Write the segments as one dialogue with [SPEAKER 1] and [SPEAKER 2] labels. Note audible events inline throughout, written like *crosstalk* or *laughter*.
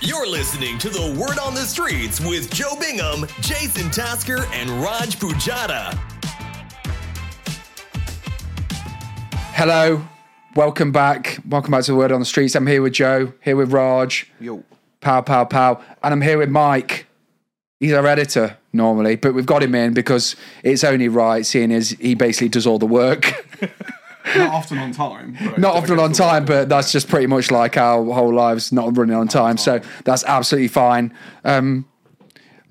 [SPEAKER 1] You're listening to the Word on the Streets with Joe Bingham, Jason Tasker, and Raj Pujada.
[SPEAKER 2] Hello, welcome back. Welcome back to the Word on the Streets. I'm here with Joe, here with Raj,
[SPEAKER 3] Yo.
[SPEAKER 2] pow, pow, pow, and I'm here with Mike. He's our editor normally, but we've got him in because it's only right, seeing as he basically does all the work. *laughs*
[SPEAKER 3] Not often on time. but-
[SPEAKER 2] not often on time, but that's just pretty much like our whole lives not running on time. So that's absolutely fine. Um,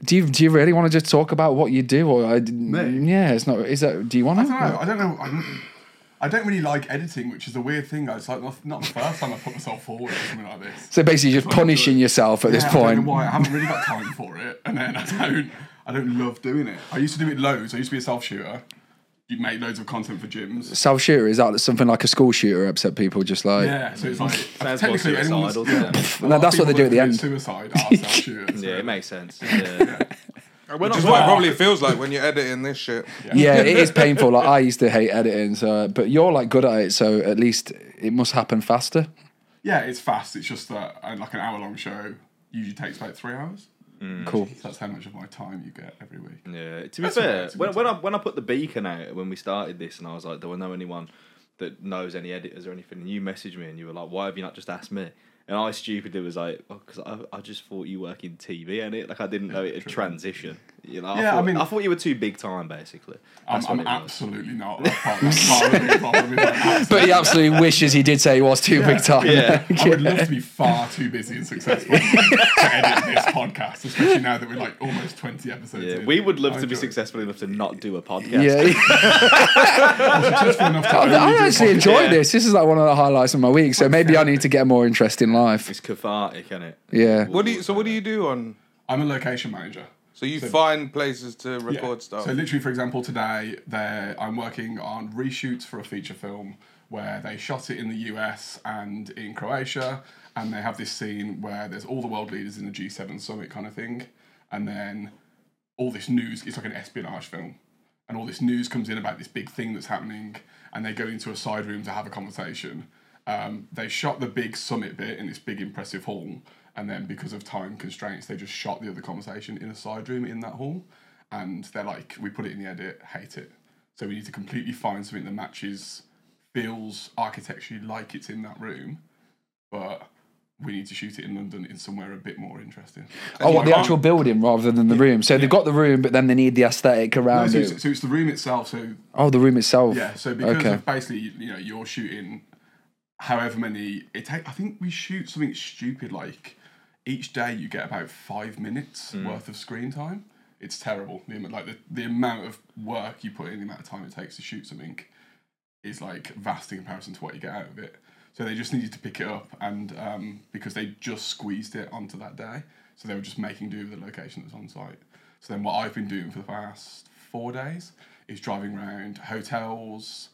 [SPEAKER 2] do you do you really want to just talk about what you do, or I, yeah, it's not. Is that? Do you want
[SPEAKER 3] I don't know.
[SPEAKER 2] to?
[SPEAKER 3] I don't know. I'm, I don't really like editing, which is a weird thing. It's like not not the first time I put myself forward or something like this.
[SPEAKER 2] So basically, you're just punishing yourself at this
[SPEAKER 3] Yeah, I don't
[SPEAKER 2] point.
[SPEAKER 3] know why I haven't really got time for it, and then I don't. I don't love doing it. I used to do it loads. I used to be a self shooter. You make loads of content for gyms.
[SPEAKER 2] Self shooter is that something like a school shooter? Upset people just like
[SPEAKER 3] Yeah, so
[SPEAKER 2] *laughs*
[SPEAKER 3] it's like
[SPEAKER 4] Sounds more
[SPEAKER 3] technically anyone's.
[SPEAKER 4] suicidal, doesn't it?
[SPEAKER 3] a lot of
[SPEAKER 2] that's what they
[SPEAKER 3] people
[SPEAKER 2] do at
[SPEAKER 3] that
[SPEAKER 2] the
[SPEAKER 3] commit Suicide are self shooters.
[SPEAKER 4] Yeah, it makes sense. Yeah.
[SPEAKER 5] Which is what it probably feels like when you're editing this shit.
[SPEAKER 2] yeah, it
[SPEAKER 3] *laughs*
[SPEAKER 2] is painful. Like I used to hate editing, so but you're like good at it, so at least it must happen faster.
[SPEAKER 3] Yeah, it's fast. It's just that uh, like an hour long show usually takes about three hours.
[SPEAKER 4] Mm.
[SPEAKER 2] Cool.
[SPEAKER 3] So that's how much of my time you get every week.
[SPEAKER 4] Yeah, to be
[SPEAKER 3] That's all
[SPEAKER 4] fair,
[SPEAKER 3] right, it's a
[SPEAKER 4] when,
[SPEAKER 3] good
[SPEAKER 4] when I when I put the beacon out when we started this, and I was like, there were no anyone that knows any editors or anything. And you messaged me, and you were like, why have you not just asked me? And I stupidly was like, because I, I just thought you work in TV, and it like I didn't know it had transition. You know, I
[SPEAKER 3] Yeah, I
[SPEAKER 4] thought, I
[SPEAKER 3] mean-
[SPEAKER 4] thought you were too big time, basically.
[SPEAKER 3] I'm,
[SPEAKER 4] That's
[SPEAKER 3] I'm
[SPEAKER 4] what it was.
[SPEAKER 3] absolutely not. That's part- that's part of the problem is I'm absolutely-
[SPEAKER 2] But he
[SPEAKER 4] *laughs*
[SPEAKER 2] absolutely wishes he did say he was too big time.
[SPEAKER 4] Yeah,
[SPEAKER 3] I would love to be far too busy and successful *laughs* to edit this podcast, especially now that we're like almost 20 episodes.
[SPEAKER 4] yeah.
[SPEAKER 3] in.
[SPEAKER 4] We would
[SPEAKER 3] I
[SPEAKER 4] love to be
[SPEAKER 3] enjoy it.
[SPEAKER 4] successful enough to not do a
[SPEAKER 2] *laughs*
[SPEAKER 4] podcast.
[SPEAKER 2] Yeah.
[SPEAKER 3] Successful enough to only
[SPEAKER 2] *laughs*
[SPEAKER 3] do
[SPEAKER 2] I
[SPEAKER 3] a
[SPEAKER 2] actually
[SPEAKER 3] podcast.
[SPEAKER 2] enjoy this. This is like one of the highlights of my week, so maybe I need to get a more interesting life.
[SPEAKER 4] *laughs* It's cathartic, isn't it?
[SPEAKER 2] Yeah.
[SPEAKER 5] What do you? So what do you do on?
[SPEAKER 3] I'm a location manager.
[SPEAKER 5] So you find places to record stuff.
[SPEAKER 3] So literally, for example, today there I'm working on reshoots for a feature film where they shot it in the US and in Croatia, and they have this scene where there's all the world leaders in the G7 summit kind of thing, and then all this news. It's like an espionage film, and all this news comes in about this big thing that's happening, and they go into a side room to have a conversation. Um, they shot the big summit bit in this big impressive hall, and then because of time constraints, they just shot the other conversation in a side room in that hall. And they're like, we put it in the edit, hate it. So we need to completely find something that matches, feels architecturally like it's in that room, but we need to shoot it in London in somewhere a bit more interesting.
[SPEAKER 2] Oh, what, the
[SPEAKER 3] Like,
[SPEAKER 2] actual building rather than the room. So they've got the room, but then they need the aesthetic
[SPEAKER 3] No,
[SPEAKER 2] around
[SPEAKER 3] so,
[SPEAKER 2] it.
[SPEAKER 3] it's, so it's the room itself. So
[SPEAKER 2] Oh, the room itself.
[SPEAKER 3] Yeah, so because
[SPEAKER 2] Okay.
[SPEAKER 3] of basically, you know, you're shooting however many it take. I think we shoot something stupid like each day you get about five minutes worth of screen time. It's terrible. The, am- like the, the amount of work you put in, the amount of time it takes to shoot something is like vast in comparison to what you get out of it. So they just needed to pick it up, and um, because they just squeezed it onto that day, so they were just making do with the location that's on site. So then, what I've been doing for the past four days is driving around hotels,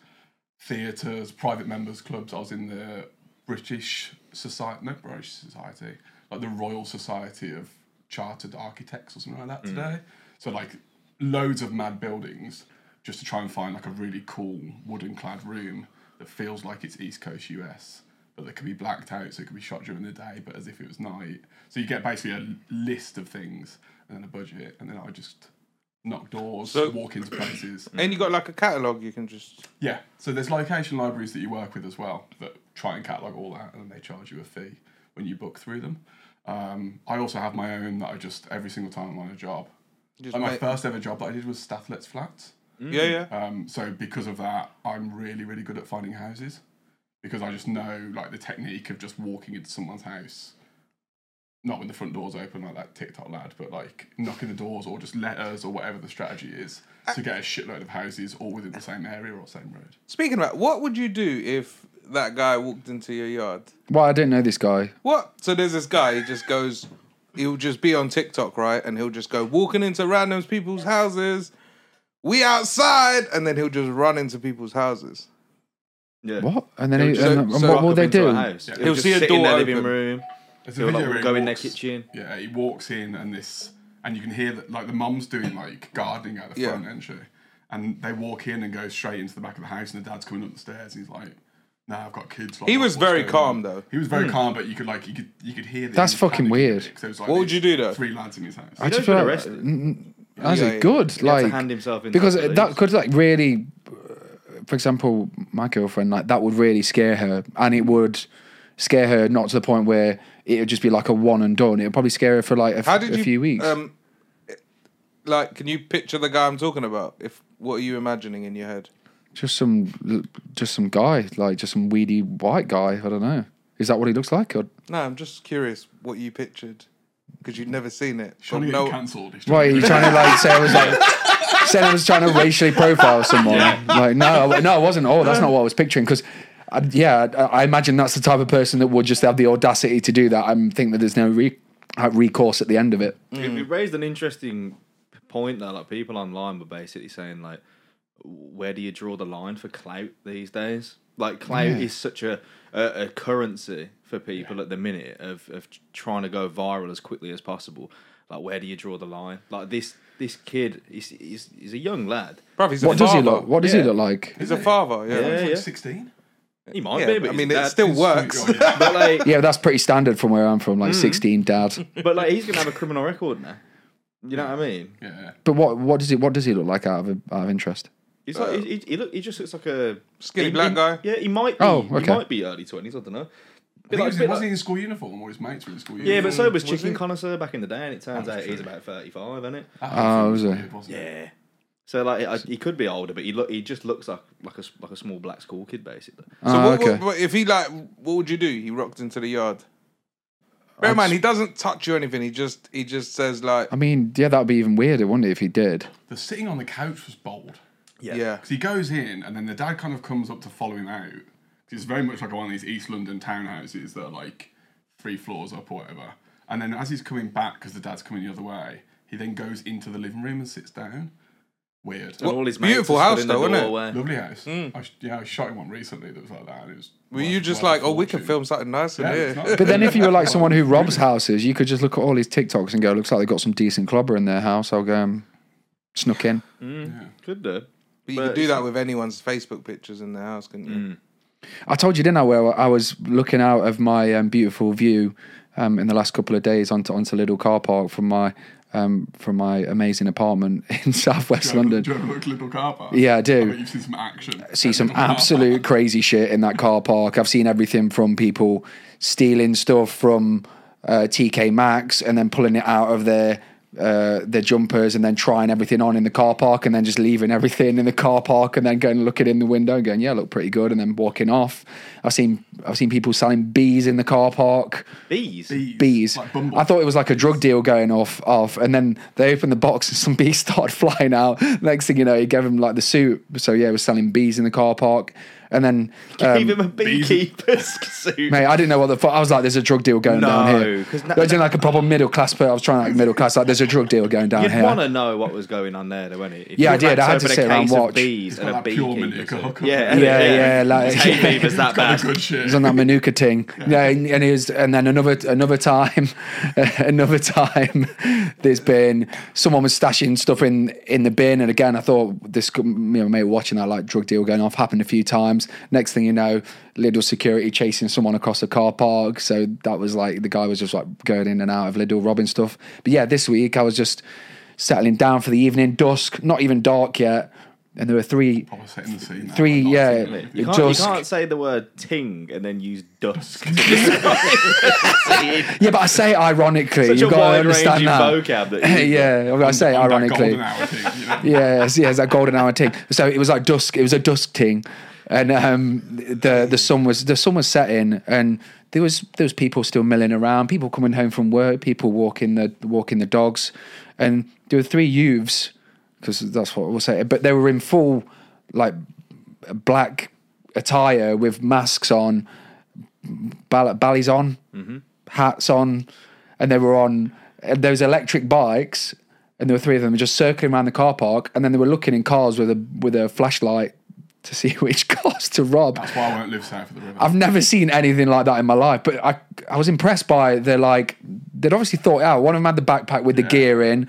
[SPEAKER 3] theatres, private members clubs. I was in the British Society, no British Society, like the Royal Society of Chartered Architects or something like that today. So like loads of mad buildings just to try and find like a really cool wooden clad room that feels like it's East Coast US, but that could be blacked out so it could be shot during the day, but as if it was night. So you get basically a list of things and then a budget, and then I just knock doors,
[SPEAKER 5] So-
[SPEAKER 3] walk into places.
[SPEAKER 5] and you got like a catalog you can just.
[SPEAKER 3] Yeah, so there's location libraries that you work with as well that try and catalog all that, and then they charge you a fee when you book through them. Um, I also have my own that I just every single time I'm on a job.
[SPEAKER 5] just
[SPEAKER 3] Like my
[SPEAKER 5] make-
[SPEAKER 3] first ever job that I did was Stathlet's Flats.
[SPEAKER 5] Yeah, yeah.
[SPEAKER 3] Um, so because of that, I'm really really good at finding houses because I just know like the technique of just walking into someone's house, not when the front door's open like that TikTok lad, but like knocking the doors or just letters or whatever the strategy is
[SPEAKER 5] Uh,
[SPEAKER 3] to get a shitload of houses all within the same area or same road.
[SPEAKER 5] Speaking about, what would you do if that guy walked into your yard?
[SPEAKER 2] Well, I didn't know this guy.
[SPEAKER 5] What? So there's this guy. He just goes. He'll just be on TikTok, right? And he'll just go walking into random people's houses. We outside, and then he'll just run into people's houses.
[SPEAKER 4] Yeah.
[SPEAKER 2] What? And then
[SPEAKER 5] Yeah,
[SPEAKER 2] he,
[SPEAKER 5] so-
[SPEAKER 2] and, and
[SPEAKER 5] so
[SPEAKER 2] what
[SPEAKER 5] I
[SPEAKER 2] will
[SPEAKER 5] could
[SPEAKER 2] they
[SPEAKER 4] Into a
[SPEAKER 2] do?
[SPEAKER 4] house.
[SPEAKER 3] Yeah.
[SPEAKER 4] It'll
[SPEAKER 5] He'll
[SPEAKER 4] just
[SPEAKER 5] see a
[SPEAKER 4] sit in
[SPEAKER 5] door
[SPEAKER 4] their
[SPEAKER 5] open.
[SPEAKER 4] living room.
[SPEAKER 3] There's
[SPEAKER 4] He'll, like,
[SPEAKER 3] where
[SPEAKER 4] go
[SPEAKER 3] he
[SPEAKER 4] in their
[SPEAKER 3] walks-
[SPEAKER 4] kitchen.
[SPEAKER 3] Yeah, he walks in and this, and you can hear that like the mum's doing like gardening out the
[SPEAKER 5] Yeah.
[SPEAKER 3] front entry, and they walk in and go straight into the back of the house, and the dad's coming up the stairs, and he's like, Nah, I've got kids. Like,
[SPEAKER 5] He
[SPEAKER 3] what-
[SPEAKER 5] was
[SPEAKER 3] what's
[SPEAKER 5] very
[SPEAKER 3] going
[SPEAKER 5] calm,
[SPEAKER 3] on?
[SPEAKER 5] though.
[SPEAKER 3] He was very calm, but you could like you could you could hear. The
[SPEAKER 2] Hmm. That's fucking
[SPEAKER 3] panic.
[SPEAKER 2] weird.
[SPEAKER 3] 'Cause there was, like,
[SPEAKER 5] What would
[SPEAKER 3] these
[SPEAKER 5] you do, though?
[SPEAKER 3] Three lads in his house.
[SPEAKER 2] I
[SPEAKER 4] knows
[SPEAKER 2] just
[SPEAKER 4] he's been
[SPEAKER 2] feel like-
[SPEAKER 4] arrested.
[SPEAKER 2] n- n- That's
[SPEAKER 5] Yeah,
[SPEAKER 2] it,
[SPEAKER 5] yeah.
[SPEAKER 2] good.
[SPEAKER 4] had
[SPEAKER 2] like
[SPEAKER 4] to hand himself in,
[SPEAKER 2] because
[SPEAKER 4] I
[SPEAKER 2] it- that
[SPEAKER 4] believe.
[SPEAKER 2] could like really, uh, for example, my girlfriend like that would really scare her, and it would scare her not to the point where it would just be like a one and done. It would probably scare her for like a, f-
[SPEAKER 5] How did
[SPEAKER 2] a
[SPEAKER 5] you
[SPEAKER 2] few weeks.
[SPEAKER 5] Um, like, can you picture the guy I'm talking about? If what are you imagining in your head?
[SPEAKER 2] just some, just some guy, like just some weedy white guy. I don't know. Is that what he looks like? Or
[SPEAKER 5] No, I'm just curious what you pictured because you've never seen it.
[SPEAKER 3] Trying
[SPEAKER 5] But
[SPEAKER 3] to get
[SPEAKER 5] no,
[SPEAKER 3] cancelled. He's
[SPEAKER 2] why are
[SPEAKER 3] trying
[SPEAKER 2] you
[SPEAKER 3] to-
[SPEAKER 2] trying to like say I was
[SPEAKER 5] *laughs*
[SPEAKER 2] like. Said I was trying to racially profile someone. Like, no, I- no, I wasn't. Oh, that's not what I was picturing. Because, yeah, I, I imagine that's the type of person that would just have the audacity to do that. I'm thinking that there's no re- uh, recourse at the end of it.
[SPEAKER 5] Mm.
[SPEAKER 4] It, it raised an interesting p- point that like people online were basically saying like, where do you draw the line for clout these days? Like clout is such a, a, a currency for people at the minute of of trying to go viral as quickly as possible. Like where do you draw the line? Like this this kid is he's, he's a young lad.
[SPEAKER 5] Bruv, he's a
[SPEAKER 2] What does
[SPEAKER 5] father.
[SPEAKER 2] he look? What does
[SPEAKER 4] Yeah.
[SPEAKER 2] he look like?
[SPEAKER 5] He's a father. Yeah.
[SPEAKER 4] Yeah,
[SPEAKER 5] yeah.
[SPEAKER 4] yeah.
[SPEAKER 3] Like Sixteen.
[SPEAKER 4] He might be, but
[SPEAKER 5] I mean,
[SPEAKER 4] he's
[SPEAKER 5] it
[SPEAKER 4] dad.
[SPEAKER 5] still works.
[SPEAKER 3] Oh, yeah.
[SPEAKER 4] But
[SPEAKER 2] *laughs*
[SPEAKER 4] like,
[SPEAKER 2] Yeah, that's pretty standard from where I'm from. Like
[SPEAKER 5] Mm.
[SPEAKER 2] 16, dad.
[SPEAKER 4] but like, he's gonna have a criminal record now. You know what I mean?
[SPEAKER 3] yeah.
[SPEAKER 2] But what what does he what does he look like out of out of interest?
[SPEAKER 4] He's like, he, he, he look, he just looks like a
[SPEAKER 5] Skinny
[SPEAKER 4] he-
[SPEAKER 5] black
[SPEAKER 4] he-
[SPEAKER 5] guy?
[SPEAKER 4] Yeah, he might. Be,
[SPEAKER 2] Oh,
[SPEAKER 4] He
[SPEAKER 2] okay.
[SPEAKER 4] might be early twenties. I don't know.
[SPEAKER 3] I
[SPEAKER 4] Bit
[SPEAKER 3] think
[SPEAKER 4] like-
[SPEAKER 3] it was,
[SPEAKER 4] bit
[SPEAKER 3] wasn't he
[SPEAKER 4] like-
[SPEAKER 3] in school uniform or his mates were in school
[SPEAKER 4] yeah,
[SPEAKER 3] uniform?
[SPEAKER 4] but so was
[SPEAKER 5] Was
[SPEAKER 4] Chicken
[SPEAKER 5] he?
[SPEAKER 4] Connoisseur back in the day, and it turns
[SPEAKER 3] That
[SPEAKER 4] out
[SPEAKER 3] was
[SPEAKER 4] he's
[SPEAKER 3] true.
[SPEAKER 4] about thirty-five, isn't it?
[SPEAKER 2] Ah, was it?
[SPEAKER 3] wasn't
[SPEAKER 4] Yeah. So like, I, he could be older, but he look, he just looks like like a s- like a small black school kid basically.
[SPEAKER 5] So
[SPEAKER 2] Ah,
[SPEAKER 5] what,
[SPEAKER 2] okay.
[SPEAKER 5] what, what- if he like, what would you do? He rocked into the yard. Bear in mind, he doesn't touch you or anything. He just, he just says like,
[SPEAKER 2] I mean, yeah, that would be even weirder, wouldn't it, if he did?
[SPEAKER 3] The sitting on the couch was bold.
[SPEAKER 2] *laughs*
[SPEAKER 5] yeah.
[SPEAKER 3] Because he goes in, and then the dad kind of comes up to follow him out. 'Cause It's very much like one of these East London townhouses that are like three floors up or whatever. And then as he's coming back, because the dad's coming the other way, he then goes into the living room and sits down. Weird.
[SPEAKER 4] And all his mates
[SPEAKER 5] beautiful
[SPEAKER 4] are stood
[SPEAKER 5] house
[SPEAKER 4] in the
[SPEAKER 5] though, isn't it?
[SPEAKER 4] doorway.
[SPEAKER 3] Lovely house. I sh- yeah, I shot him one recently that was like that. And it was
[SPEAKER 5] Hmm. Were
[SPEAKER 3] worth-
[SPEAKER 5] you just
[SPEAKER 3] worth
[SPEAKER 5] like,
[SPEAKER 3] a
[SPEAKER 5] oh, we can
[SPEAKER 3] fortune.
[SPEAKER 5] film something nice in
[SPEAKER 3] Yeah,
[SPEAKER 5] here?
[SPEAKER 3] it's nice.
[SPEAKER 2] But then if you were like someone who robs houses, you could just look at all his TikToks and go, looks like they got some decent clobber in their house. I'll go um, snuck in.
[SPEAKER 4] Could do.
[SPEAKER 5] But you
[SPEAKER 4] But
[SPEAKER 5] could do
[SPEAKER 4] it's-
[SPEAKER 5] that with anyone's Facebook pictures in their house, couldn't you?
[SPEAKER 2] I told you, didn't I, where I was looking out of my um, beautiful view um, in the last couple of days onto onto Lidl car park from my um, from my amazing apartment *laughs* in Southwest
[SPEAKER 3] *laughs* Do you ever-
[SPEAKER 2] London.
[SPEAKER 3] Do you ever look at Little Car Park?
[SPEAKER 2] Yeah, I do.
[SPEAKER 3] I bet you've seen some action.
[SPEAKER 2] see some
[SPEAKER 3] *laughs* Little Car Park.
[SPEAKER 2] absolute crazy shit in that car park. I've seen everything from people stealing stuff from uh, TK Maxx and then pulling it out of their uh, their jumpers and then trying everything on in the car park and then just leaving everything in the car park and then going and looking in the window and going, yeah, look pretty good, and then walking off. I've seen I've seen people selling bees in the car park
[SPEAKER 4] Bees.
[SPEAKER 3] Bees.
[SPEAKER 2] bees.
[SPEAKER 3] Like Bumble.
[SPEAKER 2] I thought it was like a drug deal going off off, and then they opened the box and *laughs* some bees started flying out. Next thing you know, he gave him like the suit. So yeah, he was selling bees in the car park, and then um,
[SPEAKER 4] Give him a beekeeper's *laughs* suit.
[SPEAKER 2] mate, I didn't know what the fuck. I was like, "There's a drug deal going
[SPEAKER 4] No,
[SPEAKER 2] down here."
[SPEAKER 4] 'cause
[SPEAKER 2] I
[SPEAKER 4] na-
[SPEAKER 2] was doing like a proper middle class, but I was trying like middle class. Like, there's a drug deal going down
[SPEAKER 4] You'd
[SPEAKER 2] here.
[SPEAKER 4] want to know what was going on there, though, wouldn't it? If
[SPEAKER 2] Yeah, I
[SPEAKER 4] you
[SPEAKER 2] did. I had
[SPEAKER 4] cracked
[SPEAKER 2] to
[SPEAKER 4] open a
[SPEAKER 2] sit around
[SPEAKER 4] case
[SPEAKER 2] and
[SPEAKER 4] of
[SPEAKER 2] watch.
[SPEAKER 4] Bees
[SPEAKER 3] got
[SPEAKER 4] and a
[SPEAKER 3] that pure
[SPEAKER 4] beekeeper's
[SPEAKER 3] Manuka
[SPEAKER 4] suit.
[SPEAKER 3] hookup.
[SPEAKER 4] Yeah,
[SPEAKER 2] got that
[SPEAKER 3] It's
[SPEAKER 4] like
[SPEAKER 2] *laughs* good
[SPEAKER 4] beavers
[SPEAKER 3] Got
[SPEAKER 4] that bad.
[SPEAKER 3] the good shit.
[SPEAKER 2] He's on that Manuka ting. Yeah, and, and he was, and then another another time, *laughs* another time, *laughs* there's been someone was stashing stuff in in the bin, and again, I thought this, could- you know, maybe watching that like drug deal going off happened a few times. Next thing you know, Lidl security chasing someone across a car park. So that was like the guy was just like going in and out of Lidl robbing stuff. But yeah, this week I was just settling down for the evening, dusk, not even dark yet, and there were three.
[SPEAKER 3] I was setting the scene. there.
[SPEAKER 2] Three,
[SPEAKER 3] Like,
[SPEAKER 2] yeah,
[SPEAKER 4] Oh, You can't,
[SPEAKER 2] dusk.
[SPEAKER 4] you can't say the word ting and then use dusk.
[SPEAKER 5] *laughs*
[SPEAKER 4] to describe it.
[SPEAKER 2] Yeah, but I say it ironically.
[SPEAKER 4] Such
[SPEAKER 2] You've
[SPEAKER 4] a
[SPEAKER 2] got to
[SPEAKER 4] wide
[SPEAKER 2] understand
[SPEAKER 4] ranging
[SPEAKER 2] that.
[SPEAKER 4] vocab that you-
[SPEAKER 2] *laughs* yeah, I say it
[SPEAKER 3] that
[SPEAKER 2] ironically.
[SPEAKER 3] golden hour thing, you know?
[SPEAKER 2] Yes, yes, that golden hour ting. So it was like dusk. It was a dusk ting, and um, the the sun was the sun was setting, and there was there was people still milling around, people coming home from work, people walking the walking the dogs, and there were three youths because that's what we'll say. But they were in full like black attire with masks on, ball- ballys on,
[SPEAKER 4] Mm-hmm.
[SPEAKER 2] hats on, and they were on and there was electric bikes, and there were three of them just circling around the car park, and then they were looking in cars with a with a flashlight to see *laughs* which cars to rob.
[SPEAKER 3] That's why I won't live south of the river.
[SPEAKER 2] I've never seen anything like that in my life, but I I was impressed by the like they'd obviously thought it out. One of them had the backpack with the gear in.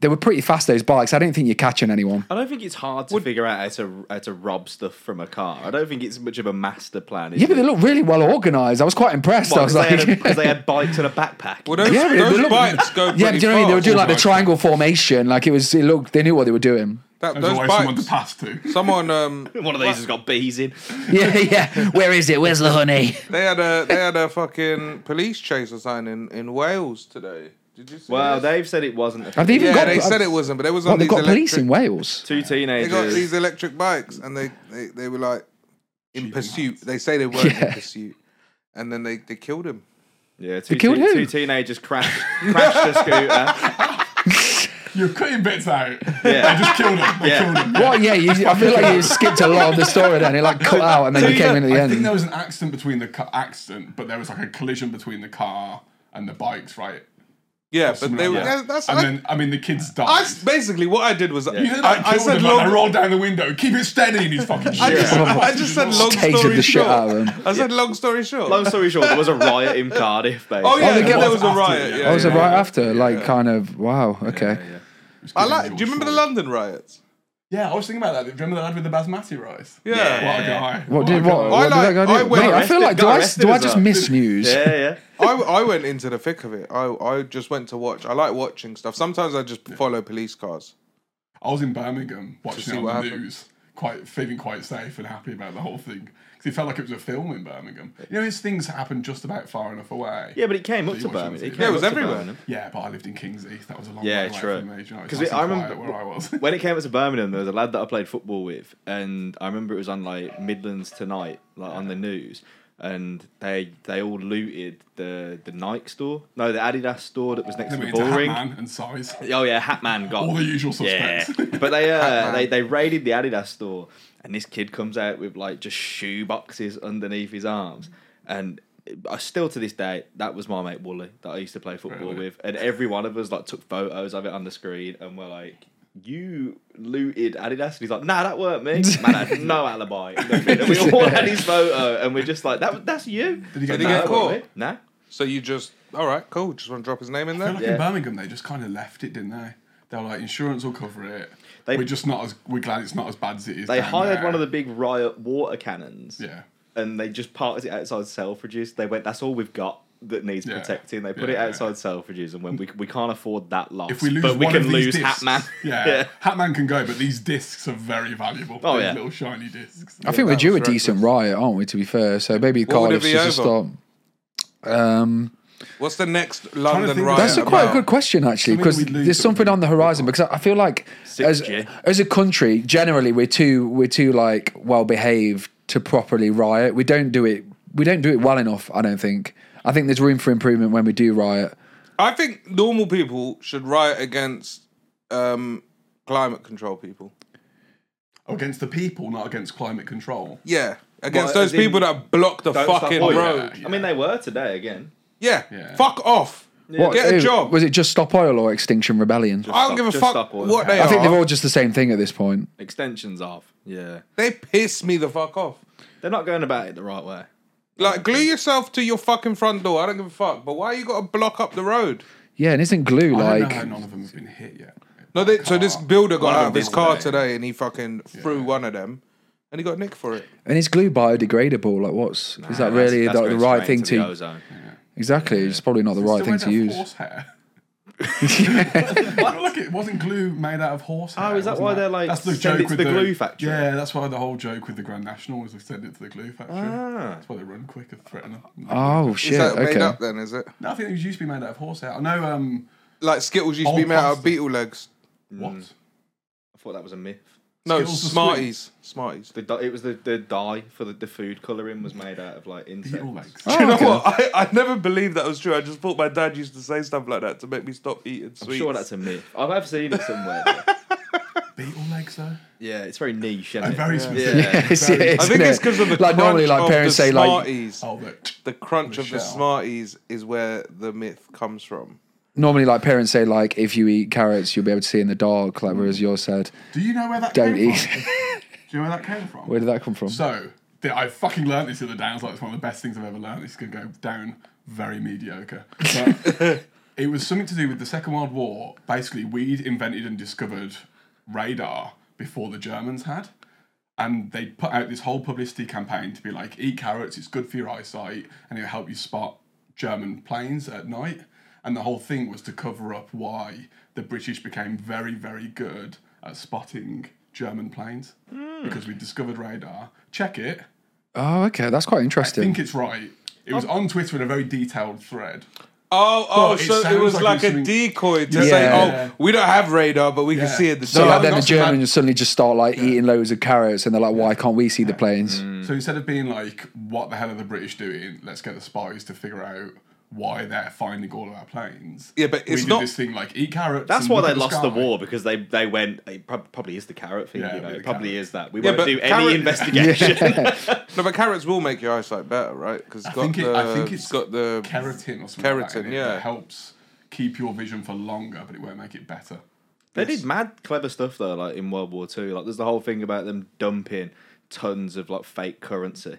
[SPEAKER 2] they were pretty fast those bikes. I don't think you're catching anyone.
[SPEAKER 4] I don't think it's hard to figure out how to how to rob stuff from a car. I don't think it's much of a master plan. is
[SPEAKER 2] Yeah, but they
[SPEAKER 4] it?
[SPEAKER 2] look really well organised. I was quite impressed. I
[SPEAKER 4] Well,
[SPEAKER 2] was
[SPEAKER 4] 'cause they
[SPEAKER 2] like,
[SPEAKER 4] had a- 'cause they had bikes and a backpack.
[SPEAKER 5] Well,
[SPEAKER 2] *laughs*
[SPEAKER 5] those,
[SPEAKER 2] Yeah, but
[SPEAKER 5] those
[SPEAKER 2] look-
[SPEAKER 5] bikes
[SPEAKER 2] *laughs*
[SPEAKER 5] go
[SPEAKER 2] yeah,
[SPEAKER 5] pretty
[SPEAKER 2] do you know what I mean? They were
[SPEAKER 5] fast.
[SPEAKER 2] doing like the
[SPEAKER 3] Bikes.
[SPEAKER 2] triangle formation. Like it was, it looked, they knew what they were doing.
[SPEAKER 5] That-
[SPEAKER 3] There's
[SPEAKER 5] those
[SPEAKER 3] always someone to
[SPEAKER 5] bikes.
[SPEAKER 3] pass to.
[SPEAKER 5] Someone um,
[SPEAKER 4] One of these has got bees
[SPEAKER 5] *laughs*
[SPEAKER 4] in.
[SPEAKER 2] *laughs* Yeah, yeah. Where is it? Where's the honey?
[SPEAKER 5] they had a they had a fucking police chase or something in, in Wales today. Did you see?
[SPEAKER 4] Well,
[SPEAKER 5] this?
[SPEAKER 4] they've said it wasn't. A
[SPEAKER 2] Have they even
[SPEAKER 5] yeah,
[SPEAKER 2] got?
[SPEAKER 5] they said it wasn't, but they was on
[SPEAKER 2] What, they've
[SPEAKER 5] these
[SPEAKER 2] got
[SPEAKER 5] electric.
[SPEAKER 2] police in Wales.
[SPEAKER 4] two
[SPEAKER 5] They got
[SPEAKER 4] teenagers.
[SPEAKER 5] these electric bikes, and they they, they were like in pursuit. They say they were in
[SPEAKER 2] Yeah.
[SPEAKER 5] pursuit, and then they, they killed him.
[SPEAKER 4] Yeah, two,
[SPEAKER 2] killed
[SPEAKER 4] teen-
[SPEAKER 2] who?
[SPEAKER 4] two teenagers crashed crashed a scooter.
[SPEAKER 3] You're cutting bits out.
[SPEAKER 4] Yeah.
[SPEAKER 3] They just killed him. They
[SPEAKER 4] Yeah.
[SPEAKER 3] killed him.
[SPEAKER 2] Well, Oh, yeah, you, I feel like you skipped a lot of the story then. It like cut out and then you came in at the
[SPEAKER 3] I think there
[SPEAKER 2] end.
[SPEAKER 3] was an accident between the ca- accident, but there was like a collision between the car and the bikes, right?
[SPEAKER 5] Yeah, but
[SPEAKER 3] Something
[SPEAKER 5] they were
[SPEAKER 3] like that.
[SPEAKER 5] that- that's
[SPEAKER 3] and
[SPEAKER 5] I,
[SPEAKER 3] then I mean the kids died.
[SPEAKER 5] I s- basically what I did was
[SPEAKER 3] you heard I,
[SPEAKER 5] I, *laughs* I said long.
[SPEAKER 3] I rolled down the window. Keep it steady in his fucking shit.
[SPEAKER 5] I just, I just
[SPEAKER 3] *laughs*
[SPEAKER 5] said long
[SPEAKER 2] Tased
[SPEAKER 5] story
[SPEAKER 2] the shit
[SPEAKER 5] short.
[SPEAKER 2] out of
[SPEAKER 5] I said long story short.
[SPEAKER 4] Long story short, there was a riot in Cardiff. Basically.
[SPEAKER 5] oh yeah,
[SPEAKER 2] they get-
[SPEAKER 5] there was a
[SPEAKER 3] after,
[SPEAKER 5] riot.
[SPEAKER 3] yeah.
[SPEAKER 5] Yeah,
[SPEAKER 2] I was
[SPEAKER 5] yeah,
[SPEAKER 2] it Oh, right
[SPEAKER 5] yeah.
[SPEAKER 2] after, like kind of wow. Okay,
[SPEAKER 5] I like. Do you remember the London riots?
[SPEAKER 3] Yeah, I was thinking about that. Do you remember the lad with the basmati rice?
[SPEAKER 5] Yeah.
[SPEAKER 3] What a guy.
[SPEAKER 2] what did
[SPEAKER 3] a
[SPEAKER 2] what?
[SPEAKER 3] guy.
[SPEAKER 2] what did
[SPEAKER 5] I
[SPEAKER 2] that guy
[SPEAKER 5] like-
[SPEAKER 2] do?
[SPEAKER 5] I went
[SPEAKER 2] Mate, I feel
[SPEAKER 4] arrested-
[SPEAKER 2] like do
[SPEAKER 4] got
[SPEAKER 2] I
[SPEAKER 4] arrested
[SPEAKER 2] do I
[SPEAKER 4] as
[SPEAKER 2] just
[SPEAKER 4] well.
[SPEAKER 2] miss news?
[SPEAKER 4] Yeah, yeah.
[SPEAKER 5] I, I went into the thick of it. I, I just went to watch. I like watching stuff. Sometimes I just follow police cars.
[SPEAKER 3] I was in Birmingham
[SPEAKER 5] see
[SPEAKER 3] watching it on the
[SPEAKER 5] what happened.
[SPEAKER 3] news, quite feeling quite safe and happy about the whole thing because it felt like it was a film in Birmingham. You know, these things happen just about far enough away.
[SPEAKER 4] Yeah, but it came up
[SPEAKER 3] watch
[SPEAKER 4] to
[SPEAKER 3] it on
[SPEAKER 4] Birmingham.
[SPEAKER 3] TV.
[SPEAKER 4] came
[SPEAKER 5] Yeah, it was
[SPEAKER 4] up to
[SPEAKER 5] everywhere.
[SPEAKER 4] Birmingham.
[SPEAKER 3] Yeah, but I lived in Kings Heath. That was a long
[SPEAKER 4] Yeah,
[SPEAKER 3] way away
[SPEAKER 4] true.
[SPEAKER 3] from me. Do you know, it's
[SPEAKER 4] 'Cause
[SPEAKER 3] nice
[SPEAKER 4] it-
[SPEAKER 3] and
[SPEAKER 4] I remember-
[SPEAKER 3] quiet where I was. *laughs*
[SPEAKER 4] when it came up to Birmingham, there was a lad that I played football with, and I remember it was on like Midlands Tonight, like on the news, and they they all looted the the Nike store, no, the Adidas store that was next
[SPEAKER 3] Then
[SPEAKER 4] to
[SPEAKER 3] we
[SPEAKER 4] the
[SPEAKER 3] went to
[SPEAKER 4] ball ring.
[SPEAKER 3] Hatman and size.
[SPEAKER 4] Oh yeah, Hatman got
[SPEAKER 3] All the usual suspects.
[SPEAKER 4] Yeah. *laughs* but they uh, they they raided the Adidas store, and this kid comes out with like just shoe boxes underneath his arms, and. I still to this day, that was my mate Wooly that I used to play football
[SPEAKER 3] Really?
[SPEAKER 4] with, and every one of us like took photos of it on the screen, and we're like, "You looted Adidas," and he's like, "Nah, that weren't me." Man, I had no alibi. nothing. And we all had his photo, and we're just like, "That that's you."
[SPEAKER 3] Did he get
[SPEAKER 5] Did he
[SPEAKER 3] that?
[SPEAKER 5] get
[SPEAKER 4] "Nah, it weren't me."
[SPEAKER 5] caught?
[SPEAKER 4] Nah.
[SPEAKER 5] So you just all right, cool. Just want to drop his name in
[SPEAKER 3] I feel
[SPEAKER 5] there.
[SPEAKER 3] like
[SPEAKER 4] Yeah.
[SPEAKER 3] in Birmingham, they just kind of left it, didn't they? They were like, insurance will cover it.
[SPEAKER 4] They-
[SPEAKER 3] we're just not as we're glad it's not as bad as it is.
[SPEAKER 4] They
[SPEAKER 3] down
[SPEAKER 4] hired
[SPEAKER 3] there."
[SPEAKER 4] one of the big riot water cannons.
[SPEAKER 3] Yeah.
[SPEAKER 4] And they just parked it outside Selfridges. They went, that's all we've got that needs
[SPEAKER 3] Yeah.
[SPEAKER 4] protecting. They put
[SPEAKER 3] Yeah,
[SPEAKER 4] it
[SPEAKER 3] yeah.
[SPEAKER 4] outside Selfridges and when we, we can't afford that loss.
[SPEAKER 3] If we lose
[SPEAKER 4] but we
[SPEAKER 3] one
[SPEAKER 4] can
[SPEAKER 3] of these
[SPEAKER 4] lose
[SPEAKER 3] discs,
[SPEAKER 4] Hatman. *laughs*
[SPEAKER 3] Yeah, Hatman can go, but these discs are very valuable.
[SPEAKER 4] Oh,
[SPEAKER 3] These
[SPEAKER 4] yeah.
[SPEAKER 3] little shiny discs.
[SPEAKER 2] I think we're
[SPEAKER 5] that
[SPEAKER 2] due a
[SPEAKER 5] was reckless.
[SPEAKER 2] decent riot, aren't we? To be fair, so maybe
[SPEAKER 5] What would
[SPEAKER 2] Cardiff
[SPEAKER 5] it be
[SPEAKER 2] should just stop.
[SPEAKER 5] over?
[SPEAKER 2] Um,
[SPEAKER 5] What's the next
[SPEAKER 3] to
[SPEAKER 5] London
[SPEAKER 3] think-
[SPEAKER 5] riot?
[SPEAKER 2] that's a quite a
[SPEAKER 5] about?
[SPEAKER 2] good question actually,
[SPEAKER 3] Something
[SPEAKER 2] because
[SPEAKER 3] we'd lose
[SPEAKER 2] there's
[SPEAKER 3] that
[SPEAKER 2] something
[SPEAKER 3] we-
[SPEAKER 2] on the horizon. Because I I feel like as
[SPEAKER 4] 6G.
[SPEAKER 2] as a country, generally we're too we're too like well behaved to properly riot. We don't do it we don't do it well enough. I don't think. I think there's room for improvement when we do riot.
[SPEAKER 5] I think normal people should riot against um, climate control people.
[SPEAKER 3] against the people, not against climate control.
[SPEAKER 5] Yeah, against
[SPEAKER 4] Well,
[SPEAKER 5] those
[SPEAKER 4] as in-
[SPEAKER 5] people that block the
[SPEAKER 4] Don't stop
[SPEAKER 5] fucking
[SPEAKER 4] oil.
[SPEAKER 5] road.
[SPEAKER 3] Yeah.
[SPEAKER 4] I mean, they were today again.
[SPEAKER 5] Yeah.
[SPEAKER 3] Yeah.
[SPEAKER 5] fuck off.
[SPEAKER 2] What-
[SPEAKER 5] Get a
[SPEAKER 2] who-
[SPEAKER 5] job.
[SPEAKER 2] Was it just Stop Oil or Extinction Rebellion?
[SPEAKER 5] I don't
[SPEAKER 4] Stop-
[SPEAKER 5] give a
[SPEAKER 4] just
[SPEAKER 5] fuck
[SPEAKER 4] stop oil.
[SPEAKER 5] what they
[SPEAKER 2] I think
[SPEAKER 5] are.
[SPEAKER 2] they're all just the same thing at this point.
[SPEAKER 4] Extensions off. Yeah.
[SPEAKER 5] They piss me the fuck off.
[SPEAKER 4] They're not going about it the right way.
[SPEAKER 5] Like, glue yourself to your fucking front door. I don't give a fuck. But why you got to block up the road?
[SPEAKER 2] Yeah, and isn't glue
[SPEAKER 3] I don't know
[SPEAKER 2] like
[SPEAKER 3] how none of them have been hit yet.
[SPEAKER 5] No, they, so this
[SPEAKER 3] Car.
[SPEAKER 5] builder got
[SPEAKER 4] One of
[SPEAKER 5] out of
[SPEAKER 4] them
[SPEAKER 5] his
[SPEAKER 4] did
[SPEAKER 5] car
[SPEAKER 4] today.
[SPEAKER 5] today and he fucking threw one of them and he got nicked for it.
[SPEAKER 2] and is glue biodegradable? Like, what's is that
[SPEAKER 4] That's-
[SPEAKER 2] really
[SPEAKER 4] that's
[SPEAKER 2] the, the
[SPEAKER 4] going
[SPEAKER 2] right
[SPEAKER 4] straight
[SPEAKER 2] thing
[SPEAKER 4] into the
[SPEAKER 2] to?
[SPEAKER 4] ozone.
[SPEAKER 2] Exactly, it's probably not the right
[SPEAKER 3] Still
[SPEAKER 2] thing
[SPEAKER 3] made
[SPEAKER 2] to use.
[SPEAKER 3] out of
[SPEAKER 2] *laughs*
[SPEAKER 3] Horse hair. *laughs* Look, it wasn't glue made out of horse hair.
[SPEAKER 4] Oh, is that
[SPEAKER 3] wasn't
[SPEAKER 4] why they're like,
[SPEAKER 3] That's the
[SPEAKER 4] send
[SPEAKER 3] joke
[SPEAKER 4] it to
[SPEAKER 3] with
[SPEAKER 4] the glue factory?
[SPEAKER 3] Yeah, that's why the whole joke with the Grand National was they send it to the glue factory.
[SPEAKER 4] Ah.
[SPEAKER 3] That's why they run quick and threaten them.
[SPEAKER 2] Oh
[SPEAKER 5] Is
[SPEAKER 2] shit!
[SPEAKER 5] that made
[SPEAKER 2] Okay.
[SPEAKER 5] up then, is it?
[SPEAKER 3] No, I think it was used to be made out of horse hair. I know. Um,
[SPEAKER 5] Like, Skittles used to be
[SPEAKER 3] Old
[SPEAKER 5] made out of
[SPEAKER 3] pasta.
[SPEAKER 5] beetle legs.
[SPEAKER 4] Hmm.
[SPEAKER 3] what?
[SPEAKER 4] I thought that was a myth.
[SPEAKER 5] No,
[SPEAKER 3] Skittles are
[SPEAKER 5] Smarties. Smarties.
[SPEAKER 4] The, di- it was the, the dye for the, the food colouring was made out of like insects.
[SPEAKER 3] Beetle legs.
[SPEAKER 5] Do you know
[SPEAKER 2] Oh, okay.
[SPEAKER 5] what? I, I never believed that was true. I just thought my dad used to say stuff like that to make me stop eating sweets.
[SPEAKER 4] I'm sure that's a myth. I've, I've seen it somewhere.
[SPEAKER 3] *laughs* Beetle legs though.
[SPEAKER 4] yeah, it's very niche. Isn't
[SPEAKER 3] They're very
[SPEAKER 4] it? yeah.
[SPEAKER 2] *laughs*
[SPEAKER 3] specific.
[SPEAKER 2] Yes,
[SPEAKER 3] Very-
[SPEAKER 2] yes,
[SPEAKER 5] I think
[SPEAKER 2] isn't
[SPEAKER 5] it's
[SPEAKER 2] it?
[SPEAKER 5] because of the
[SPEAKER 2] like
[SPEAKER 5] crunch
[SPEAKER 2] normally, like
[SPEAKER 5] of
[SPEAKER 2] parents
[SPEAKER 5] the
[SPEAKER 2] say, like
[SPEAKER 5] Smarties.
[SPEAKER 3] Oh, look.
[SPEAKER 5] the crunch
[SPEAKER 3] the
[SPEAKER 5] of the
[SPEAKER 3] shell.
[SPEAKER 5] Smarties is where the myth comes from.
[SPEAKER 2] normally, like parents say, like if you eat carrots, you'll be able to see in the dark. Like whereas yours said,
[SPEAKER 3] Do you know where that
[SPEAKER 2] don't
[SPEAKER 3] came
[SPEAKER 2] eat.
[SPEAKER 3] from? Do you know where that came from?
[SPEAKER 2] *laughs* Where did that come from?
[SPEAKER 3] So th- I fucking learned this the
[SPEAKER 2] *laughs*
[SPEAKER 3] other day. I was like, it's one of the best things I've ever learned. It's gonna go down very mediocre. But It was something to do with the Second World War. Basically, we'd invented and discovered radar before the Germans had. And they put out this whole publicity campaign to be like, eat carrots, it's good for your eyesight, and it'll help you spot German planes at night. And the whole thing was to cover up why the British became very, very good at spotting German planes because we discovered radar. Check it.
[SPEAKER 2] Oh, okay. That's quite
[SPEAKER 3] I
[SPEAKER 2] interesting.
[SPEAKER 3] think it's right. It was on Twitter in a very detailed thread.
[SPEAKER 5] Oh, oh,
[SPEAKER 3] But it
[SPEAKER 5] so it
[SPEAKER 3] sounds
[SPEAKER 5] was
[SPEAKER 3] like it
[SPEAKER 5] like,
[SPEAKER 3] was
[SPEAKER 5] a
[SPEAKER 3] something-
[SPEAKER 5] decoy to
[SPEAKER 2] Yeah.
[SPEAKER 5] say, oh, we don't have radar, but we can
[SPEAKER 3] Yeah.
[SPEAKER 5] see it. The
[SPEAKER 2] So
[SPEAKER 3] Yeah,
[SPEAKER 2] like,
[SPEAKER 5] time.
[SPEAKER 2] then the
[SPEAKER 3] that's not bad.
[SPEAKER 2] Germans suddenly just start like eating loads of carrots, and they're like, "Why can't we see the planes?"
[SPEAKER 3] So instead of being like, what the hell are the British doing? Let's get the spies to figure out why they're finding all of our planes.
[SPEAKER 5] Yeah, but
[SPEAKER 3] we
[SPEAKER 5] it's
[SPEAKER 3] did
[SPEAKER 5] not-
[SPEAKER 3] this thing like eat carrots.
[SPEAKER 4] That's
[SPEAKER 3] and
[SPEAKER 4] why
[SPEAKER 3] look
[SPEAKER 4] they
[SPEAKER 3] at
[SPEAKER 4] lost the
[SPEAKER 3] sky.
[SPEAKER 4] war because they they went. It prob- probably is the carrot thing.
[SPEAKER 3] Yeah,
[SPEAKER 4] you know,
[SPEAKER 3] it'd be
[SPEAKER 4] it
[SPEAKER 3] the
[SPEAKER 4] probably
[SPEAKER 3] carrot.
[SPEAKER 4] is that. We
[SPEAKER 5] Yeah,
[SPEAKER 4] won't
[SPEAKER 5] but
[SPEAKER 4] do
[SPEAKER 5] carrot-
[SPEAKER 3] *laughs*
[SPEAKER 4] any investigation.
[SPEAKER 5] No, but carrots will make your eyesight better, right? Because
[SPEAKER 3] I
[SPEAKER 5] got
[SPEAKER 3] think, it,
[SPEAKER 5] the,
[SPEAKER 3] I think it's
[SPEAKER 5] got the
[SPEAKER 3] keratin or something. like that
[SPEAKER 5] Keratin,
[SPEAKER 3] in it
[SPEAKER 5] yeah.
[SPEAKER 3] That helps keep your vision for longer, but it won't make it better.
[SPEAKER 4] They did mad clever stuff though, like in World War Two. Like there's the whole thing about them dumping tons of like fake currency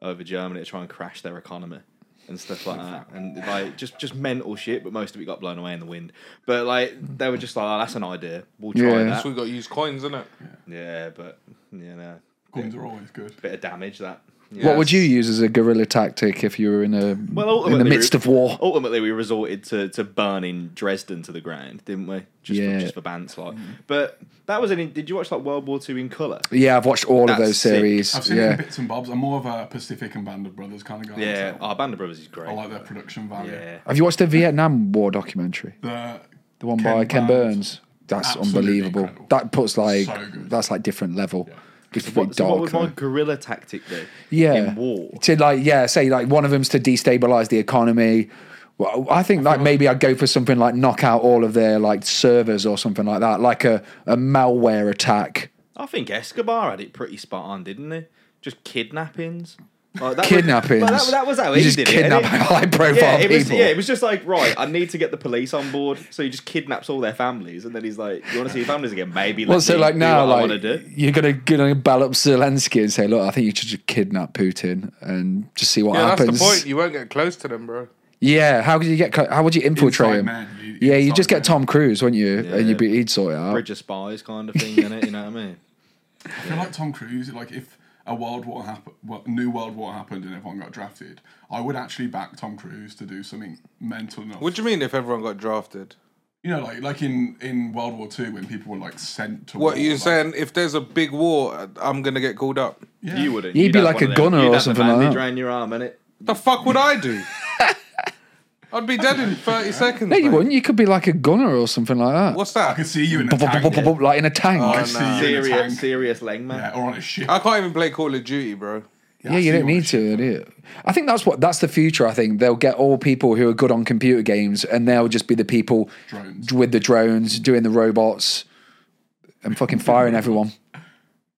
[SPEAKER 4] over Germany to try and crash their economy and stuff like that. And like just just mental shit, but most of it got blown away in the wind. But like they were just like, oh, that's an idea. We'll try
[SPEAKER 2] Yeah.
[SPEAKER 4] that.
[SPEAKER 5] So we got to use coins, innit?
[SPEAKER 4] Yeah, but you know,
[SPEAKER 3] Guns are always good.
[SPEAKER 4] bit of damage that.
[SPEAKER 2] What would you use as a guerrilla tactic if you were in a
[SPEAKER 4] Well,
[SPEAKER 2] in the
[SPEAKER 4] ultimately-
[SPEAKER 2] midst of war?
[SPEAKER 4] Ultimately, we resorted to, to burning Dresden to the ground, didn't we? Just
[SPEAKER 2] Yeah.
[SPEAKER 4] for, just for bants, like. But that was an. Did you watch like World War Two in color?
[SPEAKER 2] Yeah, I've watched all of
[SPEAKER 4] That's
[SPEAKER 2] those
[SPEAKER 4] sick.
[SPEAKER 2] series.
[SPEAKER 3] I've seen it
[SPEAKER 2] yeah,
[SPEAKER 3] in bits and bobs. I'm more of a Pacific and Band of Brothers kind of guy. so
[SPEAKER 4] Yeah, our Band of Brothers is great.
[SPEAKER 3] I like their production value.
[SPEAKER 4] Yeah.
[SPEAKER 2] have you watched the Vietnam War documentary?
[SPEAKER 3] The,
[SPEAKER 2] The one
[SPEAKER 3] Ken
[SPEAKER 2] by Ken
[SPEAKER 3] Burns.
[SPEAKER 2] Burns. That's
[SPEAKER 3] Absolutely
[SPEAKER 2] unbelievable.
[SPEAKER 3] incredible.
[SPEAKER 2] That puts like
[SPEAKER 3] So good.
[SPEAKER 2] that's like different level. It's pretty
[SPEAKER 4] What, so what
[SPEAKER 2] dark.
[SPEAKER 4] was my guerrilla tactic though?
[SPEAKER 2] yeah,
[SPEAKER 4] In war.
[SPEAKER 2] to like yeah, say like one of them's to destabilize the economy. Well, I think like maybe I'd go for something like knock out all of their like servers or something like that, like a, a malware attack.
[SPEAKER 4] I think Escobar had it pretty spot on, didn't he? Just kidnappings. Like, that
[SPEAKER 2] Kidnappings.
[SPEAKER 4] Was, but that, that was how
[SPEAKER 2] You
[SPEAKER 4] he
[SPEAKER 2] just
[SPEAKER 4] did
[SPEAKER 2] kidnap *laughs*
[SPEAKER 4] it. innit?
[SPEAKER 2] high profile
[SPEAKER 4] yeah, it was,
[SPEAKER 2] people.
[SPEAKER 4] Yeah, it was just like right. I need to get the police on board, so he just kidnaps all their families, and then he's like, "You want to see your families again? Maybe." let
[SPEAKER 2] Well, so
[SPEAKER 4] me
[SPEAKER 2] like
[SPEAKER 4] do
[SPEAKER 2] now,
[SPEAKER 4] what I
[SPEAKER 2] like
[SPEAKER 4] want to do.
[SPEAKER 2] you're gonna gonna ball up Zelensky and say, "Look, I think you should just kidnap Putin and just see what
[SPEAKER 5] Yeah,
[SPEAKER 2] happens."
[SPEAKER 5] that's the point. You won't get close to them, bro.
[SPEAKER 2] Yeah, how could you get? clo- How would you infiltrate
[SPEAKER 3] Inside
[SPEAKER 2] him?
[SPEAKER 3] man, you-
[SPEAKER 2] yeah, you
[SPEAKER 3] inside
[SPEAKER 2] just get
[SPEAKER 3] man.
[SPEAKER 2] Tom Cruise, wouldn't you? And
[SPEAKER 4] Yeah.
[SPEAKER 2] you'd be he'd sort it out.
[SPEAKER 4] Bridge of spies kind of thing, in it. You know what I mean?
[SPEAKER 3] I feel like Tom Cruise. Like if a world war happened, well, new world war happened, and everyone got drafted, I would actually back Tom Cruise to do something mental enough.
[SPEAKER 5] What do you mean if everyone got drafted?
[SPEAKER 3] you know, like like in in World War Two when people were like sent to.
[SPEAKER 5] What
[SPEAKER 3] war,
[SPEAKER 5] are you
[SPEAKER 3] like-
[SPEAKER 5] saying? If there's a big war, I'm gonna get called up.
[SPEAKER 3] *laughs* Yeah.
[SPEAKER 4] You wouldn't.
[SPEAKER 2] You'd be
[SPEAKER 4] have
[SPEAKER 2] like
[SPEAKER 4] one
[SPEAKER 2] a
[SPEAKER 4] of them.
[SPEAKER 2] gunner
[SPEAKER 4] You'd
[SPEAKER 2] or
[SPEAKER 4] have the
[SPEAKER 2] something like
[SPEAKER 4] bandage
[SPEAKER 2] that.
[SPEAKER 4] round your arm, innit?
[SPEAKER 5] The fuck would I
[SPEAKER 3] *laughs*
[SPEAKER 5] do? I'd be dead in 30 seconds.
[SPEAKER 2] no, you
[SPEAKER 5] mate.
[SPEAKER 2] wouldn't. You could be like a gunner or something like that.
[SPEAKER 5] What's
[SPEAKER 3] I could
[SPEAKER 5] that?
[SPEAKER 3] see you in a
[SPEAKER 2] Bop, bop,
[SPEAKER 3] tank.
[SPEAKER 2] bop, bop, bop, like in a tank.
[SPEAKER 3] I
[SPEAKER 5] Oh,
[SPEAKER 3] see
[SPEAKER 5] no.
[SPEAKER 3] you in a
[SPEAKER 4] Serious,
[SPEAKER 3] tank.
[SPEAKER 4] serious lengman.
[SPEAKER 3] Yeah, or on a ship.
[SPEAKER 5] I can't even play Call of Duty, bro.
[SPEAKER 2] yeah, you don't need to. Do you? I think that's what that's the future. I think they'll get all people who are good on computer games, and they'll just be the people
[SPEAKER 3] Drones.
[SPEAKER 2] with the drones doing the robots and fucking firing everyone.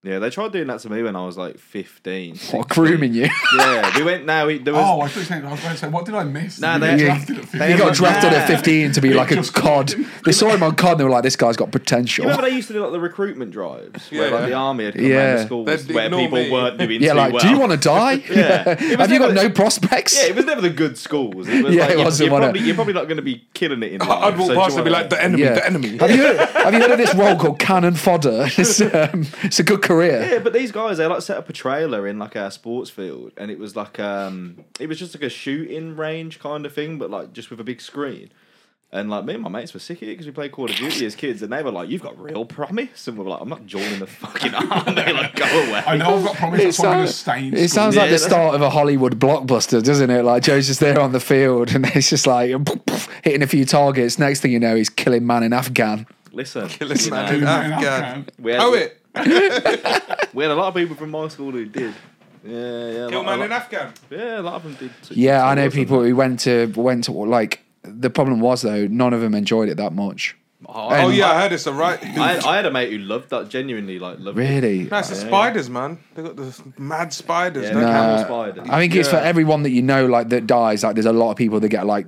[SPEAKER 4] Yeah, they tried doing that to me when I was like 15.
[SPEAKER 2] What grooming you? *laughs*
[SPEAKER 4] yeah, we went now. we- There was,
[SPEAKER 3] Oh, I was just saying. I was going to say, what did I miss?
[SPEAKER 4] Nah,
[SPEAKER 3] You
[SPEAKER 4] they-
[SPEAKER 3] get drafted at
[SPEAKER 4] they-
[SPEAKER 2] He
[SPEAKER 3] 15.
[SPEAKER 2] got drafted at 15 to be like a
[SPEAKER 3] Just- *laughs*
[SPEAKER 2] cod. They saw him on cod and they were like, this guy's got potential.
[SPEAKER 4] remember they used to do like the recruitment drives where like
[SPEAKER 5] Yeah.
[SPEAKER 4] the army had come
[SPEAKER 2] Yeah.
[SPEAKER 4] around the schools
[SPEAKER 5] They'd
[SPEAKER 4] where
[SPEAKER 5] ignore
[SPEAKER 4] people
[SPEAKER 5] me.
[SPEAKER 4] weren't doing
[SPEAKER 2] Yeah,
[SPEAKER 4] too
[SPEAKER 2] like,
[SPEAKER 4] well.
[SPEAKER 2] do you want to die?
[SPEAKER 4] Yeah. It was
[SPEAKER 2] Have you got
[SPEAKER 4] never-
[SPEAKER 2] no prospects?
[SPEAKER 4] *laughs* Yeah, it was never the good schools. It was
[SPEAKER 2] Yeah,
[SPEAKER 4] like,
[SPEAKER 2] it
[SPEAKER 4] you're-
[SPEAKER 2] wasn't, wasn't
[SPEAKER 4] you're, probably,
[SPEAKER 2] it?
[SPEAKER 4] you're probably not going to be killing it in life.
[SPEAKER 5] I'd walk
[SPEAKER 4] so do
[SPEAKER 5] past
[SPEAKER 4] you
[SPEAKER 5] and be
[SPEAKER 4] wanna-
[SPEAKER 5] like, the enemy,
[SPEAKER 2] Yeah.
[SPEAKER 5] the enemy.
[SPEAKER 2] Have you, heard, have you heard of this role called cannon fodder? *laughs* It's, um, it's a good career.
[SPEAKER 4] Yeah, but these guys they like set up a trailer in like a sports field, and it was like um, it was just like a shooting range kind of thing, but like just with a big screen. And like me and my mates were sick of it because we played Call of Duty as kids, and they were like, "You've got real promise," and we were like, "I'm not joining the fucking *laughs* army, like go away."
[SPEAKER 3] I know I've got promised. That's why I'm going to
[SPEAKER 2] sounds,
[SPEAKER 3] stay in
[SPEAKER 2] it
[SPEAKER 3] school.
[SPEAKER 2] sounds
[SPEAKER 4] Yeah,
[SPEAKER 2] like the
[SPEAKER 4] that's-
[SPEAKER 2] start of a Hollywood blockbuster, doesn't it? Like Joe's just there on the field and he's just like poof, poof, hitting a few targets. Next thing you know, he's killing man in Afghan.
[SPEAKER 4] Listen,
[SPEAKER 5] Listen,
[SPEAKER 4] you
[SPEAKER 5] I
[SPEAKER 4] know,
[SPEAKER 5] did
[SPEAKER 3] Doing
[SPEAKER 5] that.
[SPEAKER 3] it in Afghan.
[SPEAKER 4] we had,
[SPEAKER 5] Oh, it.
[SPEAKER 4] we had a lot of people from my school who did. Yeah, yeah, a
[SPEAKER 5] Kill
[SPEAKER 4] lot-
[SPEAKER 5] man
[SPEAKER 4] a
[SPEAKER 5] in
[SPEAKER 4] lot,
[SPEAKER 5] Afghan.
[SPEAKER 4] yeah, a lot of them did. Too,
[SPEAKER 2] Yeah, I
[SPEAKER 4] too,
[SPEAKER 2] know
[SPEAKER 4] wasn't
[SPEAKER 2] people
[SPEAKER 4] it?
[SPEAKER 2] who went to went to like. The problem was though, none of them enjoyed it that much.
[SPEAKER 5] Oh,
[SPEAKER 2] And-
[SPEAKER 5] yeah, I heard it's a right.
[SPEAKER 4] I had, I had a mate who loved that, genuinely like loved it.
[SPEAKER 2] Really,
[SPEAKER 5] That's the spiders, man. They got the mad spiders.
[SPEAKER 4] Yeah,
[SPEAKER 5] no
[SPEAKER 4] the
[SPEAKER 5] cap.
[SPEAKER 4] camel spider.
[SPEAKER 2] I think it's for
[SPEAKER 5] Yeah.
[SPEAKER 2] everyone that you know, like that dies. Like, there's a lot of people that get like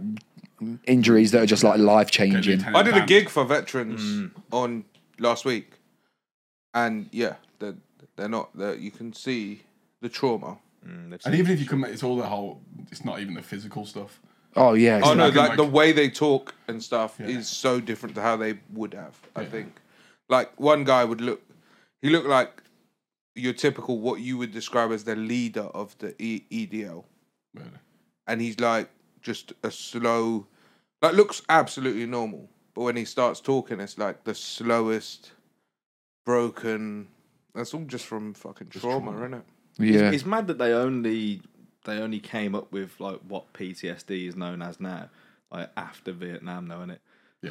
[SPEAKER 2] injuries that are just like life changing.
[SPEAKER 5] I did a gig for veterans on last week, and yeah, they're, they're not. They're, you can see the trauma.
[SPEAKER 3] And even if you come, it's all the whole. It's not even the physical stuff.
[SPEAKER 2] Oh yeah.
[SPEAKER 5] Oh no,
[SPEAKER 3] Like,
[SPEAKER 5] like
[SPEAKER 3] like-
[SPEAKER 5] the way they talk and stuff
[SPEAKER 3] Yeah.
[SPEAKER 5] is so different to how they would have. I think, like one guy would look, he looked like your typical what you would describe as the leader of the e- EDL,
[SPEAKER 3] Really.
[SPEAKER 5] and he's like just a slow, like looks absolutely normal, but when he starts talking, it's like the slowest, broken. That's all just from fucking trauma, isn't it?
[SPEAKER 2] yeah.
[SPEAKER 4] It's mad that they only they only came up with like what PTSD is known as now, like after Vietnam, though, isn't it?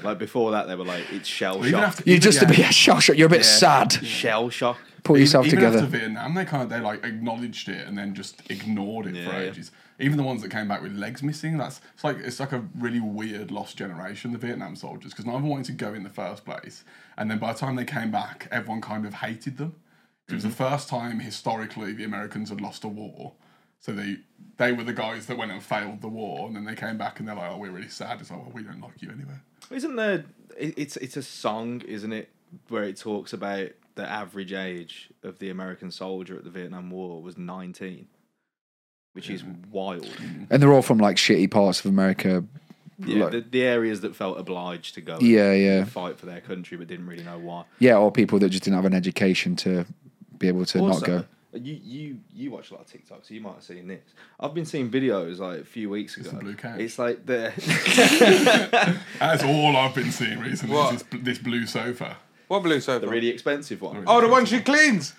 [SPEAKER 4] Like before that, they were like it's shell
[SPEAKER 3] But even
[SPEAKER 4] shock,
[SPEAKER 3] after,
[SPEAKER 2] You're
[SPEAKER 3] even-
[SPEAKER 2] just a
[SPEAKER 3] yeah.
[SPEAKER 2] bit *laughs* shell shocked. You're a bit sad.
[SPEAKER 4] shell shock.
[SPEAKER 2] Pull yourself
[SPEAKER 3] even
[SPEAKER 2] together.
[SPEAKER 3] after Vietnam, they kind of they like acknowledged it and then just ignored it for
[SPEAKER 4] Yeah.
[SPEAKER 3] ages. Even the ones that came back with legs missing, that's it's like it's like a really weird lost generation, the Vietnam soldiers, because neither wanted to go in the first place, and then by the time they came back, everyone kind of hated them. It
[SPEAKER 4] Mm-hmm.
[SPEAKER 3] was the first time historically the Americans had lost a war, so they they were the guys that went and failed the war, and then they came back and they're like, oh, we're really sad. It's like, well, we don't like you anyway.
[SPEAKER 4] Isn't there? it- It's it's a song, isn't it, where it talks about the average age of the American soldier at the Vietnam War was nineteen, which is wild.
[SPEAKER 2] *laughs* And they're all from like shitty parts of America.
[SPEAKER 4] Yeah,
[SPEAKER 2] Like-
[SPEAKER 4] the, the areas that felt obliged to go. and
[SPEAKER 2] Yeah, yeah,
[SPEAKER 4] Fight for their country, but didn't really know why.
[SPEAKER 2] yeah. Or people that just didn't have an education to be able to not go.
[SPEAKER 4] uh, You you you watch a lot of TikTok, so you might have seen this. I've been seeing videos like a few weeks ago.
[SPEAKER 3] the blue couch.
[SPEAKER 4] It's like the *laughs*
[SPEAKER 3] That's all I've been seeing recently.
[SPEAKER 5] What?
[SPEAKER 3] Is this, this blue sofa.
[SPEAKER 5] What blue sofa?
[SPEAKER 4] the really expensive one.
[SPEAKER 5] oh, the one she cleans.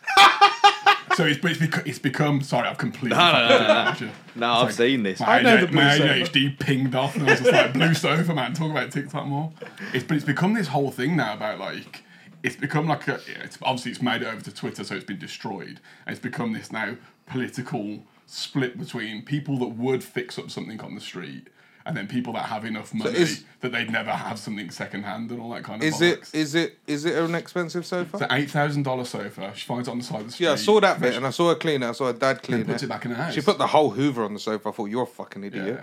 [SPEAKER 3] So it's, it's, become, it's become. Sorry, I've completely.
[SPEAKER 4] No, I've seen this.
[SPEAKER 3] My,
[SPEAKER 5] I know the
[SPEAKER 3] ADHD,
[SPEAKER 5] blue
[SPEAKER 3] my
[SPEAKER 5] sofa.
[SPEAKER 3] ADHD pinged off, and I was just like, "Blue sofa, man. Talk about TikTok more." It's but it's become this whole thing now about like it's become like a, it's obviously it's made it over to Twitter, so it's been destroyed, and it's become this now political split between people that would fix up something on the street and then people that have enough money
[SPEAKER 5] is-
[SPEAKER 3] that they'd never have something secondhand and all that kind of.
[SPEAKER 5] Is it?
[SPEAKER 3] bollocks.
[SPEAKER 5] Is it? Is it an expensive sofa?
[SPEAKER 3] It's an eight thousand dollar sofa. She finds it on the side of the street.
[SPEAKER 5] Yeah, I saw that bit, and I saw her clean it. I saw her dad clean
[SPEAKER 3] puts
[SPEAKER 5] it.
[SPEAKER 3] it back in the house.
[SPEAKER 5] She put the whole Hoover on the sofa. I thought you're a fucking idiot.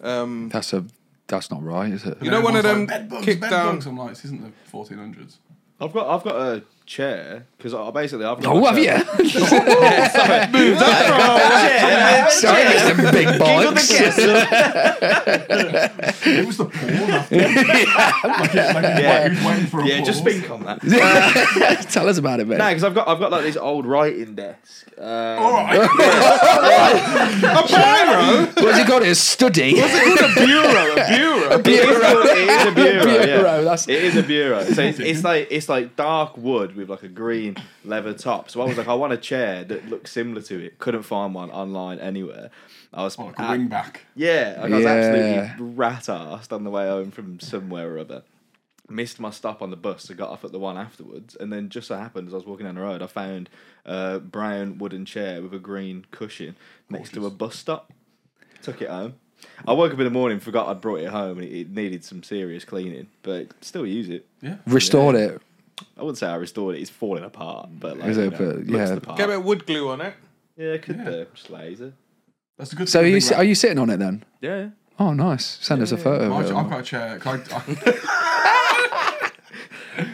[SPEAKER 3] Yeah.
[SPEAKER 2] That's a. That's not right, is it?
[SPEAKER 5] You know, one of them
[SPEAKER 3] Everyone's like, bed bugs,
[SPEAKER 5] kicked
[SPEAKER 3] bed
[SPEAKER 5] down.
[SPEAKER 3] bugs. I'm like, this isn't the 1400s.
[SPEAKER 4] I've got I've got a chair because I basically I've got
[SPEAKER 2] Oh,
[SPEAKER 4] a
[SPEAKER 2] have
[SPEAKER 4] chair.
[SPEAKER 2] you?
[SPEAKER 4] Yeah,
[SPEAKER 2] *laughs* Sorry, Mr. Big Bollocks.
[SPEAKER 3] It was the porn after. like, it's like yeah. Who's waiting for a
[SPEAKER 4] Oh. yeah, just
[SPEAKER 3] pause.
[SPEAKER 4] think on that.
[SPEAKER 2] *laughs* Tell us about it, mate.
[SPEAKER 4] No, because I've got I've got like this old writing *laughs* desk. Uh,
[SPEAKER 3] All right.
[SPEAKER 5] A pyro?
[SPEAKER 2] What's he got? His study.
[SPEAKER 5] a bureau, a bureau.
[SPEAKER 4] It is a- it is a bureau.
[SPEAKER 2] *laughs* Bureau,
[SPEAKER 4] yeah.
[SPEAKER 2] that's-
[SPEAKER 4] It is a bureau. So it's, it's like it's like dark wood with like a green leather top. So I was like, I want a chair that looks similar to it. Couldn't find one online anywhere. Oh, I was
[SPEAKER 3] like a wing back.
[SPEAKER 4] yeah, I was
[SPEAKER 2] Yeah.
[SPEAKER 4] absolutely rat assed on the way home from somewhere or other. Missed my stop on the bus, so got off at the one afterwards. And then just so happened, as I was walking down the road, I found a brown wooden chair with a green cushion next to a bus stop. Took it home. I woke up in the morning, forgot I'd brought it home, and it, it needed some serious cleaning, but still use it.
[SPEAKER 3] Yeah.
[SPEAKER 2] Restored it.
[SPEAKER 4] I wouldn't say I restored it; it's falling apart, but like,
[SPEAKER 2] Is
[SPEAKER 4] you
[SPEAKER 2] it,
[SPEAKER 4] know,
[SPEAKER 2] but,
[SPEAKER 4] looks
[SPEAKER 2] yeah.
[SPEAKER 4] the part.
[SPEAKER 5] Get a bit of wood glue on it.
[SPEAKER 4] yeah, it could do. Just laser.
[SPEAKER 3] That's a good
[SPEAKER 2] So are
[SPEAKER 3] thing
[SPEAKER 2] you
[SPEAKER 3] about-
[SPEAKER 2] are you sitting on it then?
[SPEAKER 4] Yeah,
[SPEAKER 2] Oh, nice. Send us a photo. *laughs*
[SPEAKER 3] I've
[SPEAKER 2] of it.
[SPEAKER 3] I've got a chair. Can I, I,
[SPEAKER 4] *laughs*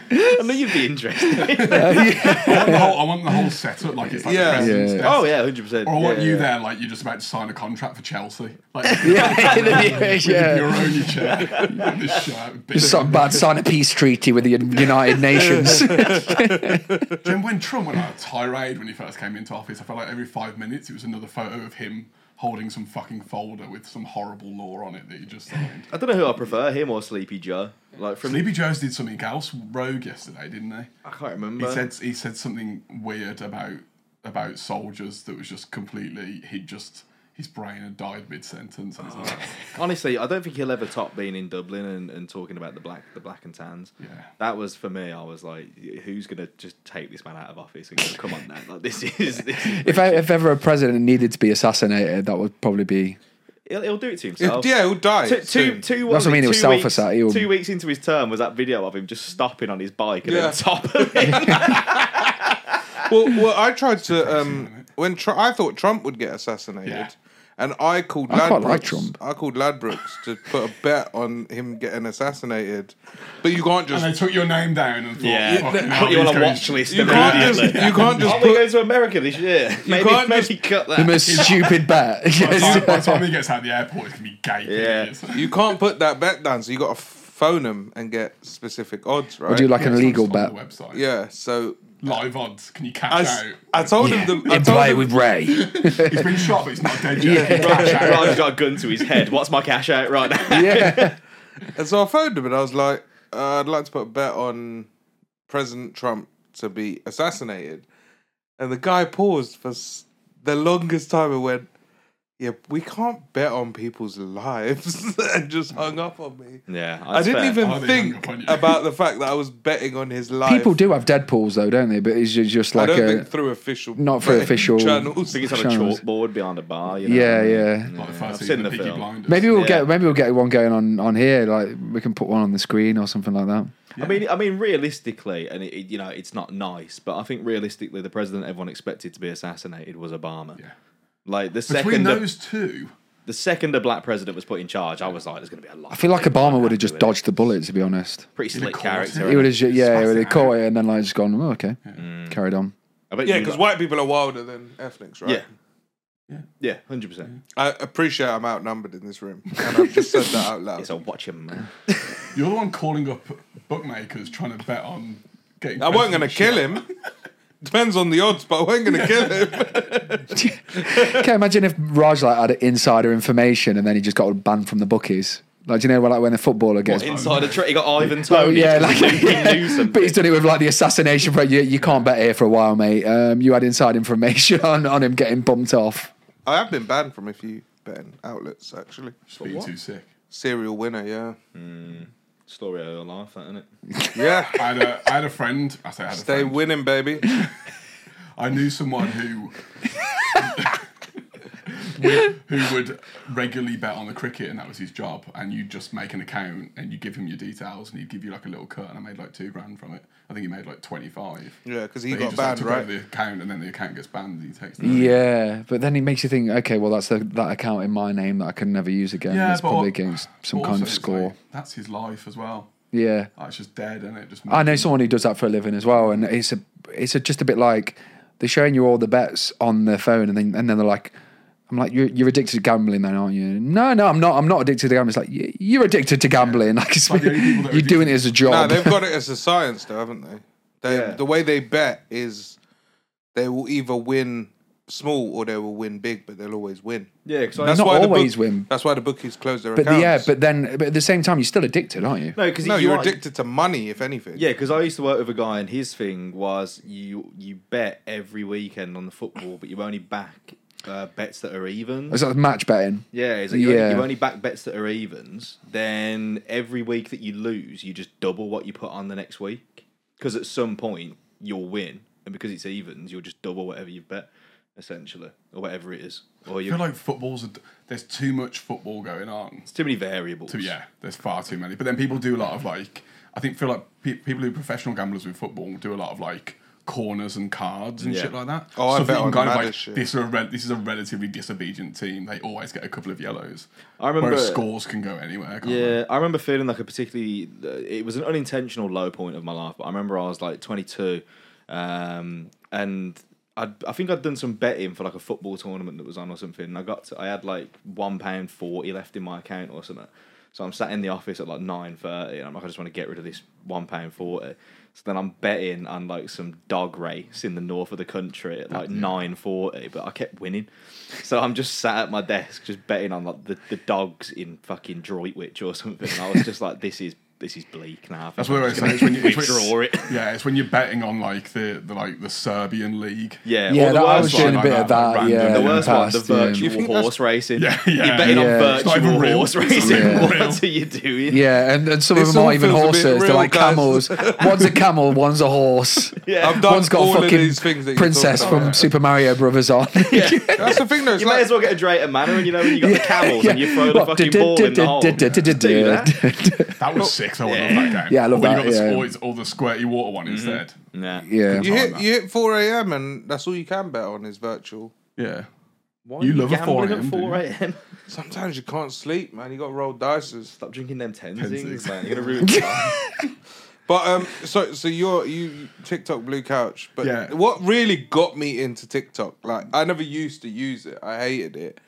[SPEAKER 4] I know you'd
[SPEAKER 3] *laughs*
[SPEAKER 4] be interested.
[SPEAKER 3] I, want the whole, I want the whole setup. Like it's like
[SPEAKER 5] Yeah.
[SPEAKER 3] the president's
[SPEAKER 2] Yeah.
[SPEAKER 3] desk.
[SPEAKER 4] oh yeah, hundred percent.
[SPEAKER 3] Or I want
[SPEAKER 4] yeah,
[SPEAKER 3] you
[SPEAKER 4] yeah.
[SPEAKER 3] there, like you're just about to sign a contract for Chelsea. Like
[SPEAKER 2] yeah.
[SPEAKER 3] you're on your chair, *laughs* and this shirt. big-
[SPEAKER 2] Just something bad. Sign a peace treaty with the United Nations.
[SPEAKER 3] Do you remember when Trump went on a tirade when he first came into office? I felt like every five minutes it was another photo of him holding some fucking folder with some horrible law on it that he just signed.
[SPEAKER 4] I don't know who I prefer, him or Sleepy Joe. Like from
[SPEAKER 3] Sleepy Joe's did something else rogue yesterday, didn't he?
[SPEAKER 4] I can't remember.
[SPEAKER 3] He said he said something weird about about soldiers that was just completely he just his brain had died mid sentence. and it's
[SPEAKER 4] *laughs*
[SPEAKER 3] like,
[SPEAKER 4] Honestly, I don't think he'll ever top being in Dublin and, and talking about the black the black and tans.
[SPEAKER 3] Yeah.
[SPEAKER 4] That was for me, I was like, who's gonna just take this man out of office and go, come on now, like this is this
[SPEAKER 5] *laughs*
[SPEAKER 4] is-
[SPEAKER 2] if I, if ever a president needed to be assassinated, that would probably be.
[SPEAKER 4] he'll, he'll do it to
[SPEAKER 5] Yeah,
[SPEAKER 4] himself.
[SPEAKER 5] it'll die.
[SPEAKER 4] Two, two,
[SPEAKER 5] soon.
[SPEAKER 4] two,
[SPEAKER 2] That's what I mean, it was
[SPEAKER 4] two weeks,
[SPEAKER 2] self-assassin, he'll-
[SPEAKER 4] two weeks into his term was that video of him just stopping on his bike and
[SPEAKER 5] Yeah.
[SPEAKER 4] then *laughs* topping
[SPEAKER 5] *laughs*
[SPEAKER 4] it.
[SPEAKER 5] well, well, I tried to. Um, when tr- I thought Trump would get assassinated, And I called
[SPEAKER 2] I quite
[SPEAKER 5] Ladbrokes.
[SPEAKER 2] like Trump.
[SPEAKER 5] I called Ladbrokes to put a bet on him getting assassinated. But you can't
[SPEAKER 3] And they
[SPEAKER 5] just
[SPEAKER 3] took your name down and thought,
[SPEAKER 4] Yeah,
[SPEAKER 3] fucking hell,
[SPEAKER 4] put you on
[SPEAKER 3] these
[SPEAKER 4] a
[SPEAKER 3] guys-
[SPEAKER 4] watch list
[SPEAKER 5] you can't just
[SPEAKER 4] immediately.
[SPEAKER 5] you can't just
[SPEAKER 4] Aren't we
[SPEAKER 5] put
[SPEAKER 4] going to America this year? *laughs* Maybe,
[SPEAKER 5] can't
[SPEAKER 4] maybe cut
[SPEAKER 2] The
[SPEAKER 4] that.
[SPEAKER 2] most stupid bet.
[SPEAKER 3] By the time- by the
[SPEAKER 2] Yes.
[SPEAKER 3] time
[SPEAKER 4] *laughs*
[SPEAKER 3] he gets out of the airport, it's gonna be gay.
[SPEAKER 4] Yeah.
[SPEAKER 5] you can't put that bet down. So you got to phone him and get specific odds, right?
[SPEAKER 2] Or *laughs* do you like an illegal bet?
[SPEAKER 3] The website.
[SPEAKER 5] Yeah. So
[SPEAKER 3] Live odds. Can you cash
[SPEAKER 5] I, s-
[SPEAKER 3] out?
[SPEAKER 5] I told
[SPEAKER 2] Yeah.
[SPEAKER 5] him the I
[SPEAKER 2] In
[SPEAKER 5] told
[SPEAKER 2] play
[SPEAKER 5] him,
[SPEAKER 2] with Ray.
[SPEAKER 3] He's been shot, but he's not dead
[SPEAKER 4] *laughs*
[SPEAKER 3] yet. Can you cash out?
[SPEAKER 4] Ryan's got a gun to his head. What's my cash out right now?
[SPEAKER 2] yeah.
[SPEAKER 5] and so I phoned him and I was like, uh, I'd like to put a bet on President Trump to be assassinated. And the guy paused for s- the longest time and went, Yeah, we can't bet on people's lives *laughs* and just hung up on me.
[SPEAKER 4] Yeah,
[SPEAKER 5] I didn't even
[SPEAKER 3] Oh, they hung
[SPEAKER 5] think
[SPEAKER 3] up on you.
[SPEAKER 5] about the fact that I was betting on his life.
[SPEAKER 2] People do have dead pools though, don't they? But it's ju- just
[SPEAKER 5] I
[SPEAKER 2] like
[SPEAKER 5] don't
[SPEAKER 2] a
[SPEAKER 5] think through official,
[SPEAKER 2] not through
[SPEAKER 5] betting
[SPEAKER 2] official-
[SPEAKER 5] channels.
[SPEAKER 4] think it's on a
[SPEAKER 2] Channels.
[SPEAKER 4] chalkboard behind a bar. You know?
[SPEAKER 2] yeah, yeah.
[SPEAKER 3] Like the first
[SPEAKER 4] I've
[SPEAKER 3] season
[SPEAKER 4] seen
[SPEAKER 3] of
[SPEAKER 4] the
[SPEAKER 3] Peaky
[SPEAKER 4] film.
[SPEAKER 3] Blinders.
[SPEAKER 2] Maybe we'll
[SPEAKER 4] Um, Yeah.
[SPEAKER 2] get maybe we'll get one going on on here. Like we can put one on the screen or something like that.
[SPEAKER 4] I mean, I mean, realistically, and it, it- you know, it's not nice, but I think realistically, the president everyone expected to be assassinated was Obama.
[SPEAKER 3] Yeah.
[SPEAKER 4] Like the
[SPEAKER 3] Between
[SPEAKER 4] second the,
[SPEAKER 3] those two,
[SPEAKER 4] the second the black president was put in charge, I was like, there's going to be a lot.
[SPEAKER 2] I feel like Obama would have just dodged the bullet. To be honest,
[SPEAKER 4] pretty
[SPEAKER 3] He'd have
[SPEAKER 4] slick
[SPEAKER 3] caught it.
[SPEAKER 4] character.
[SPEAKER 2] he would
[SPEAKER 4] innit?
[SPEAKER 2] have yeah,
[SPEAKER 3] Spat
[SPEAKER 2] he would have
[SPEAKER 3] it
[SPEAKER 2] caught it and then like just gone. Oh, okay,
[SPEAKER 3] Mm.
[SPEAKER 2] carried
[SPEAKER 3] *laughs*
[SPEAKER 2] on. *laughs*
[SPEAKER 4] I bet
[SPEAKER 5] Yeah,
[SPEAKER 4] you
[SPEAKER 5] because
[SPEAKER 4] got-
[SPEAKER 5] white people are wilder than ethnics, right?
[SPEAKER 4] Yeah. Yeah, hundred percent.
[SPEAKER 5] I appreciate I'm outnumbered in this room, and I've just said that out loud.
[SPEAKER 4] It's a watch him, man.
[SPEAKER 3] you're the one calling up bookmakers trying to bet on getting.
[SPEAKER 5] I wasn't going to
[SPEAKER 3] presidents
[SPEAKER 5] kill
[SPEAKER 3] shot.
[SPEAKER 5] him. Depends on the odds, but I wasn't going to kill him.
[SPEAKER 2] Can you imagine if Raj like had insider information and then he just got banned from the bookies? Like do you know when like when a footballer gets
[SPEAKER 4] Inside a trick, you got Ivan
[SPEAKER 2] Oh
[SPEAKER 3] *laughs*
[SPEAKER 4] Tony.
[SPEAKER 2] yeah,
[SPEAKER 4] just
[SPEAKER 2] like,
[SPEAKER 4] knew- *laughs* he knew
[SPEAKER 2] *laughs*
[SPEAKER 4] something.
[SPEAKER 2] but he's done it with like the assassination. For, you, you can't bet here for a while, mate. Um, you had inside information *laughs* on, on him getting bumped off.
[SPEAKER 5] *laughs* I have been banned from a few betting outlets, actually.
[SPEAKER 3] Just being too sick.
[SPEAKER 5] Serial winner, yeah.
[SPEAKER 4] Story of your life, that isn't it?
[SPEAKER 5] Yeah.
[SPEAKER 3] I had a, I had a friend. I say I had a
[SPEAKER 5] Stay
[SPEAKER 3] friend.
[SPEAKER 5] winning, baby.
[SPEAKER 3] I knew someone
[SPEAKER 5] *laughs*
[SPEAKER 3] who would- who would regularly bet on the cricket, and that was his job. And you just make an account, and you give him your details, and he'd give you like a little cut. And I made like two grand from it. I think he made like twenty five.
[SPEAKER 5] Yeah, because he
[SPEAKER 3] But
[SPEAKER 5] got
[SPEAKER 3] just, like,
[SPEAKER 5] banned,
[SPEAKER 3] took
[SPEAKER 5] right?
[SPEAKER 3] over the account, and then the account gets banned. And he takes the
[SPEAKER 2] Yeah, but then it makes you think. Okay, well that's a, that account in my name that I can never use again.
[SPEAKER 3] Yeah,
[SPEAKER 2] it's
[SPEAKER 3] but-
[SPEAKER 2] probably against some
[SPEAKER 3] But
[SPEAKER 2] kind
[SPEAKER 3] also,
[SPEAKER 2] of
[SPEAKER 3] it's
[SPEAKER 2] score.
[SPEAKER 3] like, that's his life as well.
[SPEAKER 2] yeah,
[SPEAKER 3] Like, it's just dead, and it just.
[SPEAKER 2] I know someone who does that for a living as well, and it's a it's a, just a bit like they're showing you all the bets on their phone, and then and then they're like. I'm like you're, you're addicted to gambling, then, aren't you? No, no, I'm not. I'm not addicted to gambling. It's like "You- you're addicted to gambling. *laughs* Like it's,
[SPEAKER 3] like the only people that are
[SPEAKER 2] you're doing it as a job.
[SPEAKER 5] Nah, they've got it as a science, though, haven't they? they
[SPEAKER 4] Yeah.
[SPEAKER 5] The way they bet is they will either win small or they will win big, but they'll always win.
[SPEAKER 4] Yeah, because I
[SPEAKER 5] That's
[SPEAKER 2] Not
[SPEAKER 5] why the
[SPEAKER 2] always
[SPEAKER 5] book-
[SPEAKER 2] win.
[SPEAKER 5] That's why the bookies close their
[SPEAKER 2] But the,
[SPEAKER 5] accounts.
[SPEAKER 2] yeah, but then but at the same time, you're still addicted, aren't you?
[SPEAKER 4] no, because
[SPEAKER 5] no, you're addicted to money, if anything.
[SPEAKER 4] Yeah, because I used to work with a guy, and his thing was you you bet every weekend on the football, but you only back uh, bets that are even.
[SPEAKER 2] It's like match betting.
[SPEAKER 4] Yeah, it's like you,
[SPEAKER 2] Yeah.
[SPEAKER 4] Only, you only back bets that are evens. Then every week that you lose, you just double what you put on the next week. Because at some point you'll win, and because it's evens, you'll just double whatever you bet, essentially, or whatever it is. Or
[SPEAKER 3] I
[SPEAKER 4] you
[SPEAKER 3] feel like football's a, there's too much football going on.
[SPEAKER 4] it's too many variables.
[SPEAKER 3] Too- yeah, there's far too many. But then people do a lot of like, I think feel like pe- people who are professional gamblers with football do a lot of like corners and cards and
[SPEAKER 4] Yeah.
[SPEAKER 3] shit like that.
[SPEAKER 5] Oh, I
[SPEAKER 3] Stuff
[SPEAKER 5] bet
[SPEAKER 3] that you
[SPEAKER 5] on
[SPEAKER 3] can kind of
[SPEAKER 5] mad
[SPEAKER 3] like,
[SPEAKER 5] as shit.
[SPEAKER 3] this is a re- this is a relatively disobedient team. They always get a couple of yellows.
[SPEAKER 4] I remember-
[SPEAKER 3] Whereas scores can go anywhere. Can't
[SPEAKER 4] Yeah, I remember feeling like a particularly. uh, It was an unintentional low point of my life, but I remember I was like 22, um, and I I think I'd done some betting for like a football tournament that was on or something. And I got to, I had like one pound forty left in my account or something. So I'm sat in the office at like nine thirty, and uh, I'm like, I just want to get rid of this one pound forty. So then I'm betting on like some dog race in the north of the country at like nine forty, but I kept winning. So I'm just sat at my desk just betting on like the, the dogs in fucking Droitwich or something. And I was just like, this is this is bleak now. I think
[SPEAKER 3] That's
[SPEAKER 4] I'm
[SPEAKER 3] what I
[SPEAKER 4] *laughs* just
[SPEAKER 3] say. It's when you it's when-
[SPEAKER 4] withdraw it.
[SPEAKER 3] *laughs* Yeah, it's when you're betting on like the, the like the Serbian league.
[SPEAKER 4] Yeah,
[SPEAKER 2] Yeah, that,
[SPEAKER 4] or the
[SPEAKER 2] I
[SPEAKER 4] worst
[SPEAKER 2] was doing a
[SPEAKER 4] one,
[SPEAKER 2] bit
[SPEAKER 3] like
[SPEAKER 2] of
[SPEAKER 3] that,
[SPEAKER 2] that.
[SPEAKER 3] like
[SPEAKER 2] yeah,
[SPEAKER 3] random.
[SPEAKER 4] the
[SPEAKER 2] in
[SPEAKER 4] worst one, the
[SPEAKER 2] past, yeah.
[SPEAKER 5] You
[SPEAKER 4] virtual
[SPEAKER 5] think that's-
[SPEAKER 4] horse racing.
[SPEAKER 3] Yeah, yeah.
[SPEAKER 4] You're betting
[SPEAKER 2] Yeah.
[SPEAKER 4] on
[SPEAKER 2] It's
[SPEAKER 3] not
[SPEAKER 4] virtual
[SPEAKER 3] even real. It's
[SPEAKER 4] horse
[SPEAKER 3] not
[SPEAKER 4] racing.
[SPEAKER 3] even real.
[SPEAKER 4] What are you doing?
[SPEAKER 2] Yeah, and, and some of
[SPEAKER 5] This
[SPEAKER 2] them
[SPEAKER 5] all
[SPEAKER 2] aren't even
[SPEAKER 5] feels a bit
[SPEAKER 2] horses. They're
[SPEAKER 5] real,
[SPEAKER 2] like
[SPEAKER 5] guys.
[SPEAKER 4] *laughs*
[SPEAKER 2] camels. one's a camel, one's a horse.
[SPEAKER 4] Yeah.
[SPEAKER 5] I've done
[SPEAKER 2] one's got
[SPEAKER 5] all
[SPEAKER 2] a
[SPEAKER 5] of
[SPEAKER 2] fucking
[SPEAKER 5] these things that you
[SPEAKER 2] princess
[SPEAKER 5] talked
[SPEAKER 2] from
[SPEAKER 5] about.
[SPEAKER 2] Super Mario Brothers
[SPEAKER 4] *laughs*
[SPEAKER 2] on.
[SPEAKER 5] That's the thing, though. It's
[SPEAKER 4] You
[SPEAKER 5] like,
[SPEAKER 4] may as well get a Drayton Manor and you know when you got the camels and you throw the
[SPEAKER 2] What?
[SPEAKER 4] fucking ball in the hole. Do that.
[SPEAKER 3] That was six. I would love that game.
[SPEAKER 2] Yeah, I love
[SPEAKER 3] when
[SPEAKER 2] that,
[SPEAKER 3] You got the
[SPEAKER 2] yeah.
[SPEAKER 3] sports, all the squirty water
[SPEAKER 4] Mm-hmm.
[SPEAKER 3] one instead.
[SPEAKER 4] Nah.
[SPEAKER 2] Yeah.
[SPEAKER 5] You hit you hit four a.m. and that's all you can bet on is virtual.
[SPEAKER 3] Yeah.
[SPEAKER 4] Why
[SPEAKER 3] You
[SPEAKER 4] are
[SPEAKER 3] love a 4
[SPEAKER 4] gambling
[SPEAKER 3] a.m., do you?
[SPEAKER 4] at 4 a.m.?
[SPEAKER 5] Sometimes you can't sleep, man. You got to roll dices.
[SPEAKER 4] Stop drinking them tensings,
[SPEAKER 3] Tenzings.
[SPEAKER 4] man.
[SPEAKER 3] *laughs*
[SPEAKER 4] You're gonna ruin your life.
[SPEAKER 5] But um, so so you're you TikTok blue couch. But
[SPEAKER 3] Yeah.
[SPEAKER 5] what really got me into TikTok, like I never used to use it. I hated it.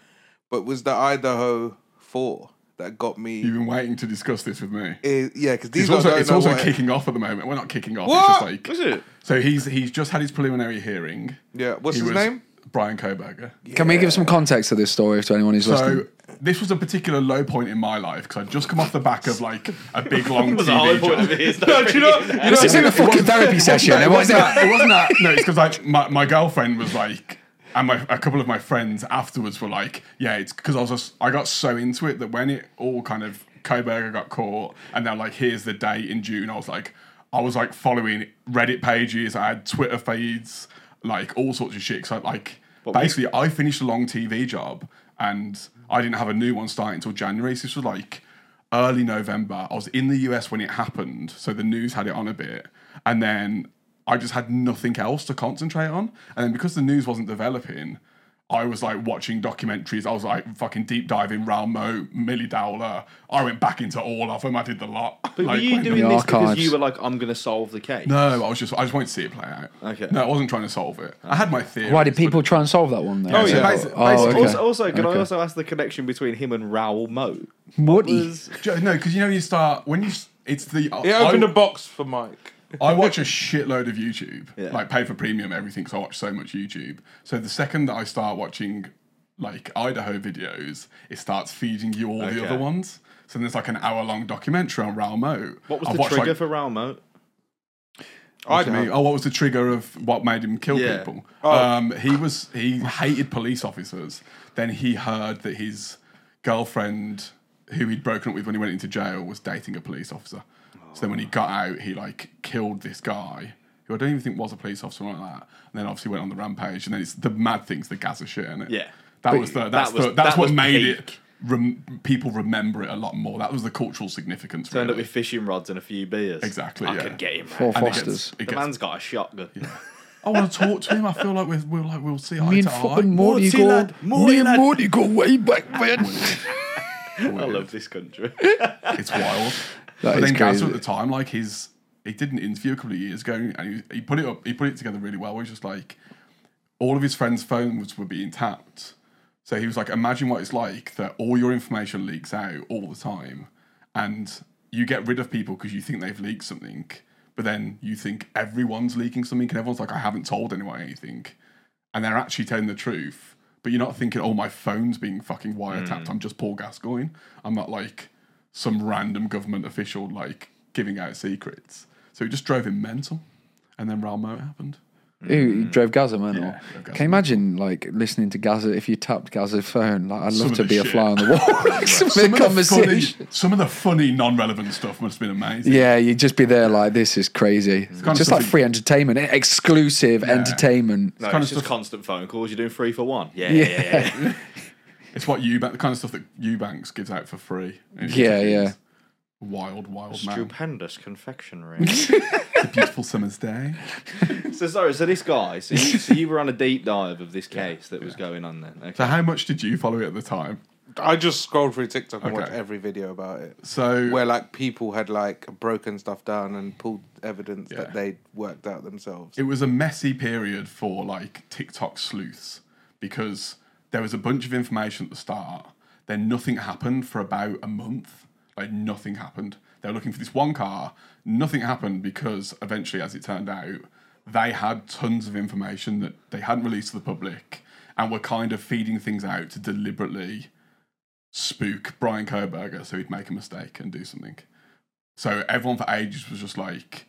[SPEAKER 5] But was the Idaho four that got me?
[SPEAKER 3] You've been waiting to discuss this with me.
[SPEAKER 5] Eh, yeah, because
[SPEAKER 3] It's
[SPEAKER 5] these guys
[SPEAKER 3] also,
[SPEAKER 5] don't
[SPEAKER 3] it's
[SPEAKER 5] know
[SPEAKER 3] also
[SPEAKER 5] what it-
[SPEAKER 3] kicking off at the moment. We're not kicking off.
[SPEAKER 5] What?
[SPEAKER 3] It's just
[SPEAKER 4] Is
[SPEAKER 3] like
[SPEAKER 4] it?
[SPEAKER 3] so he's he's just had his preliminary hearing.
[SPEAKER 5] Yeah, what's
[SPEAKER 3] He
[SPEAKER 5] his
[SPEAKER 3] was
[SPEAKER 5] name?
[SPEAKER 3] Brian Koberger.
[SPEAKER 2] Can we give some context to this story to anyone who's listening?
[SPEAKER 3] So this was a particular low point in my life because I'd just come off the back of like a
[SPEAKER 4] *laughs*
[SPEAKER 3] big long
[SPEAKER 4] That was the whole
[SPEAKER 3] TV
[SPEAKER 4] point
[SPEAKER 3] job.
[SPEAKER 4] of it. *laughs* It's
[SPEAKER 5] No,
[SPEAKER 4] not
[SPEAKER 5] do
[SPEAKER 3] *laughs*
[SPEAKER 5] you know?
[SPEAKER 4] really
[SPEAKER 5] You
[SPEAKER 4] that.
[SPEAKER 5] know
[SPEAKER 2] This isn't a
[SPEAKER 5] it wasn't-
[SPEAKER 2] fucking therapy session. It
[SPEAKER 3] It
[SPEAKER 2] wasn't.
[SPEAKER 3] wasn't that. It wasn't that. No, it's because like my, my girlfriend was like, and my, a couple of my friends afterwards were like, yeah, it's because I was just, I got so into it that when it all kind of Koberger got caught, and they're like, here's the date in June. I was like, I was like following Reddit pages. I had Twitter feeds, like all sorts of shit. So like basically, I finished a long TV job, and I didn't have a new one starting until January. So this was like early November. I was in the US when it happened, so the news had it on a bit, and then I just had nothing else to concentrate on. And then because the news wasn't developing, I was like watching documentaries. I was like fucking deep diving Ralmo, Millie Dowler. I went back into all of them. I did the lot. *laughs*
[SPEAKER 4] But were
[SPEAKER 3] Like,
[SPEAKER 4] you
[SPEAKER 3] when-
[SPEAKER 4] doing
[SPEAKER 2] The
[SPEAKER 4] this because
[SPEAKER 2] archives.
[SPEAKER 4] you were like, I'm gonna solve the case?
[SPEAKER 3] No, I was just I just wanted to see it play out.
[SPEAKER 4] Okay.
[SPEAKER 3] No, I wasn't trying to solve it. I had my theory.
[SPEAKER 2] Why did people try and solve that one? Though?
[SPEAKER 3] Oh, yeah,
[SPEAKER 2] So-
[SPEAKER 3] basi-
[SPEAKER 2] oh,
[SPEAKER 3] basically-
[SPEAKER 2] okay.
[SPEAKER 4] Also, also, can
[SPEAKER 2] Okay.
[SPEAKER 4] I also ask the connection between him and Raoul Moat?
[SPEAKER 2] Woody.
[SPEAKER 4] Was-
[SPEAKER 3] No, because you know when you start when you. s- It's the
[SPEAKER 5] It
[SPEAKER 3] I-
[SPEAKER 5] opened a box for Mike.
[SPEAKER 3] I watch a shitload of YouTube,
[SPEAKER 4] Yeah.
[SPEAKER 3] like pay for premium everything because I watch so much YouTube. So the second that I start watching like Idaho videos, it starts feeding you all
[SPEAKER 4] Okay.
[SPEAKER 3] the other ones. So there's like an hour long documentary on Raoul Moat.
[SPEAKER 4] What was
[SPEAKER 3] I've
[SPEAKER 4] the
[SPEAKER 3] watched,
[SPEAKER 4] trigger
[SPEAKER 3] like,
[SPEAKER 4] for Raoul Moat?
[SPEAKER 5] I
[SPEAKER 3] to me,
[SPEAKER 5] don't.
[SPEAKER 3] Oh, what was the trigger of what made him kill
[SPEAKER 4] Yeah. Oh.
[SPEAKER 3] people? Um, he was he hated police officers. Then he heard that his girlfriend, who he'd broken up with when he went into jail, was dating a police officer. So then when he got out, he like killed this guy who I don't even think was a police officer or like that. And then obviously went on the rampage. And then it's the mad things, the Gaza shit, is it?
[SPEAKER 4] Yeah.
[SPEAKER 3] that was the that's
[SPEAKER 4] that was-
[SPEAKER 3] the, that's
[SPEAKER 4] that
[SPEAKER 3] what
[SPEAKER 4] was
[SPEAKER 3] made it.
[SPEAKER 4] peak.
[SPEAKER 3] Rem- people remember it a lot more. That was the cultural significance.
[SPEAKER 4] Turned up
[SPEAKER 3] really.
[SPEAKER 4] with fishing rods and a few beers.
[SPEAKER 3] Exactly,
[SPEAKER 4] I
[SPEAKER 3] yeah.
[SPEAKER 4] could get him.
[SPEAKER 2] Or
[SPEAKER 3] And
[SPEAKER 4] Right.
[SPEAKER 3] it gets-
[SPEAKER 2] Fosters.
[SPEAKER 3] it
[SPEAKER 4] The
[SPEAKER 3] gets
[SPEAKER 4] man's got a shotgun.
[SPEAKER 3] I want to talk to him. I feel like we're, we're like we'll see eye
[SPEAKER 2] Me
[SPEAKER 3] to
[SPEAKER 2] and fucking
[SPEAKER 3] eye.
[SPEAKER 2] Morty
[SPEAKER 4] Morty,
[SPEAKER 2] go.
[SPEAKER 4] lad. Morty,
[SPEAKER 2] me and
[SPEAKER 4] lad.
[SPEAKER 2] Morty go way back, man.
[SPEAKER 4] *laughs* I love this country.
[SPEAKER 3] It's wild.
[SPEAKER 2] That
[SPEAKER 3] but
[SPEAKER 2] is
[SPEAKER 3] then Gaza
[SPEAKER 2] crazy.
[SPEAKER 3] at the time, like his, he did an interview a couple of years ago, and he, he put it up. He put it together really well. Where he's just like, all of his friends' phones were being tapped. So he was like, imagine what it's like that all your information leaks out all the time, and you get rid of people because you think they've leaked something, but then you think everyone's leaking something, and everyone's like, I haven't told anyone anything, and they're actually telling the truth. But you're not thinking, oh, my phone's being fucking wiretapped. I'm just Paul Gascoigne. I'm not like some random government official like giving out secrets. So it just drove him mental. And then Ralmo happened.
[SPEAKER 2] Who drove Gaza, man? or-
[SPEAKER 3] Yeah, drove Gaza.
[SPEAKER 2] Can you imagine like listening to Gaza if you tapped Gaza's phone? Like, I'd love
[SPEAKER 3] Some of
[SPEAKER 2] to
[SPEAKER 3] the
[SPEAKER 2] be a
[SPEAKER 3] shit.
[SPEAKER 2] fly on the wall. *laughs* like, some, of the
[SPEAKER 3] funny,
[SPEAKER 2] conversation.
[SPEAKER 3] some of the funny non-relevant stuff must have been amazing.
[SPEAKER 2] Yeah, you'd just be there like this is crazy.
[SPEAKER 3] kind of
[SPEAKER 2] Just like
[SPEAKER 3] something-
[SPEAKER 2] free entertainment, eh, exclusive entertainment.
[SPEAKER 4] No,
[SPEAKER 3] kind
[SPEAKER 4] it's
[SPEAKER 3] of
[SPEAKER 4] just
[SPEAKER 3] stuff-
[SPEAKER 4] constant phone calls. You're doing three for one. Yeah, yeah, yeah. yeah.
[SPEAKER 3] It's what Eubank, the kind of stuff that Eubanks gives out for free. And it's
[SPEAKER 2] Yeah,
[SPEAKER 3] just
[SPEAKER 2] yeah.
[SPEAKER 3] Wild, wild *laughs* man.
[SPEAKER 4] Stupendous confectionery. *laughs*
[SPEAKER 3] It's a beautiful summer's day.
[SPEAKER 4] so sorry. So this guy. So you, so you were on a deep dive of this case that was going on then. Okay.
[SPEAKER 3] So how much did you follow it at the time?
[SPEAKER 5] I just scrolled through TikTok and
[SPEAKER 3] Okay.
[SPEAKER 5] watched every video about it.
[SPEAKER 3] So
[SPEAKER 5] Where like people had like broken stuff down and pulled evidence
[SPEAKER 3] Yeah.
[SPEAKER 5] that they worked out themselves.
[SPEAKER 3] it was a messy period for like TikTok sleuths because there was a bunch of information at the start, then nothing happened for about a month. Like nothing happened. They were looking for this one car, nothing happened because eventually, as it turned out, they had tons of information that they hadn't released to the public and were kind of feeding things out to deliberately spook Brian Koberger so he'd make a mistake and do something. So everyone for ages was just like,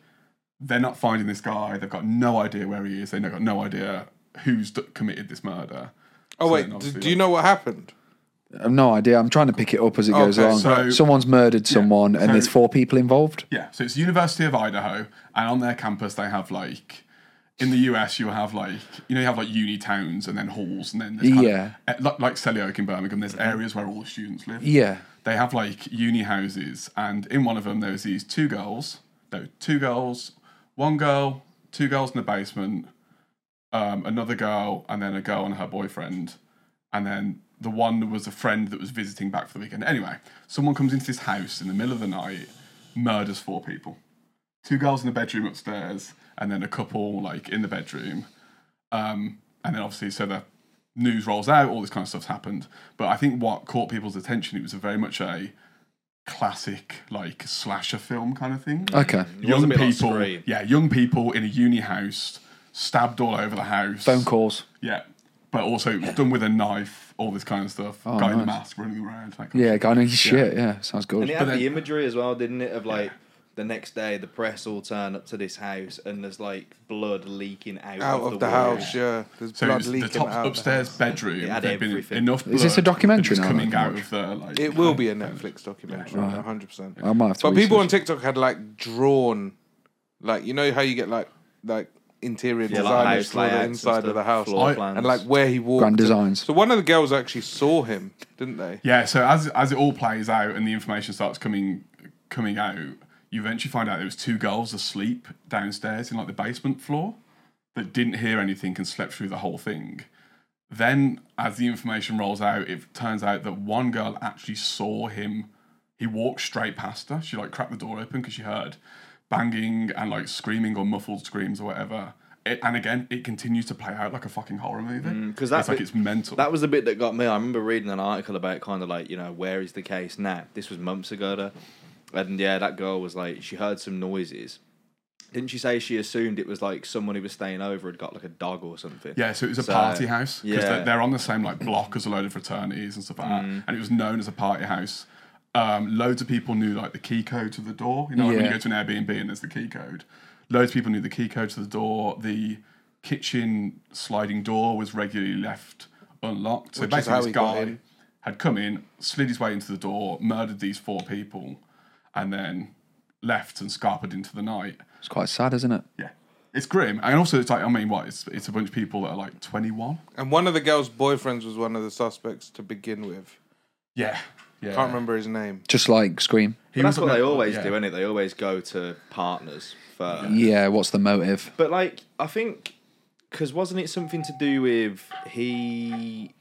[SPEAKER 3] they're not finding this guy. They've got no idea where he is. They've got no idea who's d- committed this murder.
[SPEAKER 5] oh
[SPEAKER 3] So
[SPEAKER 5] wait,
[SPEAKER 3] then
[SPEAKER 5] d-
[SPEAKER 3] obviously,
[SPEAKER 5] do you
[SPEAKER 3] like-
[SPEAKER 5] know what happened?
[SPEAKER 2] I've no idea. I'm trying to pick it up as it goes
[SPEAKER 5] Okay,
[SPEAKER 2] along.
[SPEAKER 3] so-
[SPEAKER 2] Someone's murdered someone, and
[SPEAKER 3] so-
[SPEAKER 2] there's four people involved.
[SPEAKER 3] Yeah, so it's the University of Idaho, and on their campus they have like, in the US you have like, you know, you have like uni towns and then halls and then there's kind
[SPEAKER 2] Yeah.
[SPEAKER 3] of, eh, like, like Selly Oak in Birmingham, there's areas where all the students live.
[SPEAKER 2] Yeah.
[SPEAKER 3] they have like uni houses, and in one of them there was these two girls. No, two girls, one girl, two girls in the basement, um, another girl, and then a girl and her boyfriend and then the one was a friend that was visiting back for the weekend. Anyway, someone comes into this house in the middle of the night, murders four people, two girls in the bedroom upstairs, and then a couple like in the bedroom, um, and then obviously so the news rolls out, all this kind of stuff's happened. But I think what caught people's attention it was a very much a classic like slasher film kind of thing
[SPEAKER 2] Okay.
[SPEAKER 4] was a
[SPEAKER 3] young
[SPEAKER 4] bit like
[SPEAKER 3] people,
[SPEAKER 4] Scream.
[SPEAKER 3] yeah, young people in a uni house, stabbed all over the house.
[SPEAKER 2] Phone calls.
[SPEAKER 3] Yeah, but also it was done with a knife, all this kind of stuff. Guy in a
[SPEAKER 2] Oh, nice.
[SPEAKER 3] mask running around. That kind
[SPEAKER 2] Yeah,
[SPEAKER 3] of
[SPEAKER 2] guy knows his shit. Yeah, sounds good.
[SPEAKER 4] And it had
[SPEAKER 3] then-
[SPEAKER 4] the imagery as well, didn't it? Of like the next day, the press all turn up to this house, and there's like blood leaking out,
[SPEAKER 5] out of the
[SPEAKER 4] walls.
[SPEAKER 5] house. Yeah, there's
[SPEAKER 3] So it
[SPEAKER 5] blood
[SPEAKER 3] was the
[SPEAKER 5] leaking
[SPEAKER 3] top
[SPEAKER 5] out. of the
[SPEAKER 3] upstairs
[SPEAKER 5] house.
[SPEAKER 3] bedroom.
[SPEAKER 4] It had
[SPEAKER 3] there'd been
[SPEAKER 4] everything.
[SPEAKER 3] enough.
[SPEAKER 2] Is this a
[SPEAKER 3] blood
[SPEAKER 2] documentary
[SPEAKER 3] that was
[SPEAKER 2] now
[SPEAKER 3] coming
[SPEAKER 2] that I can
[SPEAKER 3] out of the like.
[SPEAKER 5] It will be a Netflix documentary, one hundred percent.
[SPEAKER 2] I might have to
[SPEAKER 5] But people on
[SPEAKER 2] research
[SPEAKER 5] TikTok had like drawn, like you know how you get like like interior
[SPEAKER 4] Yeah, like
[SPEAKER 5] designers
[SPEAKER 4] house
[SPEAKER 5] draw the
[SPEAKER 4] layouts and
[SPEAKER 5] inside
[SPEAKER 4] stuff,
[SPEAKER 5] of the house
[SPEAKER 4] floor
[SPEAKER 3] I-
[SPEAKER 4] plans.
[SPEAKER 5] and like where he walked.
[SPEAKER 2] Grand designs.
[SPEAKER 5] So one of the girls actually saw him, didn't they?
[SPEAKER 3] Yeah, so as as it all plays out and the information starts coming coming out, you eventually find out there was two girls asleep downstairs in like the basement floor that didn't hear anything and slept through the whole thing. Then as the information rolls out, it turns out that one girl actually saw him. He walked straight past her. She like cracked the door open because she heard banging and like screaming or muffled screams or whatever. It, and again, it continues to play out like a fucking horror movie.
[SPEAKER 4] Mm, 'cause that
[SPEAKER 3] it's like
[SPEAKER 4] bit-
[SPEAKER 3] it's mental.
[SPEAKER 4] That was the bit that got me. I remember reading an article about kind of like, you know, where is the case now? This was months ago. Though. And yeah, that girl was like, she heard some noises. Didn't she say she assumed it was like someone who was staying over had got like a dog or something?
[SPEAKER 3] Yeah, so it was a
[SPEAKER 4] So,
[SPEAKER 3] party house because
[SPEAKER 4] yeah.
[SPEAKER 3] they're, they're on the same like block as a load of fraternities and stuff like
[SPEAKER 5] Mm.
[SPEAKER 3] that, and it was known as a party house. Um, loads of people knew like the key code to the door. You know, like, when you
[SPEAKER 2] Yeah.
[SPEAKER 3] go to an Airbnb and there's the key code. Loads of people knew the key code to the door. The kitchen sliding door was regularly left unlocked. So
[SPEAKER 5] Which is
[SPEAKER 3] basically,
[SPEAKER 5] how
[SPEAKER 3] this
[SPEAKER 5] he got
[SPEAKER 3] guy
[SPEAKER 5] in.
[SPEAKER 3] had come in, slid his way into the door, murdered these four people, and then left and scarpered into the night.
[SPEAKER 2] It's quite sad, isn't it?
[SPEAKER 3] Yeah. It's grim, and also it's like I mean, what? It's it's a bunch of people that are like twenty one.
[SPEAKER 5] And one of the girls' boyfriends was one of the suspects to begin with.
[SPEAKER 3] Yeah. Yeah.
[SPEAKER 5] Can't remember his name.
[SPEAKER 2] Just like Scream.
[SPEAKER 3] He
[SPEAKER 4] But that's
[SPEAKER 3] was
[SPEAKER 4] what
[SPEAKER 3] a-
[SPEAKER 4] they always
[SPEAKER 3] yeah.
[SPEAKER 4] do, innit? They always go to partners first.
[SPEAKER 2] Yeah, what's the motive?
[SPEAKER 4] But like, I think because wasn't it something to do with he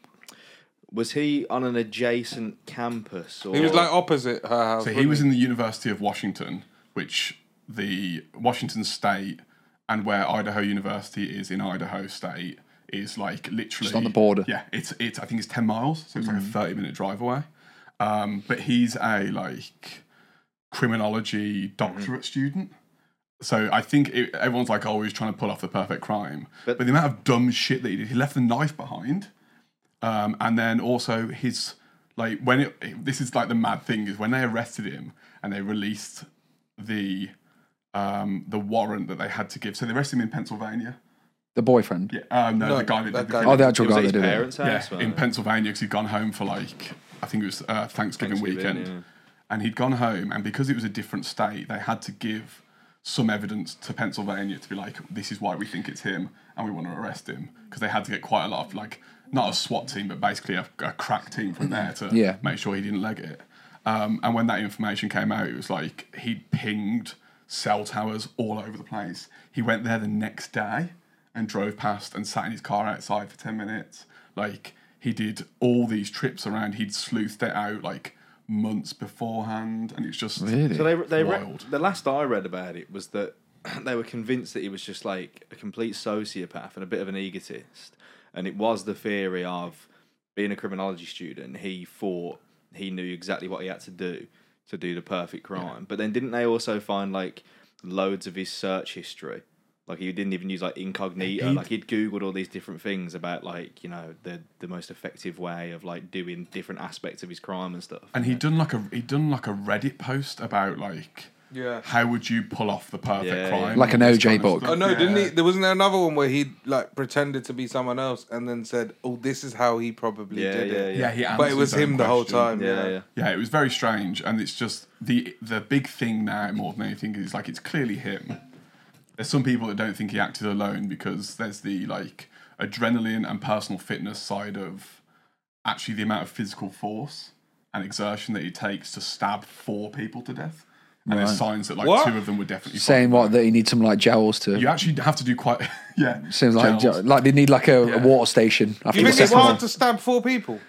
[SPEAKER 4] was he on an adjacent campus or
[SPEAKER 5] He was like opposite her house.
[SPEAKER 3] So he was in the University of Washington, which the Washington State and where Idaho University is in Idaho State is like literally
[SPEAKER 2] on the border.
[SPEAKER 3] Yeah, it's it's I think it's ten miles, so it's like a thirty minute drive away. Um, but he's a like criminology doctorate student. So I think it, everyone's like always trying to pull off the perfect crime,
[SPEAKER 4] But-
[SPEAKER 3] but, the amount of dumb shit that he did, he left the knife behind, um, and then also his like when it this is like the mad thing is when they arrested him and they released the um, the warrant that they had to give. So they arrested him in Pennsylvania.
[SPEAKER 2] The boyfriend.
[SPEAKER 3] Yeah, um, no,
[SPEAKER 5] No,
[SPEAKER 3] the guy that,
[SPEAKER 5] that
[SPEAKER 3] did the
[SPEAKER 5] guy
[SPEAKER 3] killing.
[SPEAKER 2] Oh, the
[SPEAKER 4] it
[SPEAKER 2] actual
[SPEAKER 4] was
[SPEAKER 2] guy that
[SPEAKER 4] at his
[SPEAKER 2] did it.
[SPEAKER 4] parents'
[SPEAKER 3] Yeah,
[SPEAKER 4] house.
[SPEAKER 3] in
[SPEAKER 4] wasn't it?
[SPEAKER 3] Pennsylvania because he'd gone home for like I think it was uh, Thanksgiving,
[SPEAKER 4] Thanksgiving,
[SPEAKER 3] weekend,
[SPEAKER 4] yeah.
[SPEAKER 3] and he'd gone home, and because it was a different state, they had to give some evidence to Pennsylvania to be like, this is why we think it's him, and we want to arrest him because they had to get quite a lot of like not a SWAT team, but basically a, a crack team from there to
[SPEAKER 2] Yeah.
[SPEAKER 3] make sure he didn't leg it. Um, and when that information came out, it was like he'd pinged cell towers all over the place. He went there the next day and drove past and sat in his car outside for 10 minutes. Like, he did all these trips around. He'd sleuthed it out like months beforehand. And it's just.
[SPEAKER 2] Really?
[SPEAKER 4] So they, they re-
[SPEAKER 3] Wild.
[SPEAKER 4] the last I read about it was that *clears throat* they were convinced that he was just like a complete sociopath and a bit of an egotist, and it was the theory of being a criminology student. He thought he knew exactly what he had to do to do the perfect crime, but then didn't they also find like loads of his search history? Like he didn't even use like incognito.
[SPEAKER 3] He'd-
[SPEAKER 4] like he'd googled all these different things about like you know the the most effective way of like doing different aspects of his crime and stuff.
[SPEAKER 3] And he'd done like a he'd done like a Reddit post about like
[SPEAKER 5] Yeah.
[SPEAKER 3] how would you pull off the perfect
[SPEAKER 4] Yeah, yeah.
[SPEAKER 3] crime?
[SPEAKER 2] Like an
[SPEAKER 3] This
[SPEAKER 2] OJ
[SPEAKER 3] kind of
[SPEAKER 2] book.
[SPEAKER 3] stuff.
[SPEAKER 5] Oh no, didn't he?
[SPEAKER 3] Yeah.
[SPEAKER 5] There wasn't there another one where he like pretended to be someone else and then said, "Oh, this is how he probably
[SPEAKER 4] Yeah,
[SPEAKER 5] did
[SPEAKER 4] yeah,
[SPEAKER 5] it."
[SPEAKER 4] yeah.
[SPEAKER 3] Yeah, he answered
[SPEAKER 5] But it was
[SPEAKER 3] his own
[SPEAKER 5] him the whole
[SPEAKER 3] question.
[SPEAKER 5] time.
[SPEAKER 4] yeah, yeah.
[SPEAKER 3] Yeah, it was very strange, and it's just the the big thing now more than anything is like it's clearly him. There's some people that don't think he acted alone because there's the like adrenaline and personal fitness side of actually the amount of physical force and exertion that he takes to stab four people to death. and there's signs that like
[SPEAKER 5] What?
[SPEAKER 3] two of them were definitely
[SPEAKER 2] Saying what that he needs some like jowls to.
[SPEAKER 3] You actually have to do quite *laughs* yeah.
[SPEAKER 2] Seems like
[SPEAKER 3] gels.
[SPEAKER 2] jo- like they need like a, a water station after
[SPEAKER 5] You
[SPEAKER 2] the
[SPEAKER 5] think it's
[SPEAKER 2] second one.
[SPEAKER 5] hard to stab four people?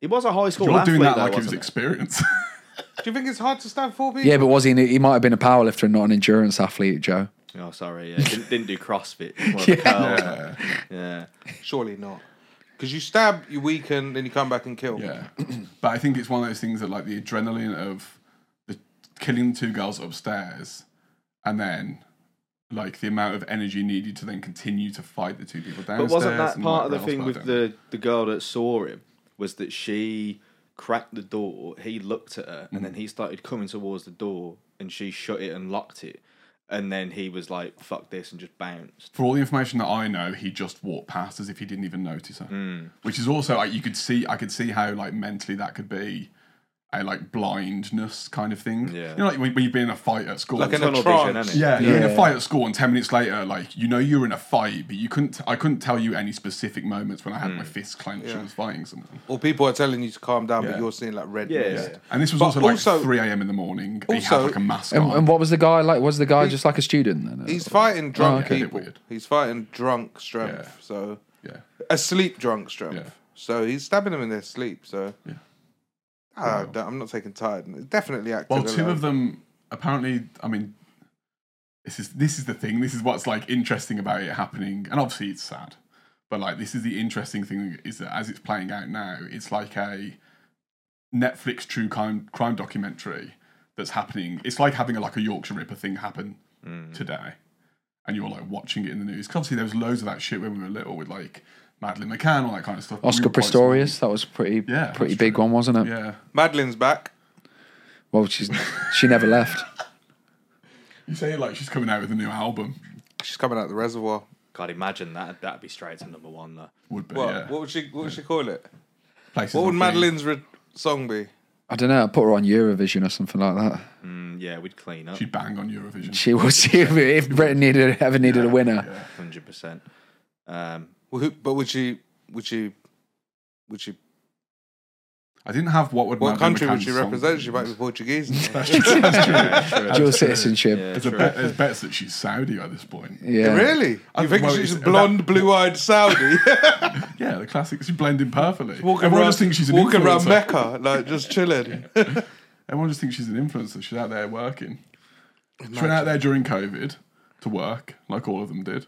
[SPEAKER 4] He was a high school
[SPEAKER 3] You're
[SPEAKER 4] athlete,
[SPEAKER 3] doing that
[SPEAKER 4] though,
[SPEAKER 3] like it was
[SPEAKER 4] wasn't
[SPEAKER 3] experience. *laughs*
[SPEAKER 5] Do you think it's hard to stab four people?
[SPEAKER 2] Yeah, but was he? He might have been a powerlifter and not an endurance athlete, Joe.
[SPEAKER 4] it? Oh, sorry. Yeah. Didn't, didn't do CrossFit. Just one of the curls, like,
[SPEAKER 3] *laughs* yeah.
[SPEAKER 4] yeah.
[SPEAKER 5] Surely not. Because you stab, you weaken, then you come back and kill.
[SPEAKER 3] Yeah,
[SPEAKER 4] *clears throat*
[SPEAKER 3] but I think it's one of those things that like the adrenaline of the killing two girls upstairs, and then like the amount of energy needed to then continue to fight the two people
[SPEAKER 4] But
[SPEAKER 3] downstairs.
[SPEAKER 4] wasn't that
[SPEAKER 3] and, like,
[SPEAKER 4] part of the
[SPEAKER 3] else,
[SPEAKER 4] thing
[SPEAKER 3] but I
[SPEAKER 4] with
[SPEAKER 3] don't know.
[SPEAKER 4] the, the girl that saw him was that she cracked the door, he looked at her,
[SPEAKER 3] Mm.
[SPEAKER 4] and then he started coming towards the door and she shut it and locked it. And then he was like, fuck this, and just bounced.
[SPEAKER 3] For all the information that I know, he just walked past as if he didn't even notice her,
[SPEAKER 4] Mm.
[SPEAKER 3] which is also like you could see. I could see how like mentally that could be. A like blindness kind of thing.
[SPEAKER 4] Yeah.
[SPEAKER 3] You know, like when, when you've been in a fight at school,
[SPEAKER 5] Like
[SPEAKER 3] it's
[SPEAKER 5] an
[SPEAKER 4] Tunnel
[SPEAKER 5] trance.
[SPEAKER 4] vision, isn't it?
[SPEAKER 3] Yeah, you're in a fight at school, and ten minutes later, like you know you're in a fight, but you couldn't. I couldn't tell you any specific moments when I had my fists clenched and was fighting someone.
[SPEAKER 5] Or people are telling you to calm down,
[SPEAKER 3] Yeah.
[SPEAKER 5] but you're seeing like red.
[SPEAKER 4] Yeah.
[SPEAKER 5] mist.
[SPEAKER 4] Yeah.
[SPEAKER 3] And this was
[SPEAKER 5] But
[SPEAKER 3] also like
[SPEAKER 5] also-
[SPEAKER 3] three a.m. in the morning. and he had
[SPEAKER 5] Also-
[SPEAKER 3] like a mask
[SPEAKER 2] And,
[SPEAKER 3] on.
[SPEAKER 2] and what was the guy like? Was the guy just like a student? Then?
[SPEAKER 5] He's fighting drunk
[SPEAKER 3] Oh, okay.
[SPEAKER 5] people.
[SPEAKER 3] Weird.
[SPEAKER 5] He's fighting drunk strength.
[SPEAKER 3] Yeah.
[SPEAKER 5] So
[SPEAKER 3] yeah,
[SPEAKER 5] asleep drunk strength.
[SPEAKER 3] Yeah.
[SPEAKER 5] So he's stabbing them in their sleep. So
[SPEAKER 3] yeah.
[SPEAKER 5] Ah, don't- I'm not taking tired. Definitely active.
[SPEAKER 3] Well, two
[SPEAKER 5] alone.
[SPEAKER 3] of them apparently. I mean, this is this is the thing. This is what's like interesting about it happening, and obviously it's sad. But like, this is the interesting thing is that as it's playing out now, it's like a Netflix true crime crime documentary that's happening. It's like having a, like a Yorkshire Ripper thing happen today, and you're like watching it in the news. 'Cause obviously, there was loads of that shit when we were little with like Madeline McCann, all that kind of stuff. We
[SPEAKER 2] Oscar
[SPEAKER 3] were quite
[SPEAKER 2] Pistorius. That was pretty
[SPEAKER 3] Yeah,
[SPEAKER 2] pretty
[SPEAKER 3] that's
[SPEAKER 2] big
[SPEAKER 3] true.
[SPEAKER 2] one, wasn't it?
[SPEAKER 3] small. Yeah,
[SPEAKER 5] Madeline's back.
[SPEAKER 2] Well, she's she never
[SPEAKER 3] *laughs*
[SPEAKER 2] left.
[SPEAKER 3] you say like she's coming out with a new album.
[SPEAKER 5] She's coming out the reservoir.
[SPEAKER 4] God, imagine that. That'd be straight to number one, though.
[SPEAKER 3] Would be
[SPEAKER 5] What?
[SPEAKER 3] yeah.
[SPEAKER 5] What would she? What would she call it?
[SPEAKER 3] Places
[SPEAKER 5] What would
[SPEAKER 3] like these.
[SPEAKER 5] Madeline's re- song be?
[SPEAKER 2] I don't know. I put her on Eurovision or something like that.
[SPEAKER 4] Mm, yeah, we'd clean up
[SPEAKER 3] She'd bang on Eurovision.
[SPEAKER 2] She was *laughs* if Britain needed ever needed a winner.
[SPEAKER 4] 100%.
[SPEAKER 3] *laughs*
[SPEAKER 4] Um,
[SPEAKER 5] Well, who- But would she? Would she? Would she?
[SPEAKER 3] I didn't have what would
[SPEAKER 5] What
[SPEAKER 3] Madeline
[SPEAKER 5] country would
[SPEAKER 3] McCann's
[SPEAKER 5] she
[SPEAKER 3] song
[SPEAKER 5] represent?
[SPEAKER 3] be.
[SPEAKER 5] She might be
[SPEAKER 3] *laughs*
[SPEAKER 5] Portuguese.
[SPEAKER 2] *laughs* Dual citizenship.
[SPEAKER 4] yeah,
[SPEAKER 3] There's, a
[SPEAKER 4] true.
[SPEAKER 3] bet, there's bets that she's Saudi at this point. Yeah,
[SPEAKER 2] Yeah.
[SPEAKER 5] Really?
[SPEAKER 3] I-
[SPEAKER 5] You think
[SPEAKER 3] well,
[SPEAKER 5] she's a
[SPEAKER 3] it's-
[SPEAKER 5] blonde,
[SPEAKER 3] *laughs*
[SPEAKER 5] blue-eyed Saudi?
[SPEAKER 3] the classic. She's blending perfectly.
[SPEAKER 5] walking
[SPEAKER 3] Everyone
[SPEAKER 5] around,
[SPEAKER 3] just thinks she's an
[SPEAKER 5] walking around
[SPEAKER 3] influencer. *laughs*
[SPEAKER 5] Mecca, like just chilling.
[SPEAKER 3] Everyone just thinks she's an influencer. She's out there working. She went out there during COVID to work, like all of them did.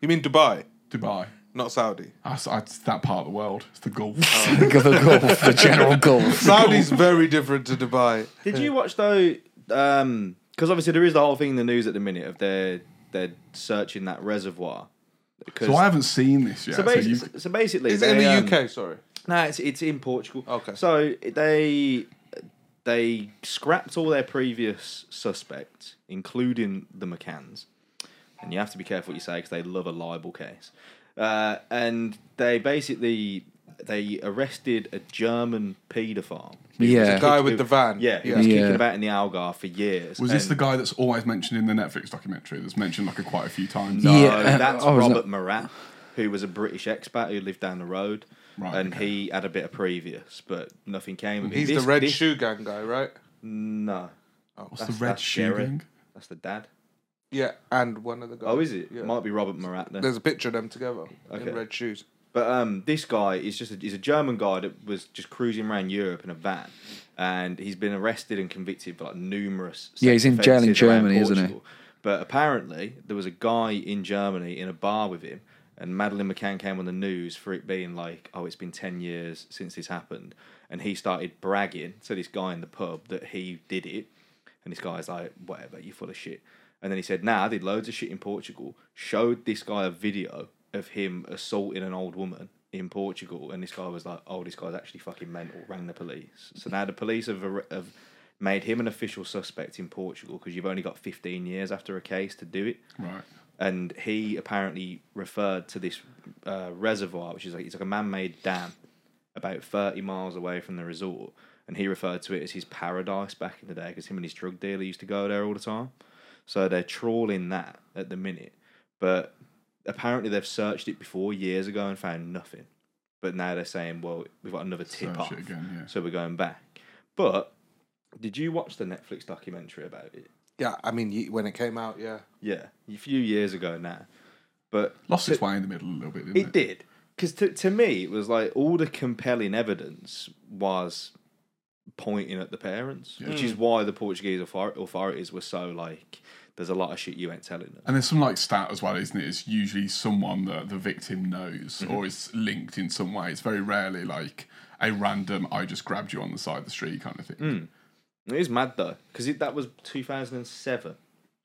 [SPEAKER 5] you mean Dubai,
[SPEAKER 3] Dubai. *laughs*
[SPEAKER 5] not Saudi?
[SPEAKER 3] That's, that's that part of the world. It's the
[SPEAKER 5] Oh,
[SPEAKER 3] Gulf.
[SPEAKER 2] Think of the Gulf,
[SPEAKER 3] *laughs*
[SPEAKER 2] the general Gulf.
[SPEAKER 5] Saudi's very different to Dubai.
[SPEAKER 4] Did you watch though? Because obviously there is the whole thing in the news at the minute of they're they're searching that reservoir. 'Cause-
[SPEAKER 3] so I haven't seen this yet.
[SPEAKER 4] so,
[SPEAKER 3] So
[SPEAKER 4] basi-
[SPEAKER 3] you,
[SPEAKER 4] so basically,
[SPEAKER 5] Is it in
[SPEAKER 4] they,
[SPEAKER 5] the
[SPEAKER 4] um,
[SPEAKER 5] UK? Sorry.
[SPEAKER 4] No, it's it's in Portugal.
[SPEAKER 5] Okay.
[SPEAKER 4] So they they scrapped all their previous suspects, including the McCanns, and you have to be careful what you say because they love a libel case. Uh, and they basically they arrested a German paedophile.
[SPEAKER 2] Yeah.
[SPEAKER 5] Guy with the van.
[SPEAKER 4] Yeah, he
[SPEAKER 5] yeah.
[SPEAKER 4] was
[SPEAKER 2] Yeah.
[SPEAKER 4] kicking about in the Algarve for years.
[SPEAKER 3] was this
[SPEAKER 4] and-
[SPEAKER 3] the guy that's always mentioned in the Netflix documentary? That's mentioned like a, quite a few times.
[SPEAKER 4] No,
[SPEAKER 2] Yeah,
[SPEAKER 4] that's
[SPEAKER 5] Oh,
[SPEAKER 2] I was
[SPEAKER 4] Robert
[SPEAKER 2] not-
[SPEAKER 4] Morat, who was a British expat who lived down the road.
[SPEAKER 3] Right,
[SPEAKER 4] and
[SPEAKER 3] okay.
[SPEAKER 4] he had a bit of previous, but nothing came of it.
[SPEAKER 5] He's
[SPEAKER 4] This-
[SPEAKER 5] the red
[SPEAKER 4] this-
[SPEAKER 5] shoe gang guy, right?
[SPEAKER 4] No.
[SPEAKER 3] What's
[SPEAKER 4] that's-
[SPEAKER 3] the red
[SPEAKER 4] that's Gary.
[SPEAKER 3] shoeing?
[SPEAKER 4] That's the dad.
[SPEAKER 5] Yeah, and one of the guys.
[SPEAKER 4] Oh, is it?
[SPEAKER 5] Yeah.
[SPEAKER 4] Might be Robert Morat then.
[SPEAKER 5] There's a picture of them together
[SPEAKER 4] Okay.
[SPEAKER 5] in red shoes.
[SPEAKER 4] But um, this guy is just a, he's a German guy that was just cruising around Europe in a van, and he's been arrested and convicted for like numerous.
[SPEAKER 2] Yeah, he's
[SPEAKER 4] sex
[SPEAKER 2] in jail in
[SPEAKER 4] offences around
[SPEAKER 2] Germany, isn't he?
[SPEAKER 4] Portugal. But apparently, there was a guy in Germany in a bar with him, and Madeline McCann came on the news for it being like, oh, it's been ten years since this happened, and he started bragging to this guy in the pub that he did it, and this guy's like, whatever, you're full of shit. And then he said, nah, I did loads of shit in Portugal. Showed this guy a video of him assaulting an old woman in Portugal. And this guy was like, oh, this guy's actually fucking mental. Rang the police. So now the police have, ar- have made him an official suspect in Portugal because you've only got 15 years after a case to do it
[SPEAKER 3] Right.
[SPEAKER 4] and he apparently referred to this uh, reservoir, which is like it's like a man-made dam about thirty miles away from the resort, and he referred to it as his paradise back in the day because him and his drug dealer used to go there all the time. So they're trawling that at the minute, but apparently they've searched it before years ago and found nothing. But now they're saying, well, we've got another tip
[SPEAKER 3] Search
[SPEAKER 4] off,
[SPEAKER 3] it again, yeah.
[SPEAKER 4] so we're going back. But Did you watch the Netflix documentary about it?
[SPEAKER 5] Yeah, I mean, ye- when it came out, yeah.
[SPEAKER 4] Yeah, a few years ago now. But
[SPEAKER 3] Lost its way in the middle a little bit, didn't it?
[SPEAKER 4] It did. Because to, to me, it was like all the compelling evidence was pointing at the parents, which is why the Portuguese author- authorities were so like, there's a lot of shit you ain't telling them.
[SPEAKER 3] And there's some like stat as well, isn't it? It's usually someone that the victim knows or is linked in some way. It's very rarely like a random I just grabbed you on the side of the street kind of thing.
[SPEAKER 4] It is mad though, because that was 2007.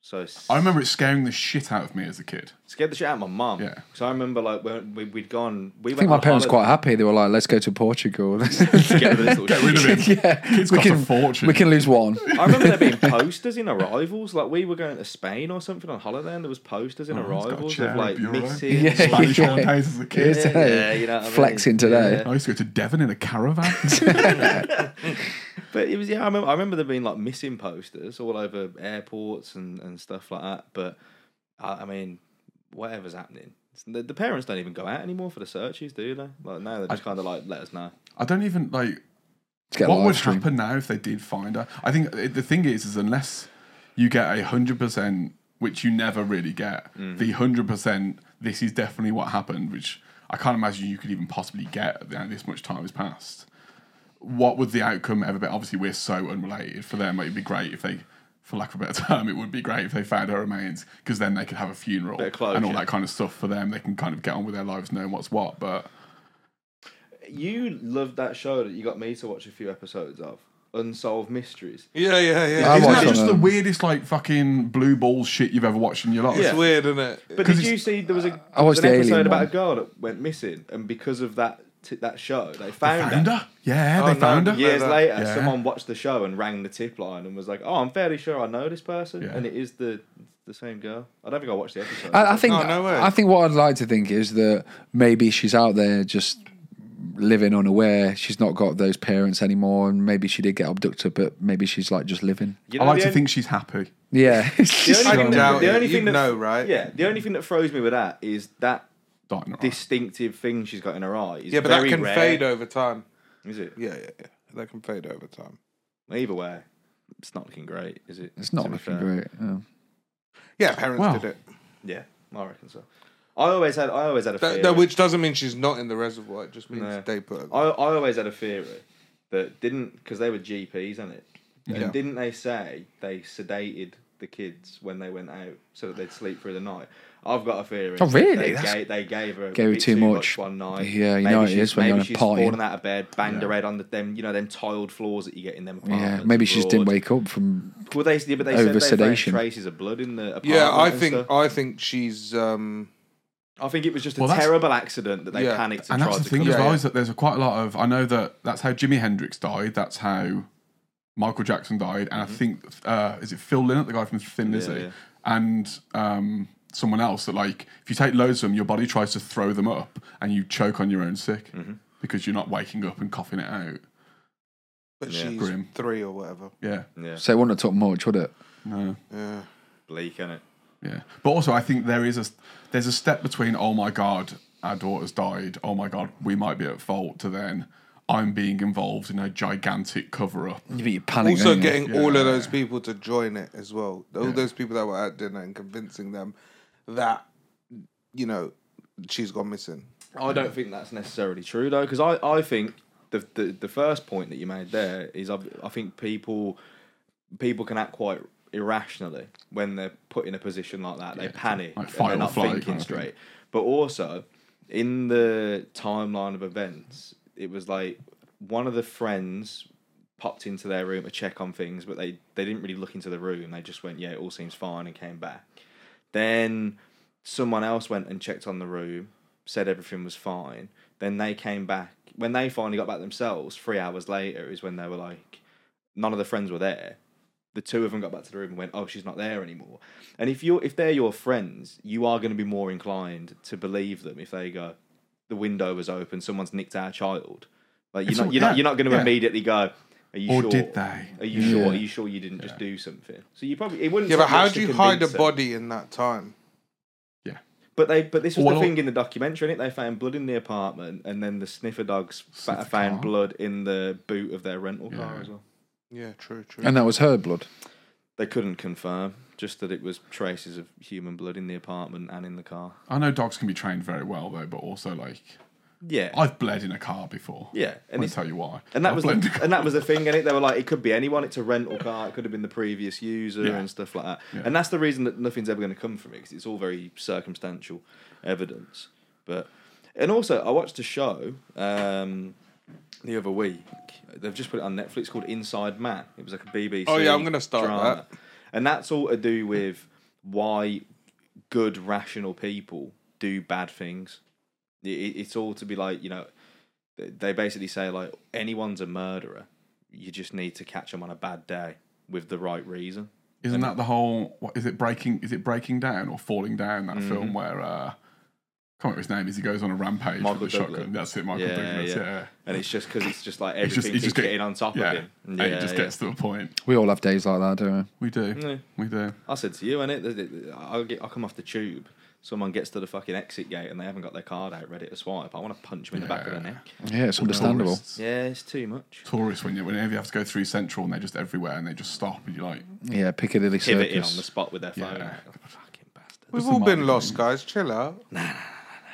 [SPEAKER 4] So s-
[SPEAKER 3] I remember it scaring the shit out of me as a kid.
[SPEAKER 4] scared the shit out of my mum.
[SPEAKER 3] Yeah.
[SPEAKER 4] So I remember like when we, we'd gone. We
[SPEAKER 2] I think my parents were quite happy. They were like, "Let's go to
[SPEAKER 3] *laughs*
[SPEAKER 2] Portugal." *laughs*
[SPEAKER 4] happy. Get rid of this little
[SPEAKER 3] Get rid
[SPEAKER 4] *laughs*
[SPEAKER 3] of
[SPEAKER 4] shit.
[SPEAKER 3] it.
[SPEAKER 2] yeah,
[SPEAKER 3] Kids
[SPEAKER 2] we
[SPEAKER 3] cost a
[SPEAKER 2] can
[SPEAKER 3] fortune.
[SPEAKER 2] we can lose
[SPEAKER 3] *laughs*
[SPEAKER 2] one.
[SPEAKER 4] I remember there being posters in arrivals. Like we were going to Spain or something on holiday, and there was posters in
[SPEAKER 3] Everyone's Oh, got a
[SPEAKER 4] arrivals
[SPEAKER 3] chair
[SPEAKER 4] of
[SPEAKER 3] and
[SPEAKER 4] like
[SPEAKER 3] bureau. *laughs*
[SPEAKER 4] missing.
[SPEAKER 2] Yeah.
[SPEAKER 3] Spanish
[SPEAKER 2] Yeah.
[SPEAKER 3] holidays as a kid.
[SPEAKER 2] It's, uh,
[SPEAKER 4] yeah, you know what I mean?
[SPEAKER 2] flexing today.
[SPEAKER 3] I used to go to Devon in a caravan.
[SPEAKER 4] But it was yeah. I remember, I remember there being like missing posters all over airports and, and stuff like that. But I, I mean, whatever's happening, It's- the, the parents don't even go out anymore for the searches, do they? Like no, they just kind of like let us know.
[SPEAKER 3] I don't even like
[SPEAKER 2] Let's get a
[SPEAKER 3] what
[SPEAKER 2] live
[SPEAKER 3] would
[SPEAKER 2] stream.
[SPEAKER 3] happen now if they did find her? I think uh, the thing is, is unless you get a hundred percent, which you never really get,
[SPEAKER 4] Mm.
[SPEAKER 3] the hundred percent, this is definitely what happened, which I can't imagine you could even possibly get. Now this much time has passed. What would the outcome ever be? Obviously, we're so unrelated. For them, it'd be great if they, for lack of a better *laughs* term, it would be great if they found her remains because then they could have a funeral
[SPEAKER 4] Bit of closure.
[SPEAKER 3] and all that kind of stuff. For them, they can kind of get on with their lives, knowing what's what. But
[SPEAKER 4] You loved that show that you got me to watch a few episodes of, Unsolved Mysteries.
[SPEAKER 5] Yeah, yeah, yeah.
[SPEAKER 2] I
[SPEAKER 5] It's
[SPEAKER 2] watched
[SPEAKER 3] isn't that
[SPEAKER 2] it.
[SPEAKER 3] just the
[SPEAKER 2] Um,
[SPEAKER 3] weirdest, like fucking blue ball shit you've ever watched in your life?
[SPEAKER 4] Yeah.
[SPEAKER 5] weird, isn't it?
[SPEAKER 4] But
[SPEAKER 3] 'Cause
[SPEAKER 4] did
[SPEAKER 3] it's-
[SPEAKER 4] you see there was a
[SPEAKER 2] I watched
[SPEAKER 4] there was an
[SPEAKER 2] the
[SPEAKER 4] episode
[SPEAKER 2] Alien
[SPEAKER 4] about
[SPEAKER 2] one.
[SPEAKER 4] a girl that went missing, and because of that t- that show, they found,
[SPEAKER 3] found
[SPEAKER 4] her. Oh,
[SPEAKER 3] her. Yeah, they
[SPEAKER 5] no.
[SPEAKER 3] found her.
[SPEAKER 4] *laughs*
[SPEAKER 5] Yeah.
[SPEAKER 4] Years
[SPEAKER 5] Like
[SPEAKER 4] later,
[SPEAKER 5] that.
[SPEAKER 3] Yeah.
[SPEAKER 4] someone watched the show and rang the tip line and was like, "Oh, I'm fairly sure I know this person,
[SPEAKER 3] Yeah.
[SPEAKER 4] and it is the the same girl." I don't think I watched the episode.
[SPEAKER 2] I, I think
[SPEAKER 5] Oh, no way.
[SPEAKER 2] I think what I'd like to think is that maybe she's out there just living unaware. She's not got those parents anymore, and maybe she did get abducted, but maybe she's like just living.
[SPEAKER 4] You
[SPEAKER 3] I
[SPEAKER 4] know,
[SPEAKER 3] like
[SPEAKER 4] the
[SPEAKER 3] to
[SPEAKER 4] only-
[SPEAKER 3] think she's happy.
[SPEAKER 2] Yeah, *laughs* It's
[SPEAKER 4] the
[SPEAKER 2] just
[SPEAKER 4] only thing
[SPEAKER 2] gone.
[SPEAKER 5] doubt
[SPEAKER 4] that, the
[SPEAKER 5] it.
[SPEAKER 4] only
[SPEAKER 5] You'd
[SPEAKER 4] thing that
[SPEAKER 5] know, right?
[SPEAKER 4] Yeah, the only thing that throws me with that is that
[SPEAKER 3] Dying right.
[SPEAKER 4] distinctive thing she's got in her eye. Is
[SPEAKER 5] Yeah, but that
[SPEAKER 4] very
[SPEAKER 5] can
[SPEAKER 4] rare,
[SPEAKER 5] fade over time.
[SPEAKER 4] Is it?
[SPEAKER 5] Yeah, yeah, yeah. That can fade over time.
[SPEAKER 4] Either way, it's not looking great, is it?
[SPEAKER 2] it's
[SPEAKER 4] To
[SPEAKER 2] not
[SPEAKER 4] be
[SPEAKER 2] looking
[SPEAKER 4] fair.
[SPEAKER 2] great. oh.
[SPEAKER 5] Yeah, parents
[SPEAKER 3] Wow.
[SPEAKER 5] did it.
[SPEAKER 4] Yeah, I reckon so. I always had, I always had a
[SPEAKER 5] That,
[SPEAKER 4] fear.
[SPEAKER 5] that- which doesn't mean she's not in the reservoir. It just means
[SPEAKER 4] No.
[SPEAKER 5] they put her.
[SPEAKER 4] I, I always had a theory that didn't because they were GPs, and it and
[SPEAKER 5] Yeah.
[SPEAKER 4] didn't they say they sedated the kids when they went out so that they'd sleep through the night. I've got a theory.
[SPEAKER 2] Oh, really?
[SPEAKER 4] They,
[SPEAKER 2] That's-
[SPEAKER 4] gave, they gave her a
[SPEAKER 2] Gave her
[SPEAKER 4] bit
[SPEAKER 2] too much.
[SPEAKER 4] one night.
[SPEAKER 2] Yeah, you know it
[SPEAKER 4] she-
[SPEAKER 2] is when
[SPEAKER 4] maybe
[SPEAKER 2] you're on a
[SPEAKER 4] she's
[SPEAKER 2] party.
[SPEAKER 4] fallen out of bed, banged her head on the them you know them tiled floors that you get in them.
[SPEAKER 2] Yeah,
[SPEAKER 4] apartments
[SPEAKER 2] maybe she just didn't
[SPEAKER 4] abroad.
[SPEAKER 2] wake up from.
[SPEAKER 4] Well, they, yeah, but they
[SPEAKER 2] over
[SPEAKER 4] said they found
[SPEAKER 2] sedation.
[SPEAKER 4] traces of blood in the apartment.
[SPEAKER 5] yeah, I
[SPEAKER 4] and
[SPEAKER 5] think
[SPEAKER 4] stuff.
[SPEAKER 5] I think she's. Um,
[SPEAKER 4] I think it was just a
[SPEAKER 3] Well, that's-
[SPEAKER 4] terrible accident that they
[SPEAKER 5] Yeah.
[SPEAKER 4] panicked
[SPEAKER 3] And
[SPEAKER 4] and,
[SPEAKER 3] that's
[SPEAKER 4] tried
[SPEAKER 3] the
[SPEAKER 4] to
[SPEAKER 3] thing
[SPEAKER 4] cover
[SPEAKER 3] as
[SPEAKER 4] it.
[SPEAKER 3] well
[SPEAKER 5] yeah.
[SPEAKER 3] is that there's a quite a lot of. I know that that's how Jimi Hendrix died. That's how Michael Jackson died, and I think uh, is it Phil Lynott, the guy from Thin Lizzy,
[SPEAKER 4] Mm-hmm. yeah.
[SPEAKER 3] and um, someone else that like if you take loads of them, your body tries to throw them up, and you choke on your own sick
[SPEAKER 4] Mm-hmm.
[SPEAKER 3] because you're not waking up and coughing it out.
[SPEAKER 5] but
[SPEAKER 4] Yeah.
[SPEAKER 5] she's
[SPEAKER 3] Grim.
[SPEAKER 5] three or whatever.
[SPEAKER 3] Yeah,
[SPEAKER 4] Yeah,
[SPEAKER 2] So it wouldn't have took much, would it?
[SPEAKER 3] no.
[SPEAKER 5] Yeah.
[SPEAKER 4] bleak, is it?
[SPEAKER 3] Yeah, but also I think there is a there's a step between oh my god our daughter's died oh my god we might be at fault to then I'm being involved in a gigantic cover up.
[SPEAKER 2] You'd be panicked.
[SPEAKER 5] Also,
[SPEAKER 2] wouldn't you?
[SPEAKER 5] getting all of those people to join it as well. All those people that were at dinner and convincing them that you know she's gone missing.
[SPEAKER 4] I don't think that's necessarily true though, because I, I think the, the the first point that you made there is I I think people people can act quite irrationally when they're put in a position like that. They panic
[SPEAKER 3] like
[SPEAKER 4] and
[SPEAKER 3] fight
[SPEAKER 4] they're
[SPEAKER 3] or
[SPEAKER 4] not
[SPEAKER 3] flight
[SPEAKER 4] thinking
[SPEAKER 3] kind of thing.
[SPEAKER 4] straight. But also in the timeline of events, it was like one of the friends popped into their room to check on things, but they they didn't really look into the room. They just went, yeah, it all seems fine, and came back. Then someone else went and checked on the room, said everything was fine. Then they came back. When they finally got back themselves, three hours later is when they were like, none of the friends were there. The two of them got back to the room and went, "Oh, she's not there anymore." And if you're if they're your friends, you are going to be more inclined to believe them if they go, "The window was open, someone's nicked our child." Like you're
[SPEAKER 3] It's
[SPEAKER 4] not
[SPEAKER 3] all-
[SPEAKER 4] you're not
[SPEAKER 3] yeah,
[SPEAKER 4] you're not going to
[SPEAKER 3] yeah.
[SPEAKER 4] immediately go, "Are you
[SPEAKER 3] Or
[SPEAKER 4] sure?"
[SPEAKER 3] did they?
[SPEAKER 4] Are you sure? Are you sure you didn't just do something? So you probably it wouldn't.
[SPEAKER 5] Yeah,
[SPEAKER 4] take
[SPEAKER 5] but how
[SPEAKER 4] much
[SPEAKER 5] do
[SPEAKER 4] to
[SPEAKER 5] you hide a
[SPEAKER 4] convince them.
[SPEAKER 5] body in that time?
[SPEAKER 3] Yeah,
[SPEAKER 4] But they, but this was
[SPEAKER 3] Well-
[SPEAKER 4] the thing in the documentary, innit? They found blood in the apartment, and then the sniffer dogs fa-
[SPEAKER 3] Sniffer
[SPEAKER 4] found
[SPEAKER 3] car.
[SPEAKER 4] blood in the boot of their rental car as well.
[SPEAKER 5] Yeah, true, true.
[SPEAKER 2] And that was her blood.
[SPEAKER 4] They couldn't confirm, just that it was traces of human blood in the apartment and in the car.
[SPEAKER 3] I know dogs can be trained very well though, but also like
[SPEAKER 4] Yeah.
[SPEAKER 3] I've bled in a car before.
[SPEAKER 4] Yeah,
[SPEAKER 3] and
[SPEAKER 4] and
[SPEAKER 3] I'll
[SPEAKER 4] it's-
[SPEAKER 3] tell you why.
[SPEAKER 4] and that
[SPEAKER 3] I've
[SPEAKER 4] was
[SPEAKER 3] bled in a
[SPEAKER 4] the,
[SPEAKER 3] car.
[SPEAKER 4] and that was the thing, and it they were like, it could be anyone. It's a rental car. It could have been the previous user
[SPEAKER 3] Yeah.
[SPEAKER 4] and stuff like that. And that's the reason that nothing's ever going to come from it because it's all very circumstantial evidence. But and also, I watched a show um, the other week. They've just put it on Netflix called Inside Man. It was like a BBC.
[SPEAKER 5] Oh, yeah, I'm gonna start
[SPEAKER 4] drama.
[SPEAKER 5] that.
[SPEAKER 4] And that's all to do with why good rational people do bad things. It, it- it's all to be like you know they basically say like anyone's a murderer. You just need to catch them on a bad day with the right reason.
[SPEAKER 3] Isn't that the whole? What is it? Breaking? Is it breaking down or falling down?
[SPEAKER 4] Mm-hmm.
[SPEAKER 3] That film where uh, can't remember his name is. He goes on a rampage
[SPEAKER 4] Michael
[SPEAKER 3] with a shotgun.
[SPEAKER 4] Douglas.
[SPEAKER 3] That's it, Michael Douglas. Yeah,
[SPEAKER 4] And it's just because it's just like
[SPEAKER 3] He
[SPEAKER 4] everything keeps
[SPEAKER 3] get-
[SPEAKER 4] getting on top
[SPEAKER 3] yeah,
[SPEAKER 4] of him.
[SPEAKER 3] and it just gets to a point.
[SPEAKER 2] We all have days like that, don't we?
[SPEAKER 3] We do.
[SPEAKER 4] Yeah.
[SPEAKER 3] We do.
[SPEAKER 4] I said to you, innit? I'll, get, I'll come off the tube. Someone gets to the fucking exit gate and they haven't got their card out ready to swipe. I want to punch them in the back of the
[SPEAKER 3] Yeah.
[SPEAKER 4] neck.
[SPEAKER 2] Yeah, it's understandable.
[SPEAKER 3] Tourists.
[SPEAKER 4] Yeah, it's too much.
[SPEAKER 3] Tourists when you whenever you have to go through central and they're just everywhere and they just stop and you're like,
[SPEAKER 2] Yeah, Piccadilly
[SPEAKER 4] Pivoting on
[SPEAKER 2] Circus.
[SPEAKER 4] the spot with their phone.
[SPEAKER 3] Yeah.
[SPEAKER 4] Oh, fucking bastard.
[SPEAKER 5] We've
[SPEAKER 3] the
[SPEAKER 5] all been
[SPEAKER 3] marketing.
[SPEAKER 5] lost, guys. Chill out.
[SPEAKER 3] not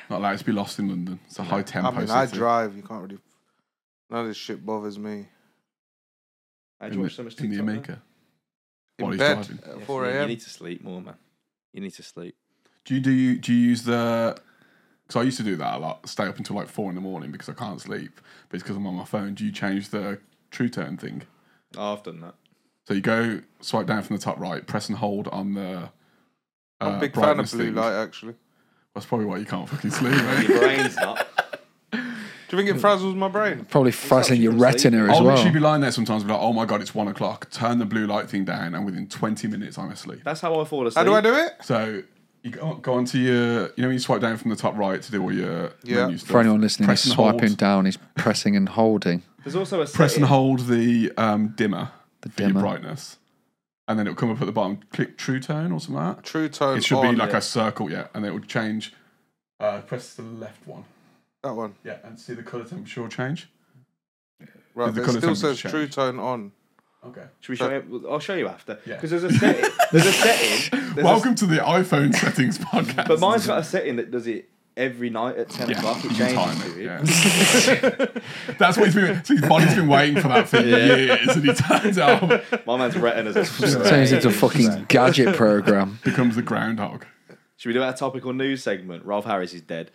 [SPEAKER 3] allowed to be lost in London. It's a high tempo.
[SPEAKER 5] I mean, I
[SPEAKER 3] city.
[SPEAKER 5] drive. You can't really. None of this shit bothers me.
[SPEAKER 4] I
[SPEAKER 3] in
[SPEAKER 4] do
[SPEAKER 3] the-
[SPEAKER 4] watch so much
[SPEAKER 3] in
[SPEAKER 4] TikTok.
[SPEAKER 3] the
[SPEAKER 4] man.
[SPEAKER 3] Amica.
[SPEAKER 5] In
[SPEAKER 3] While he's
[SPEAKER 5] bed
[SPEAKER 3] driving.
[SPEAKER 5] at
[SPEAKER 4] Yeah,
[SPEAKER 5] 4
[SPEAKER 4] You
[SPEAKER 5] a.m.
[SPEAKER 4] need to sleep more, man. You need to sleep.
[SPEAKER 3] Do you do you do you use the? Because I used to do that a lot. Stay up until like four in the morning because I can't sleep. But it's because I'm on my phone. Do you change the True Tone thing?
[SPEAKER 4] Oh, I've done that.
[SPEAKER 3] So you go swipe down from the top right, press and hold on the.
[SPEAKER 5] I'm
[SPEAKER 3] uh,
[SPEAKER 5] a big fan of
[SPEAKER 3] brightness
[SPEAKER 5] blue
[SPEAKER 3] thing.
[SPEAKER 5] light, actually.
[SPEAKER 3] That's probably why you can't fucking sleep. mate.
[SPEAKER 4] Your
[SPEAKER 3] *laughs*
[SPEAKER 4] brain's not.
[SPEAKER 5] Do you think
[SPEAKER 3] Mm.
[SPEAKER 5] it frazzles my brain?
[SPEAKER 2] Probably frazzling your
[SPEAKER 4] from
[SPEAKER 2] retina as
[SPEAKER 3] I'll literally
[SPEAKER 2] well.
[SPEAKER 3] be lying there sometimes, and be like, "Oh my god, it's one o'clock." Turn the blue light thing down, and within twenty minutes, I'm asleep.
[SPEAKER 4] That's how I fall asleep.
[SPEAKER 5] How do I do it?
[SPEAKER 3] So you go, go onto your, you know, when you swipe down from the top right to do all your
[SPEAKER 5] Yeah.
[SPEAKER 3] menu stuff.
[SPEAKER 2] For anyone listening, he's
[SPEAKER 3] press and hold-
[SPEAKER 2] swiping down, he's pressing and holding.
[SPEAKER 4] There's also a
[SPEAKER 3] press and
[SPEAKER 4] setting-
[SPEAKER 3] hold the um, dimmer for
[SPEAKER 2] dimmer.
[SPEAKER 3] your brightness, and then it'll come up at the bottom. Click True Tone or something like that.
[SPEAKER 5] True tone.
[SPEAKER 3] It should
[SPEAKER 5] on.
[SPEAKER 3] be like a circle, yeah, and it will change. Uh, press the left one,
[SPEAKER 5] that one.
[SPEAKER 3] yeah, and see the color temperature chanj.
[SPEAKER 5] Right,
[SPEAKER 3] the colour
[SPEAKER 5] but it still
[SPEAKER 3] temperature
[SPEAKER 5] says true
[SPEAKER 3] change.
[SPEAKER 5] tone on.
[SPEAKER 3] Okay.
[SPEAKER 4] Should we show you? I'll show you after.
[SPEAKER 3] Yeah.
[SPEAKER 4] Because there's
[SPEAKER 3] *laughs*
[SPEAKER 4] a setting. There's a setting. there's a-
[SPEAKER 3] Welcome to the iPhone *laughs* settings podcast.
[SPEAKER 4] but mine's got a setting that does it every night at 10
[SPEAKER 3] Yeah,
[SPEAKER 4] o'clock. It
[SPEAKER 3] you can time
[SPEAKER 4] changes
[SPEAKER 3] it.
[SPEAKER 4] to it.
[SPEAKER 3] Yeah. *laughs* That's what he's been. So his body's been waiting for
[SPEAKER 4] *laughs*
[SPEAKER 3] that for years, and he turns out
[SPEAKER 4] My man's retina's a
[SPEAKER 2] Turns into a fucking gadget program.
[SPEAKER 3] becomes the groundhog.
[SPEAKER 4] Should we do our topical news segment? Ralph Harris is dead.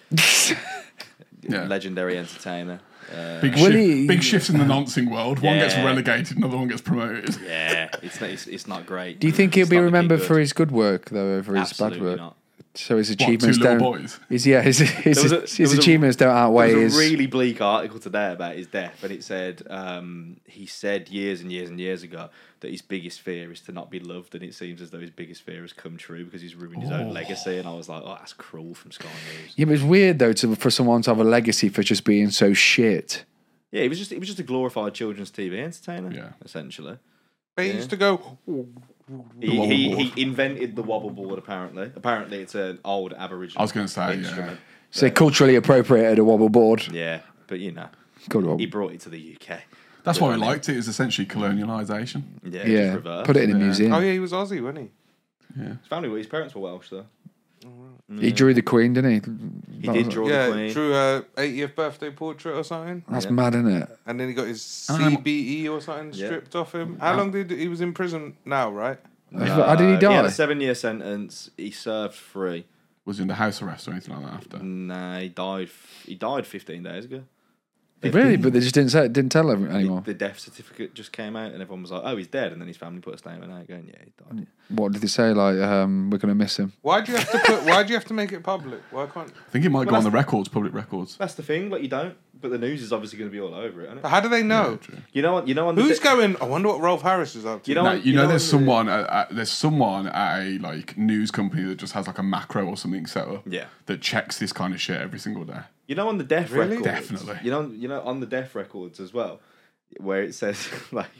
[SPEAKER 3] Yeah.
[SPEAKER 4] Legendary entertainer. Uh,
[SPEAKER 3] Big,
[SPEAKER 2] Will
[SPEAKER 3] shift,
[SPEAKER 2] he-
[SPEAKER 3] big shifts in the Nancing world. One gets
[SPEAKER 4] Yeah.
[SPEAKER 3] relegated, another one gets promoted.
[SPEAKER 4] yeah, it's not, it's, it's not great.
[SPEAKER 2] Do you think he'll be remembered for his good work though over his bad
[SPEAKER 4] Absolutely
[SPEAKER 2] work?
[SPEAKER 4] not.
[SPEAKER 2] So his
[SPEAKER 3] What, two
[SPEAKER 2] achievements
[SPEAKER 3] little
[SPEAKER 2] don't.
[SPEAKER 3] boys?
[SPEAKER 2] His, yeah, his, his,
[SPEAKER 4] was a- there
[SPEAKER 2] his
[SPEAKER 4] was a-
[SPEAKER 2] achievements don't outweigh
[SPEAKER 4] There was
[SPEAKER 2] his.
[SPEAKER 4] a really bleak article today about his death, and it said um, he said years and years and years ago that his biggest fear is to not be loved, and it seems as though his biggest fear has come true because he's ruined his own legacy. And I was like, oh, that's cruel from Sky News.
[SPEAKER 2] yeah, but it's weird though to, for someone to have a legacy for just being so shit.
[SPEAKER 4] Yeah, it was just it was just a glorified children's TV entertainer,
[SPEAKER 3] Yeah.
[SPEAKER 4] essentially.
[SPEAKER 5] They used to go.
[SPEAKER 4] He,
[SPEAKER 3] wobble
[SPEAKER 4] he,
[SPEAKER 3] board.
[SPEAKER 4] he invented the wobble board. Apparently, apparently it's an old Aboriginal.
[SPEAKER 3] I was going to say,
[SPEAKER 4] instrument.
[SPEAKER 2] So they culturally appropriated a wobble board.
[SPEAKER 4] Yeah. but you know,
[SPEAKER 2] Good wobble.
[SPEAKER 4] he brought it to the UK.
[SPEAKER 3] yeah. That's why I liked it. It's essentially colonialisation.
[SPEAKER 4] Yeah,
[SPEAKER 2] Yeah,
[SPEAKER 4] just reverse.
[SPEAKER 2] put it in a museum.
[SPEAKER 3] Mm.
[SPEAKER 5] Oh yeah, he was Aussie, wasn't
[SPEAKER 4] His family, his parents were Welsh though.
[SPEAKER 2] He drew the Queen, didn't he?
[SPEAKER 4] He did draw
[SPEAKER 5] he? Yeah,
[SPEAKER 4] the Queen.
[SPEAKER 5] drew her 80th birthday portrait or something,
[SPEAKER 2] That's mad, isn't it?
[SPEAKER 5] and then he got his
[SPEAKER 3] I'm-
[SPEAKER 5] CBE or something
[SPEAKER 4] Yeah.
[SPEAKER 5] stripped off him. How long did he was in prison? Now, right?
[SPEAKER 2] How did he
[SPEAKER 4] Uh, He had
[SPEAKER 2] die?
[SPEAKER 4] a seven-year sentence. He served three.
[SPEAKER 3] Was he in the house arrest or anything like that after?
[SPEAKER 4] Mm. Nah, uh, he died. f- He died 15 days ago.
[SPEAKER 2] really? But they just didn't say, didn't tell him
[SPEAKER 4] The,
[SPEAKER 2] anymore.
[SPEAKER 4] the death certificate just came out, and everyone was like, "Oh, he's dead." And then his family put a statement out going, "Yeah, he died."
[SPEAKER 2] What did they say? Like, um, we're gonna miss him.
[SPEAKER 5] *laughs* Why do you have to put? Why do you have to make it public? Why can't?
[SPEAKER 3] I think it might go on
[SPEAKER 4] that's-
[SPEAKER 3] the records, public records.
[SPEAKER 4] That's the thing. Like you don't, but the news is obviously going to be all over it, isn't it?
[SPEAKER 5] How do they know?
[SPEAKER 4] You know what? You know on the
[SPEAKER 5] Who's
[SPEAKER 4] di-
[SPEAKER 5] going? I wonder what Rolf Harris is up to.
[SPEAKER 4] You know,
[SPEAKER 3] No,
[SPEAKER 4] on-
[SPEAKER 3] you, know,
[SPEAKER 4] on
[SPEAKER 3] there's
[SPEAKER 4] the-
[SPEAKER 3] someone at, at- there's someone at a like news company that just has like a macro or something set up.
[SPEAKER 4] Yeah.
[SPEAKER 3] That checks this kind of shit every single day.
[SPEAKER 4] You know on the death
[SPEAKER 5] Really?
[SPEAKER 4] records.
[SPEAKER 3] Definitely.
[SPEAKER 4] You know, you know on the death records as well, where it says *laughs* like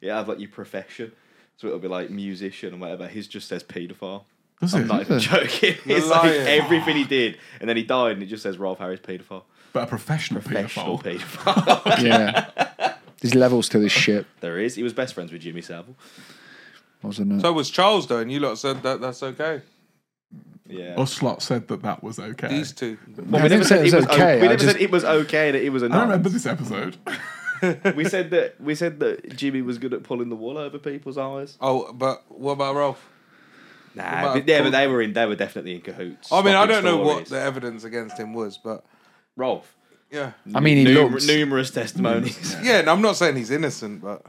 [SPEAKER 4] you have like your profession, so it'll be like musician and whatever. His just says paedophile.
[SPEAKER 3] Does
[SPEAKER 4] I'm
[SPEAKER 3] it?
[SPEAKER 4] not even joking. It's like
[SPEAKER 5] lying.
[SPEAKER 4] everything he did, and then he died, and it just says Rolf Harris paedophile,
[SPEAKER 3] But a professional,
[SPEAKER 4] professional
[SPEAKER 3] paedophile.
[SPEAKER 4] paedophile.
[SPEAKER 2] Yeah. *laughs* There's levels to this shit.
[SPEAKER 4] There is. He was best friends with Jimmy Savile.
[SPEAKER 2] Wasn't it?
[SPEAKER 5] So was Charles though, and you lot said that that's okay.
[SPEAKER 4] Yeah.
[SPEAKER 3] Us lot said that that was okay.
[SPEAKER 5] These two.
[SPEAKER 4] Well,
[SPEAKER 2] I didn't say it was
[SPEAKER 4] o-
[SPEAKER 2] okay,
[SPEAKER 4] we
[SPEAKER 2] I
[SPEAKER 4] never
[SPEAKER 2] just-
[SPEAKER 4] said it was okay that it was a
[SPEAKER 3] I don't
[SPEAKER 4] no.
[SPEAKER 3] remember this
[SPEAKER 5] *laughs*
[SPEAKER 3] episode.
[SPEAKER 4] We said that we said that Jimmy was good at pulling the wool over people's eyes.
[SPEAKER 5] Oh, but what about Rolf?
[SPEAKER 4] Nah,
[SPEAKER 5] about
[SPEAKER 4] but, yeah,
[SPEAKER 5] Paul?
[SPEAKER 4] but they were in. They were definitely in cahoots.
[SPEAKER 5] I mean, I don't
[SPEAKER 4] swapping
[SPEAKER 5] know what
[SPEAKER 4] stories.
[SPEAKER 5] the evidence against him was, but
[SPEAKER 4] Rolf.
[SPEAKER 5] yeah,
[SPEAKER 2] I mean, he
[SPEAKER 4] Numer-
[SPEAKER 2] looked.
[SPEAKER 4] numerous testimonies.
[SPEAKER 5] yeah. And I'm not saying he's innocent, but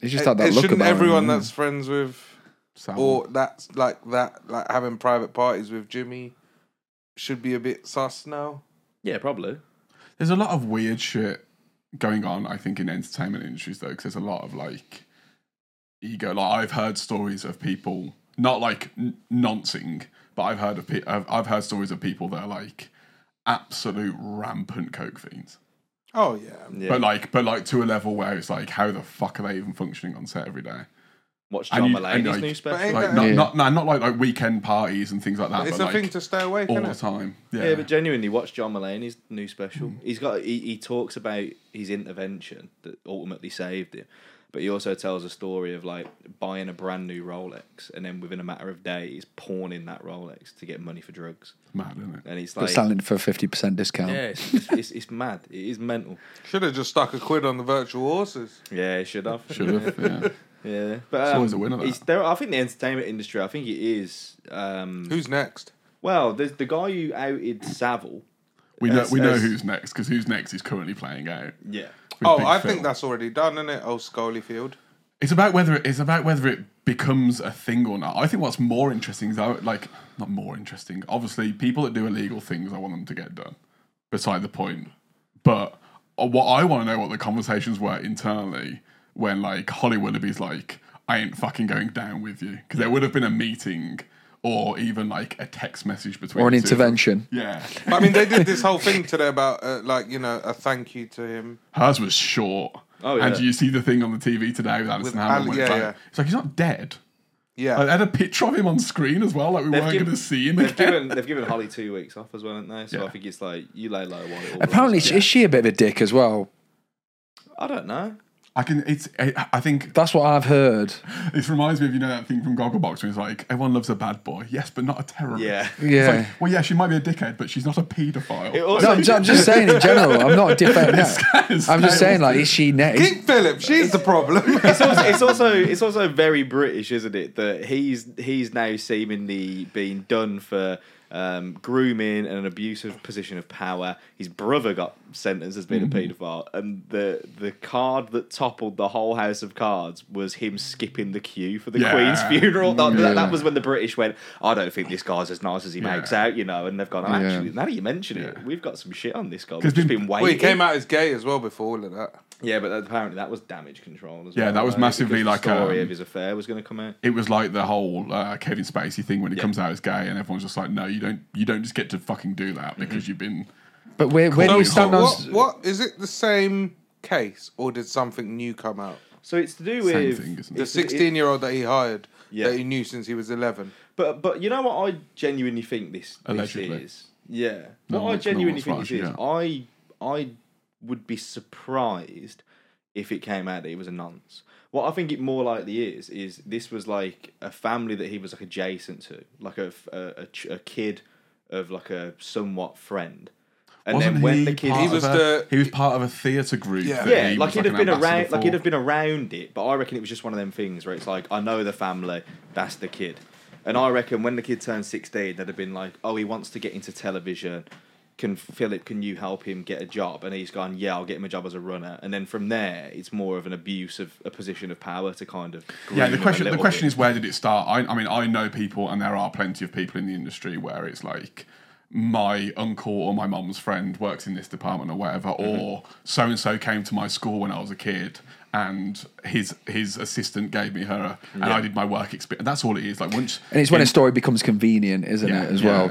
[SPEAKER 2] He just had that
[SPEAKER 5] it
[SPEAKER 2] look
[SPEAKER 5] shouldn't
[SPEAKER 2] about him,
[SPEAKER 5] everyone
[SPEAKER 2] yeah.
[SPEAKER 5] that's friends with
[SPEAKER 3] Sam.
[SPEAKER 5] or that's like that, like having private parties with Jimmy, should be a bit sus now.
[SPEAKER 4] *laughs* yeah, probably.
[SPEAKER 3] There's a lot of weird shit going on, I think, in entertainment industries though, because there's a lot of like ego. Like I've heard stories of people not like n- noncing, but I've heard of pe- I've, I've heard stories of people that are like absolute rampant coke fiends.
[SPEAKER 5] Oh yeah,
[SPEAKER 4] Yeah.
[SPEAKER 3] But like, but like to a level where it's like, how the fuck are they even functioning on set every day?
[SPEAKER 4] Watch
[SPEAKER 3] And
[SPEAKER 4] John
[SPEAKER 3] you- and
[SPEAKER 4] Mulaney's
[SPEAKER 3] like-
[SPEAKER 4] new
[SPEAKER 5] But ain't
[SPEAKER 4] special.
[SPEAKER 3] Like,
[SPEAKER 5] that-
[SPEAKER 3] not
[SPEAKER 2] Yeah.
[SPEAKER 3] not nah, not like like weekend parties and things like that.
[SPEAKER 5] it's
[SPEAKER 3] but
[SPEAKER 5] a
[SPEAKER 3] like,
[SPEAKER 5] thing to stay away
[SPEAKER 3] all
[SPEAKER 5] from.
[SPEAKER 3] the time. Yeah, Mm.
[SPEAKER 4] Yeah, but genuinely, watch John Mulaney's new special. He's got he, he talks about his intervention that ultimately saved him, but he also tells a story of like buying a brand new Rolex and then within a matter of days pawning that Rolex to get money for drugs.
[SPEAKER 3] mad, isn't it? *laughs*
[SPEAKER 4] And it's
[SPEAKER 2] But
[SPEAKER 4] like,
[SPEAKER 2] selling it for a 50% discount.
[SPEAKER 4] yeah, it's, it's, it's, it's mad. It
[SPEAKER 3] *laughs*
[SPEAKER 4] is mental.
[SPEAKER 5] Should have just stuck a quid on the virtual horses.
[SPEAKER 4] Yeah, it should have.
[SPEAKER 3] Should have. yeah.
[SPEAKER 4] Yeah, but um,
[SPEAKER 3] always a winner, that.
[SPEAKER 4] it's- there, I think the entertainment industry. I think it is. Um,
[SPEAKER 5] Who's next?
[SPEAKER 4] well, there's the guy who outed Savile.
[SPEAKER 3] We know
[SPEAKER 4] As-
[SPEAKER 3] we know
[SPEAKER 4] as-
[SPEAKER 3] who's next because who's next is currently playing out.
[SPEAKER 4] Yeah.
[SPEAKER 3] with
[SPEAKER 5] Oh,
[SPEAKER 3] Big
[SPEAKER 5] I
[SPEAKER 3] Phil.
[SPEAKER 5] think that's already done, isn't it? Oh, Schofield.
[SPEAKER 3] It's about whether it, it's about whether it becomes a thing or not. I think what's more interesting is how, like not more interesting. Obviously, people that do illegal things, I want them to get done. Beside the point, but uh, what I want to know what the conversations were internally when like Holly Willoughby's like, I ain't fucking going down with you because there would have been a meeting or even like a text message between
[SPEAKER 2] Or an
[SPEAKER 3] the two of them.
[SPEAKER 2] intervention.
[SPEAKER 3] Yeah,
[SPEAKER 5] But, I mean, they did this whole *laughs* thing today about uh, like you know a thank you to him.
[SPEAKER 3] Hers was short.
[SPEAKER 4] Oh, yeah.
[SPEAKER 3] And you see the thing on the TV today with Alison
[SPEAKER 5] With
[SPEAKER 3] Hammond.
[SPEAKER 5] Al-
[SPEAKER 3] where
[SPEAKER 5] yeah,
[SPEAKER 3] it's, like,
[SPEAKER 5] yeah.
[SPEAKER 3] it's like he's not dead. I
[SPEAKER 5] Yeah,
[SPEAKER 3] had a picture of him on screen as well. Like we weren't
[SPEAKER 4] given-
[SPEAKER 3] going to see him
[SPEAKER 4] They've
[SPEAKER 3] again.
[SPEAKER 4] given they've given Holly two weeks off as well, haven't they? So
[SPEAKER 3] Yeah.
[SPEAKER 4] I think it's like you lay low while it all.
[SPEAKER 2] Apparently,
[SPEAKER 4] rolls.
[SPEAKER 2] she is she a bit of a dick as well?
[SPEAKER 4] I don't know.
[SPEAKER 3] I can. It's. I, I think
[SPEAKER 2] That's what I've heard.
[SPEAKER 3] this reminds me of you know that thing from Gogglebox where it's like everyone loves a bad boy, yes, but not a terrorist.
[SPEAKER 4] Yeah.
[SPEAKER 3] It's
[SPEAKER 2] Yeah.
[SPEAKER 3] like, well, yeah, she might be a dickhead, but she's not a paedophile. *laughs*
[SPEAKER 4] It also-
[SPEAKER 2] no, I'm, ju- I'm just saying in general. I'm not defending
[SPEAKER 3] This
[SPEAKER 2] that.
[SPEAKER 3] guy is
[SPEAKER 2] I'm just saying,
[SPEAKER 3] scales.
[SPEAKER 2] like, is she next?
[SPEAKER 5] King Philip. She's the *laughs* problem.
[SPEAKER 4] It's also, it's also it's also very British, isn't it? That he's he's now seemingly being done for um, grooming and an abusive position of power. His brother got sentenced as being a paedophile, and the the card that toppled the whole House of Cards was him skipping the queue for the
[SPEAKER 3] Yeah.
[SPEAKER 4] Queen's funeral. That, that-
[SPEAKER 2] Yeah.
[SPEAKER 4] that was when the British went, "I don't think this guy's as nice as he makes out," you know, and they've gone, oh,
[SPEAKER 2] Yeah.
[SPEAKER 4] "Actually, now that you mention
[SPEAKER 3] Yeah.
[SPEAKER 4] it, we've got some shit on this guy.
[SPEAKER 3] There's
[SPEAKER 4] We've just
[SPEAKER 3] been-
[SPEAKER 4] been waiting."
[SPEAKER 5] well, he came out as gay as well before all of that.
[SPEAKER 4] Yeah, but apparently that was damage control as
[SPEAKER 3] Yeah,
[SPEAKER 4] well.
[SPEAKER 3] that was
[SPEAKER 4] though,
[SPEAKER 3] massively
[SPEAKER 4] because
[SPEAKER 3] like,
[SPEAKER 4] the story
[SPEAKER 3] um,
[SPEAKER 4] of his affair was going to come out.
[SPEAKER 3] It was like the whole uh, Kevin Spacey thing when he comes out as gay, and everyone's just like, "No, you don't. You don't just get to fucking do
[SPEAKER 4] Mm-hmm.
[SPEAKER 3] that because you've been."
[SPEAKER 2] But where, where do
[SPEAKER 5] So,
[SPEAKER 2] you
[SPEAKER 5] so
[SPEAKER 2] stand
[SPEAKER 5] what,
[SPEAKER 2] on?
[SPEAKER 5] what is it? The same case, or did something new come out?
[SPEAKER 4] So it's to do
[SPEAKER 3] Same
[SPEAKER 4] with
[SPEAKER 3] thing, isn't it?
[SPEAKER 5] The
[SPEAKER 4] it's- it-
[SPEAKER 5] sixteen-year-old that he hired,
[SPEAKER 4] Yeah.
[SPEAKER 5] that he knew since he was eleven.
[SPEAKER 4] But but you know what I genuinely think this, this
[SPEAKER 3] Allegedly.
[SPEAKER 4] is. Yeah.
[SPEAKER 3] No,
[SPEAKER 4] what I
[SPEAKER 3] it's not
[SPEAKER 4] genuinely
[SPEAKER 3] as
[SPEAKER 4] think
[SPEAKER 3] much,
[SPEAKER 4] this is.
[SPEAKER 3] yeah.
[SPEAKER 4] I I would be surprised if it came out that he was a nonce. What I think it more likely is is this was like a family that he was like adjacent to, like a f- a, a ch- a kid of like a somewhat friend. And
[SPEAKER 3] Wasn't
[SPEAKER 4] then when
[SPEAKER 3] he
[SPEAKER 4] the kid
[SPEAKER 3] part
[SPEAKER 5] He
[SPEAKER 3] of
[SPEAKER 5] was
[SPEAKER 3] a-
[SPEAKER 5] the-
[SPEAKER 3] he was part of a theatre group.
[SPEAKER 5] Yeah.
[SPEAKER 3] that
[SPEAKER 4] Yeah,
[SPEAKER 3] he
[SPEAKER 4] like
[SPEAKER 3] was
[SPEAKER 4] he'd have
[SPEAKER 3] an
[SPEAKER 4] been around,
[SPEAKER 3] ambassador
[SPEAKER 4] like he'd
[SPEAKER 3] for.
[SPEAKER 4] have been around it, but I reckon it was just one of them things where it's like, I know the family, that's the kid, and I reckon when the kid turned sixteen, they'd have been like, oh, he wants to get into television. Can Philip? Can you help him get a job? And he's gone. Yeah, I'll get him a job as a runner. And then from there, it's more of an abuse of a position of power to kind of.
[SPEAKER 3] Yeah, the question the question is where did it start? I, I mean, I know people, and there are plenty of people in the industry where it's like my uncle or my mum's friend works in this department or whatever,
[SPEAKER 4] Mm-hmm.
[SPEAKER 3] or so and so came to my school when I was a kid, and his his assistant gave me her, and I did my work experience. That's all it is. Like once,
[SPEAKER 2] And it's when a story becomes convenient, isn't it, as well?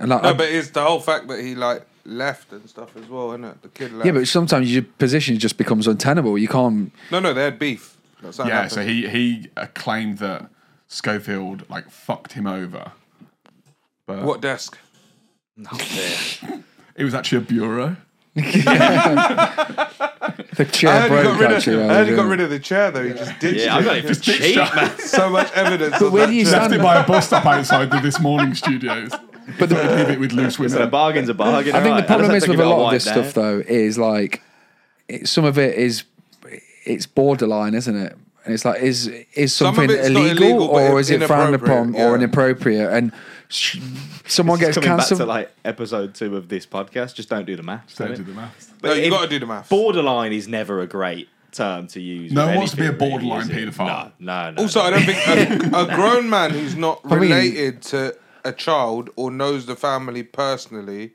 [SPEAKER 2] And like,
[SPEAKER 4] Um,
[SPEAKER 5] No,
[SPEAKER 2] I-
[SPEAKER 5] but it's the whole fact that he like left and stuff as well, isn't it? The kid left.
[SPEAKER 2] yeah, but sometimes your position just becomes untenable. You can't.
[SPEAKER 5] no, no, they had beef. That's how it
[SPEAKER 3] Yeah,
[SPEAKER 5] happened.
[SPEAKER 3] so he he uh, claimed that Schofield like fucked him over. But
[SPEAKER 5] What desk?
[SPEAKER 4] is.
[SPEAKER 3] *laughs* it was actually a bureau.
[SPEAKER 2] The
[SPEAKER 5] I
[SPEAKER 2] chair
[SPEAKER 5] heard, he
[SPEAKER 2] broke
[SPEAKER 5] got, rid
[SPEAKER 2] actually.
[SPEAKER 5] of,
[SPEAKER 2] while
[SPEAKER 5] I
[SPEAKER 2] I
[SPEAKER 5] heard
[SPEAKER 2] was
[SPEAKER 5] he got
[SPEAKER 2] doing
[SPEAKER 5] rid
[SPEAKER 2] it.
[SPEAKER 5] of the chair though. He just ditched
[SPEAKER 3] *laughs*
[SPEAKER 4] Yeah, I got
[SPEAKER 5] it.
[SPEAKER 4] it for cheap, man.
[SPEAKER 5] *laughs* So much evidence. But
[SPEAKER 2] where do you
[SPEAKER 3] Left it by a bus stop outside the This Morning studios.
[SPEAKER 2] But the,
[SPEAKER 3] Leave it with loose
[SPEAKER 4] So a
[SPEAKER 3] women.
[SPEAKER 4] bargain's a bargain.
[SPEAKER 2] I think the
[SPEAKER 4] alright.
[SPEAKER 2] problem
[SPEAKER 4] Let's
[SPEAKER 2] is
[SPEAKER 4] have
[SPEAKER 2] with
[SPEAKER 4] to give
[SPEAKER 2] a
[SPEAKER 4] it
[SPEAKER 2] lot of
[SPEAKER 4] wipe
[SPEAKER 2] this
[SPEAKER 4] down.
[SPEAKER 2] stuff though is like it, some of it is it's borderline, isn't it? And it's like is is
[SPEAKER 5] of
[SPEAKER 2] something
[SPEAKER 5] it's not
[SPEAKER 2] illegal,
[SPEAKER 5] illegal, but
[SPEAKER 2] or
[SPEAKER 5] i-
[SPEAKER 2] is it frowned upon
[SPEAKER 5] inappropriate, yeah.
[SPEAKER 2] or inappropriate? And sh- someone
[SPEAKER 4] It's
[SPEAKER 2] gets
[SPEAKER 4] coming back to
[SPEAKER 2] cancelled.
[SPEAKER 4] like episode two of this podcast. Just don't do the maths.
[SPEAKER 3] Don't
[SPEAKER 4] innit?
[SPEAKER 3] do the maths.
[SPEAKER 5] no, you
[SPEAKER 4] if-
[SPEAKER 5] got to do the math.
[SPEAKER 4] Borderline is never a great term to use.
[SPEAKER 3] No
[SPEAKER 4] with
[SPEAKER 3] one wants to be a
[SPEAKER 4] anything, really,
[SPEAKER 3] borderline
[SPEAKER 4] is it?
[SPEAKER 3] paedophile.
[SPEAKER 4] No, no. no
[SPEAKER 5] Also, I don't think a, a grown man who's not
[SPEAKER 2] mean-
[SPEAKER 5] related to a child or knows the family personally,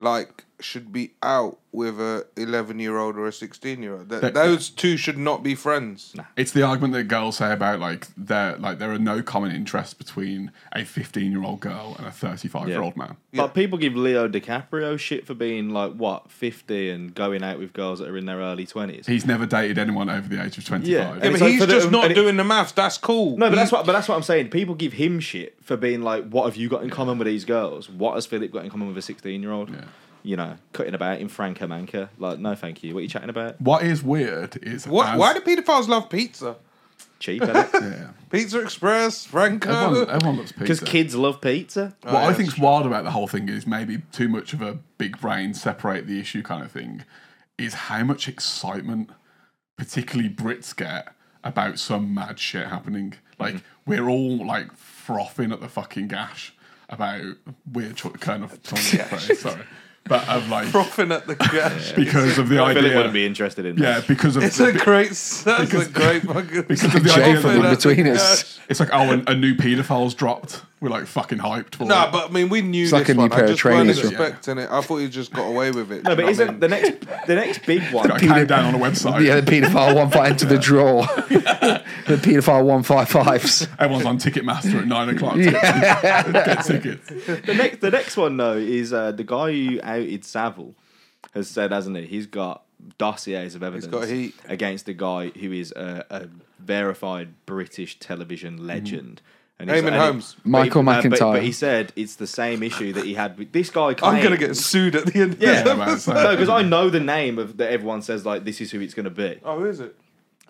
[SPEAKER 5] like, should be out with a 11 year old or a 16 year old. Th-
[SPEAKER 3] That-
[SPEAKER 5] Those two should not be friends.
[SPEAKER 3] It's the argument that girls say about like there like there are no common interests between a 15 year old girl and a 35 year old man.
[SPEAKER 4] But people give Leo DiCaprio shit for being like what fifty and going out with girls that are in their early twenties.
[SPEAKER 3] He's never dated anyone over the age of 25.
[SPEAKER 5] Yeah,
[SPEAKER 4] And
[SPEAKER 5] but
[SPEAKER 4] it's like
[SPEAKER 5] he's
[SPEAKER 4] for the-
[SPEAKER 5] just not
[SPEAKER 4] and it-
[SPEAKER 5] doing the maths. That's cool.
[SPEAKER 4] No, but that's what. But that's what I'm saying. People give him shit for being like, "What have you got in common with these girls? What has Philip got in common with a 16 year old?" You know, cutting about in Frank Manca. Like, no, thank you. What are you chatting about?
[SPEAKER 3] What is weird is
[SPEAKER 5] What,
[SPEAKER 3] as-
[SPEAKER 5] why do pedophiles love pizza?
[SPEAKER 3] *laughs*
[SPEAKER 4] Cheap, because
[SPEAKER 3] yeah.
[SPEAKER 5] Pizza Express, Franco.
[SPEAKER 3] everyone, everyone loves pizza.
[SPEAKER 4] kids love pizza.
[SPEAKER 3] what
[SPEAKER 5] yeah,
[SPEAKER 3] I
[SPEAKER 5] that's
[SPEAKER 3] think's wild about the whole thing is maybe too much of a big brain separate the issue kind of thing is how much excitement particularly Brits get about some mad shit happening. Like we're all like frothing at the fucking gash about weird cho- kind of phrase, sorry. But of like
[SPEAKER 5] *laughs* Frothing at the gash.
[SPEAKER 3] because of the
[SPEAKER 4] Philip wouldn't
[SPEAKER 3] idea
[SPEAKER 4] be interested in.
[SPEAKER 3] Yeah,
[SPEAKER 4] that.
[SPEAKER 3] because of
[SPEAKER 5] It's a
[SPEAKER 3] be-
[SPEAKER 5] great, that's a great fucking.
[SPEAKER 3] because of
[SPEAKER 5] *laughs*
[SPEAKER 3] the
[SPEAKER 2] Jay
[SPEAKER 3] idea
[SPEAKER 2] from
[SPEAKER 3] that
[SPEAKER 2] in
[SPEAKER 3] like,
[SPEAKER 2] between us.
[SPEAKER 3] it's like oh a, a new paedophile's dropped. We're like fucking hyped for
[SPEAKER 5] No,
[SPEAKER 3] it.
[SPEAKER 5] but I mean, we knew
[SPEAKER 2] It's
[SPEAKER 5] this
[SPEAKER 2] like a new
[SPEAKER 5] one.
[SPEAKER 2] pair
[SPEAKER 5] I
[SPEAKER 2] of
[SPEAKER 5] just weren't
[SPEAKER 2] trainers, right?
[SPEAKER 5] expecting it. I thought you just got away with it.
[SPEAKER 4] No, but isn't the next the next
[SPEAKER 3] *laughs*
[SPEAKER 4] big one?
[SPEAKER 3] I came down on a
[SPEAKER 2] *laughs*
[SPEAKER 3] website.
[SPEAKER 2] Yeah, the paedophile one fight
[SPEAKER 4] *laughs*
[SPEAKER 2] into the draw. *laughs* the paedophile one five fives.
[SPEAKER 3] Everyone's on Ticketmaster at nine
[SPEAKER 4] *laughs*
[SPEAKER 3] o'clock. To get, get tickets.
[SPEAKER 4] the next the next one though is uh, the guy who outed Savile has said, hasn't he? He's got dossiers of evidence
[SPEAKER 5] got heat.
[SPEAKER 4] against a guy who is a, a verified British television legend. And
[SPEAKER 5] Mm.
[SPEAKER 4] and
[SPEAKER 5] Eamon
[SPEAKER 4] he-
[SPEAKER 5] Holmes.
[SPEAKER 4] but
[SPEAKER 2] Michael
[SPEAKER 4] he- uh, but-
[SPEAKER 2] McIntyre.
[SPEAKER 4] But, he said it's the same issue that he had with this guy.
[SPEAKER 5] I'm gonna
[SPEAKER 4] claimed-
[SPEAKER 5] get sued at the end.
[SPEAKER 4] Yeah.
[SPEAKER 5] of this *laughs*
[SPEAKER 3] man, so-
[SPEAKER 4] no, because I know the name of that everyone says like this is who it's going to be.
[SPEAKER 5] Oh, who is it?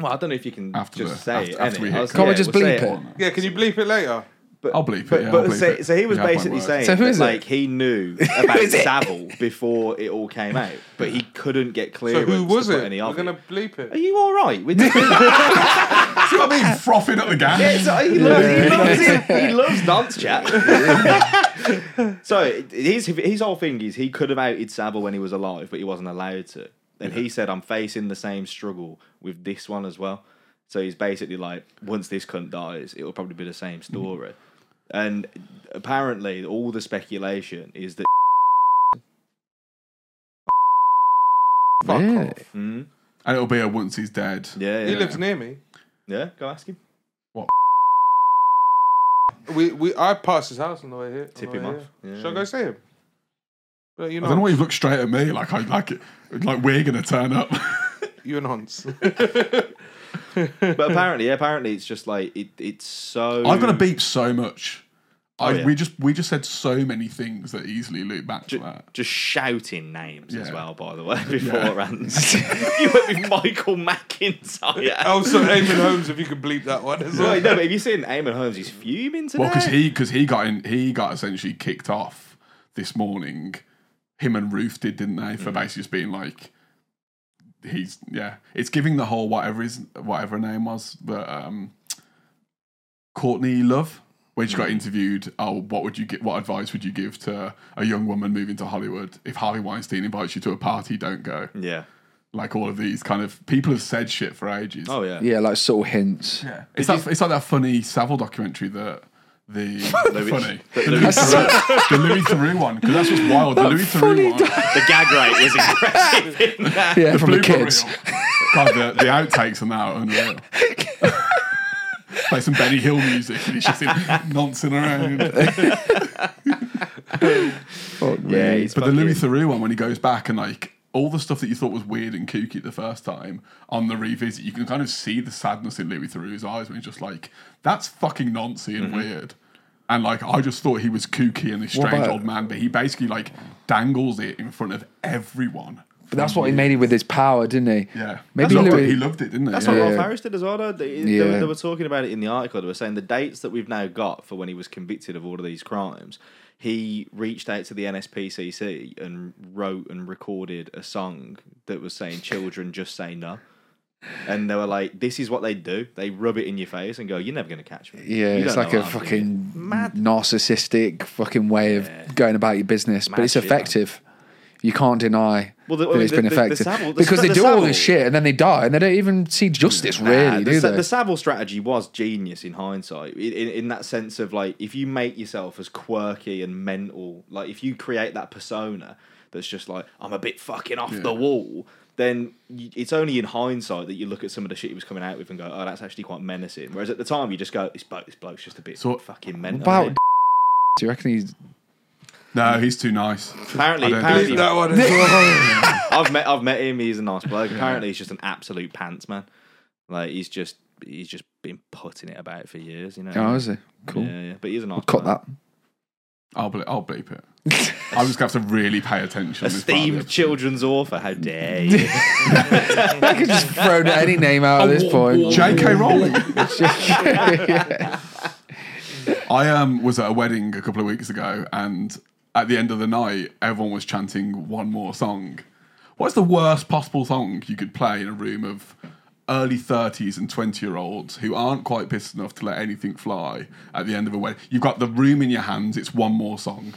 [SPEAKER 4] Well, I don't know if you can
[SPEAKER 3] After
[SPEAKER 4] just
[SPEAKER 3] the-
[SPEAKER 4] say
[SPEAKER 3] after-
[SPEAKER 4] it.
[SPEAKER 3] after
[SPEAKER 4] innit?
[SPEAKER 3] we hit-
[SPEAKER 4] I was-
[SPEAKER 2] Can't we just
[SPEAKER 4] we'll say
[SPEAKER 2] bleep
[SPEAKER 4] it.
[SPEAKER 2] it?
[SPEAKER 5] Yeah, can you bleep it later?
[SPEAKER 4] But,
[SPEAKER 3] I'll bleep
[SPEAKER 4] but,
[SPEAKER 3] it, yeah,
[SPEAKER 4] but
[SPEAKER 3] I'll bleep
[SPEAKER 4] so,
[SPEAKER 3] it.
[SPEAKER 4] so he was
[SPEAKER 3] You have my
[SPEAKER 4] basically
[SPEAKER 3] word.
[SPEAKER 4] saying
[SPEAKER 2] So who
[SPEAKER 4] that,
[SPEAKER 2] is it?
[SPEAKER 4] like
[SPEAKER 2] *laughs*
[SPEAKER 4] he knew about
[SPEAKER 2] is it?
[SPEAKER 4] Savile before it all came out, but he couldn't get
[SPEAKER 5] So
[SPEAKER 4] clearance.
[SPEAKER 5] who was
[SPEAKER 4] to put
[SPEAKER 5] it?
[SPEAKER 4] Any
[SPEAKER 5] We're
[SPEAKER 4] of
[SPEAKER 5] gonna
[SPEAKER 4] it.
[SPEAKER 5] bleep
[SPEAKER 4] Are
[SPEAKER 5] it.
[SPEAKER 4] you all right?
[SPEAKER 5] *laughs*
[SPEAKER 4] With yeah,
[SPEAKER 3] Do you know what I mean? Frothing at the gas.
[SPEAKER 4] so he, loves, he loves it. He loves dance chat. *laughs* so his his whole thing is he could have outed Savile when he was alive, but he wasn't allowed to. And he said, "I'm facing the same struggle with this one as well." So he's basically like, once this cunt dies, it will probably be the same story. And apparently, all the speculation is that.
[SPEAKER 5] Fuck
[SPEAKER 2] Really?
[SPEAKER 5] off.
[SPEAKER 4] Mm,
[SPEAKER 3] And it'll be a once he's dead.
[SPEAKER 4] yeah, yeah,
[SPEAKER 5] He lives near me.
[SPEAKER 4] yeah. Go ask him.
[SPEAKER 5] We we I passed his house on the way here. on
[SPEAKER 4] Tip
[SPEAKER 5] the
[SPEAKER 4] him
[SPEAKER 5] way
[SPEAKER 4] off.
[SPEAKER 5] here.
[SPEAKER 4] Yeah,
[SPEAKER 5] Shall I
[SPEAKER 4] yeah.
[SPEAKER 5] go see him? But you
[SPEAKER 3] I don't know
[SPEAKER 5] know,
[SPEAKER 3] why you've looked straight at me like I like it. Like we're gonna turn
[SPEAKER 4] *laughs*
[SPEAKER 3] up.
[SPEAKER 5] you and Hans. *laughs*
[SPEAKER 4] But apparently, yeah, apparently, it's just like it. It's so.
[SPEAKER 3] I'm gonna beep so much. I,
[SPEAKER 4] Oh, yeah.
[SPEAKER 3] We just we just said so many things that easily loop back to that.
[SPEAKER 4] just shouting names as
[SPEAKER 3] Yeah.
[SPEAKER 4] well. By the way, *laughs* beforehand, *laughs* you went with Michael
[SPEAKER 3] Oh,
[SPEAKER 4] McIntyre.
[SPEAKER 5] also, Eamon Oh, Holmes, if you could bleep that one as well.
[SPEAKER 4] Wait, no, but have you seen Eamon Holmes? He's fuming today.
[SPEAKER 3] Well, because he because he got in, he got essentially kicked off this morning. Him and Ruth did, didn't they? For basically just being like, he's yeah, it's giving the whole whatever his whatever her name was, but um, Courtney Love. When she got interviewed, oh, what would you get? What advice would you give to a young woman moving to Hollywood if Harvey Weinstein invites you to a party? Don't go.
[SPEAKER 4] yeah.
[SPEAKER 3] Like all of these kind of people have said shit for ages.
[SPEAKER 4] Oh yeah.
[SPEAKER 2] Yeah, like subtle hints.
[SPEAKER 3] yeah. It's that, it's like that funny Savile documentary that *laughs* the funny the Louis
[SPEAKER 4] Louis-
[SPEAKER 3] Theroux, the Louis Theroux one because that's what's wild. The Louis Theroux one,
[SPEAKER 4] The gag rate was
[SPEAKER 3] *laughs*
[SPEAKER 4] impressive. in that.
[SPEAKER 5] *laughs*
[SPEAKER 2] Yeah, from the
[SPEAKER 3] Blooper
[SPEAKER 2] kids.
[SPEAKER 3] reel. God, the, the outtakes on that are unreal. *laughs* Play some Benny Hill music and it's *laughs* just him noncing around.
[SPEAKER 2] Fuck me.
[SPEAKER 4] Yeah, he's
[SPEAKER 3] But the Louis
[SPEAKER 4] fucking-
[SPEAKER 3] Theroux one, when he goes back and like all the stuff that you thought was weird and kooky the first time on the revisit, you can kind of see the sadness in Louis Theroux's eyes when he's just like, "That's fucking nancy and weird." And like I just thought he was kooky and this
[SPEAKER 2] What
[SPEAKER 3] strange
[SPEAKER 2] about-
[SPEAKER 3] old man, but he basically like dangles it in front of everyone.
[SPEAKER 2] But that's what he made it with his power, didn't he?
[SPEAKER 3] Yeah,
[SPEAKER 2] Maybe
[SPEAKER 3] he loved, it.
[SPEAKER 2] Louis-
[SPEAKER 3] he loved it, didn't he?
[SPEAKER 4] That's
[SPEAKER 3] yeah.
[SPEAKER 4] what
[SPEAKER 2] Yeah.
[SPEAKER 4] Rolf Harris did as well. Though. They, they were-
[SPEAKER 2] Yeah.
[SPEAKER 4] they were talking about it in the article. They were saying the dates that we've now got for when he was convicted of all of these crimes. He reached out to the NSPCC and wrote and recorded a song that was saying "Children just say no," and they were like, "This is what they do. They rub it in your face and go, you're never going to catch me.'
[SPEAKER 2] Yeah,
[SPEAKER 4] You
[SPEAKER 2] it's
[SPEAKER 4] don't
[SPEAKER 2] like
[SPEAKER 4] know
[SPEAKER 2] a
[SPEAKER 4] what I'm thinking.
[SPEAKER 2] fucking narcissistic fucking way of going about your business, but
[SPEAKER 4] Mad
[SPEAKER 2] it's
[SPEAKER 4] shit, man.
[SPEAKER 2] effective. You can't deny
[SPEAKER 4] Well, the- I
[SPEAKER 2] that
[SPEAKER 4] mean,
[SPEAKER 2] it's
[SPEAKER 4] the-
[SPEAKER 2] been
[SPEAKER 4] the- the
[SPEAKER 2] effective
[SPEAKER 4] Savile- the
[SPEAKER 2] because
[SPEAKER 4] Sa-
[SPEAKER 2] they
[SPEAKER 4] the
[SPEAKER 2] do all this
[SPEAKER 4] Savile-
[SPEAKER 2] shit and then they die and they don't even see justice really,
[SPEAKER 4] Nah,
[SPEAKER 2] do
[SPEAKER 4] Uh, the, Sa-
[SPEAKER 2] they?
[SPEAKER 4] the Savile strategy was genius in hindsight, in, in, in that sense of like, if you make yourself as quirky and mental, like if you create that persona that's just like, I'm a bit fucking off the wall, then you, it's only in hindsight that you look at some of the shit he was coming out with and go, oh, that's actually quite menacing. Whereas at the time, you just go, this, bloke, this bloke's just a bit
[SPEAKER 3] So-
[SPEAKER 4] fucking mental.
[SPEAKER 2] About
[SPEAKER 4] isn't
[SPEAKER 2] *laughs* do you reckon he's
[SPEAKER 3] No, he's too nice.
[SPEAKER 4] he?" apparently,
[SPEAKER 3] I don't think-
[SPEAKER 4] apparently
[SPEAKER 5] That one as well.
[SPEAKER 4] I've met I've met him. He's a nice bloke. Apparently, he's just an absolute pants man. Like he's just he's just been putting it about for years. You know.
[SPEAKER 2] Oh, is he? Cool.
[SPEAKER 4] Yeah, yeah. But he's a nice.
[SPEAKER 2] Cut
[SPEAKER 4] bloke.
[SPEAKER 2] that.
[SPEAKER 3] I'll bleep, I'll
[SPEAKER 2] *laughs*
[SPEAKER 3] bleep it. I'm just gonna have to really pay attention. as part of the
[SPEAKER 4] Esteemed
[SPEAKER 3] episode.
[SPEAKER 4] children's author. How dare you?
[SPEAKER 2] I could
[SPEAKER 4] *laughs*
[SPEAKER 2] just throw any name out at this point.
[SPEAKER 3] J.K. Rowling.
[SPEAKER 4] *laughs*
[SPEAKER 3] I um, was at a wedding a couple of weeks ago, and at the end of the night, everyone was chanting one more song. What's the worst possible song you could play in a room of early 30s and 20 year olds who aren't quite pissed enough to let anything fly at the end of a wedding? You've got the room in your hands, it's one more song.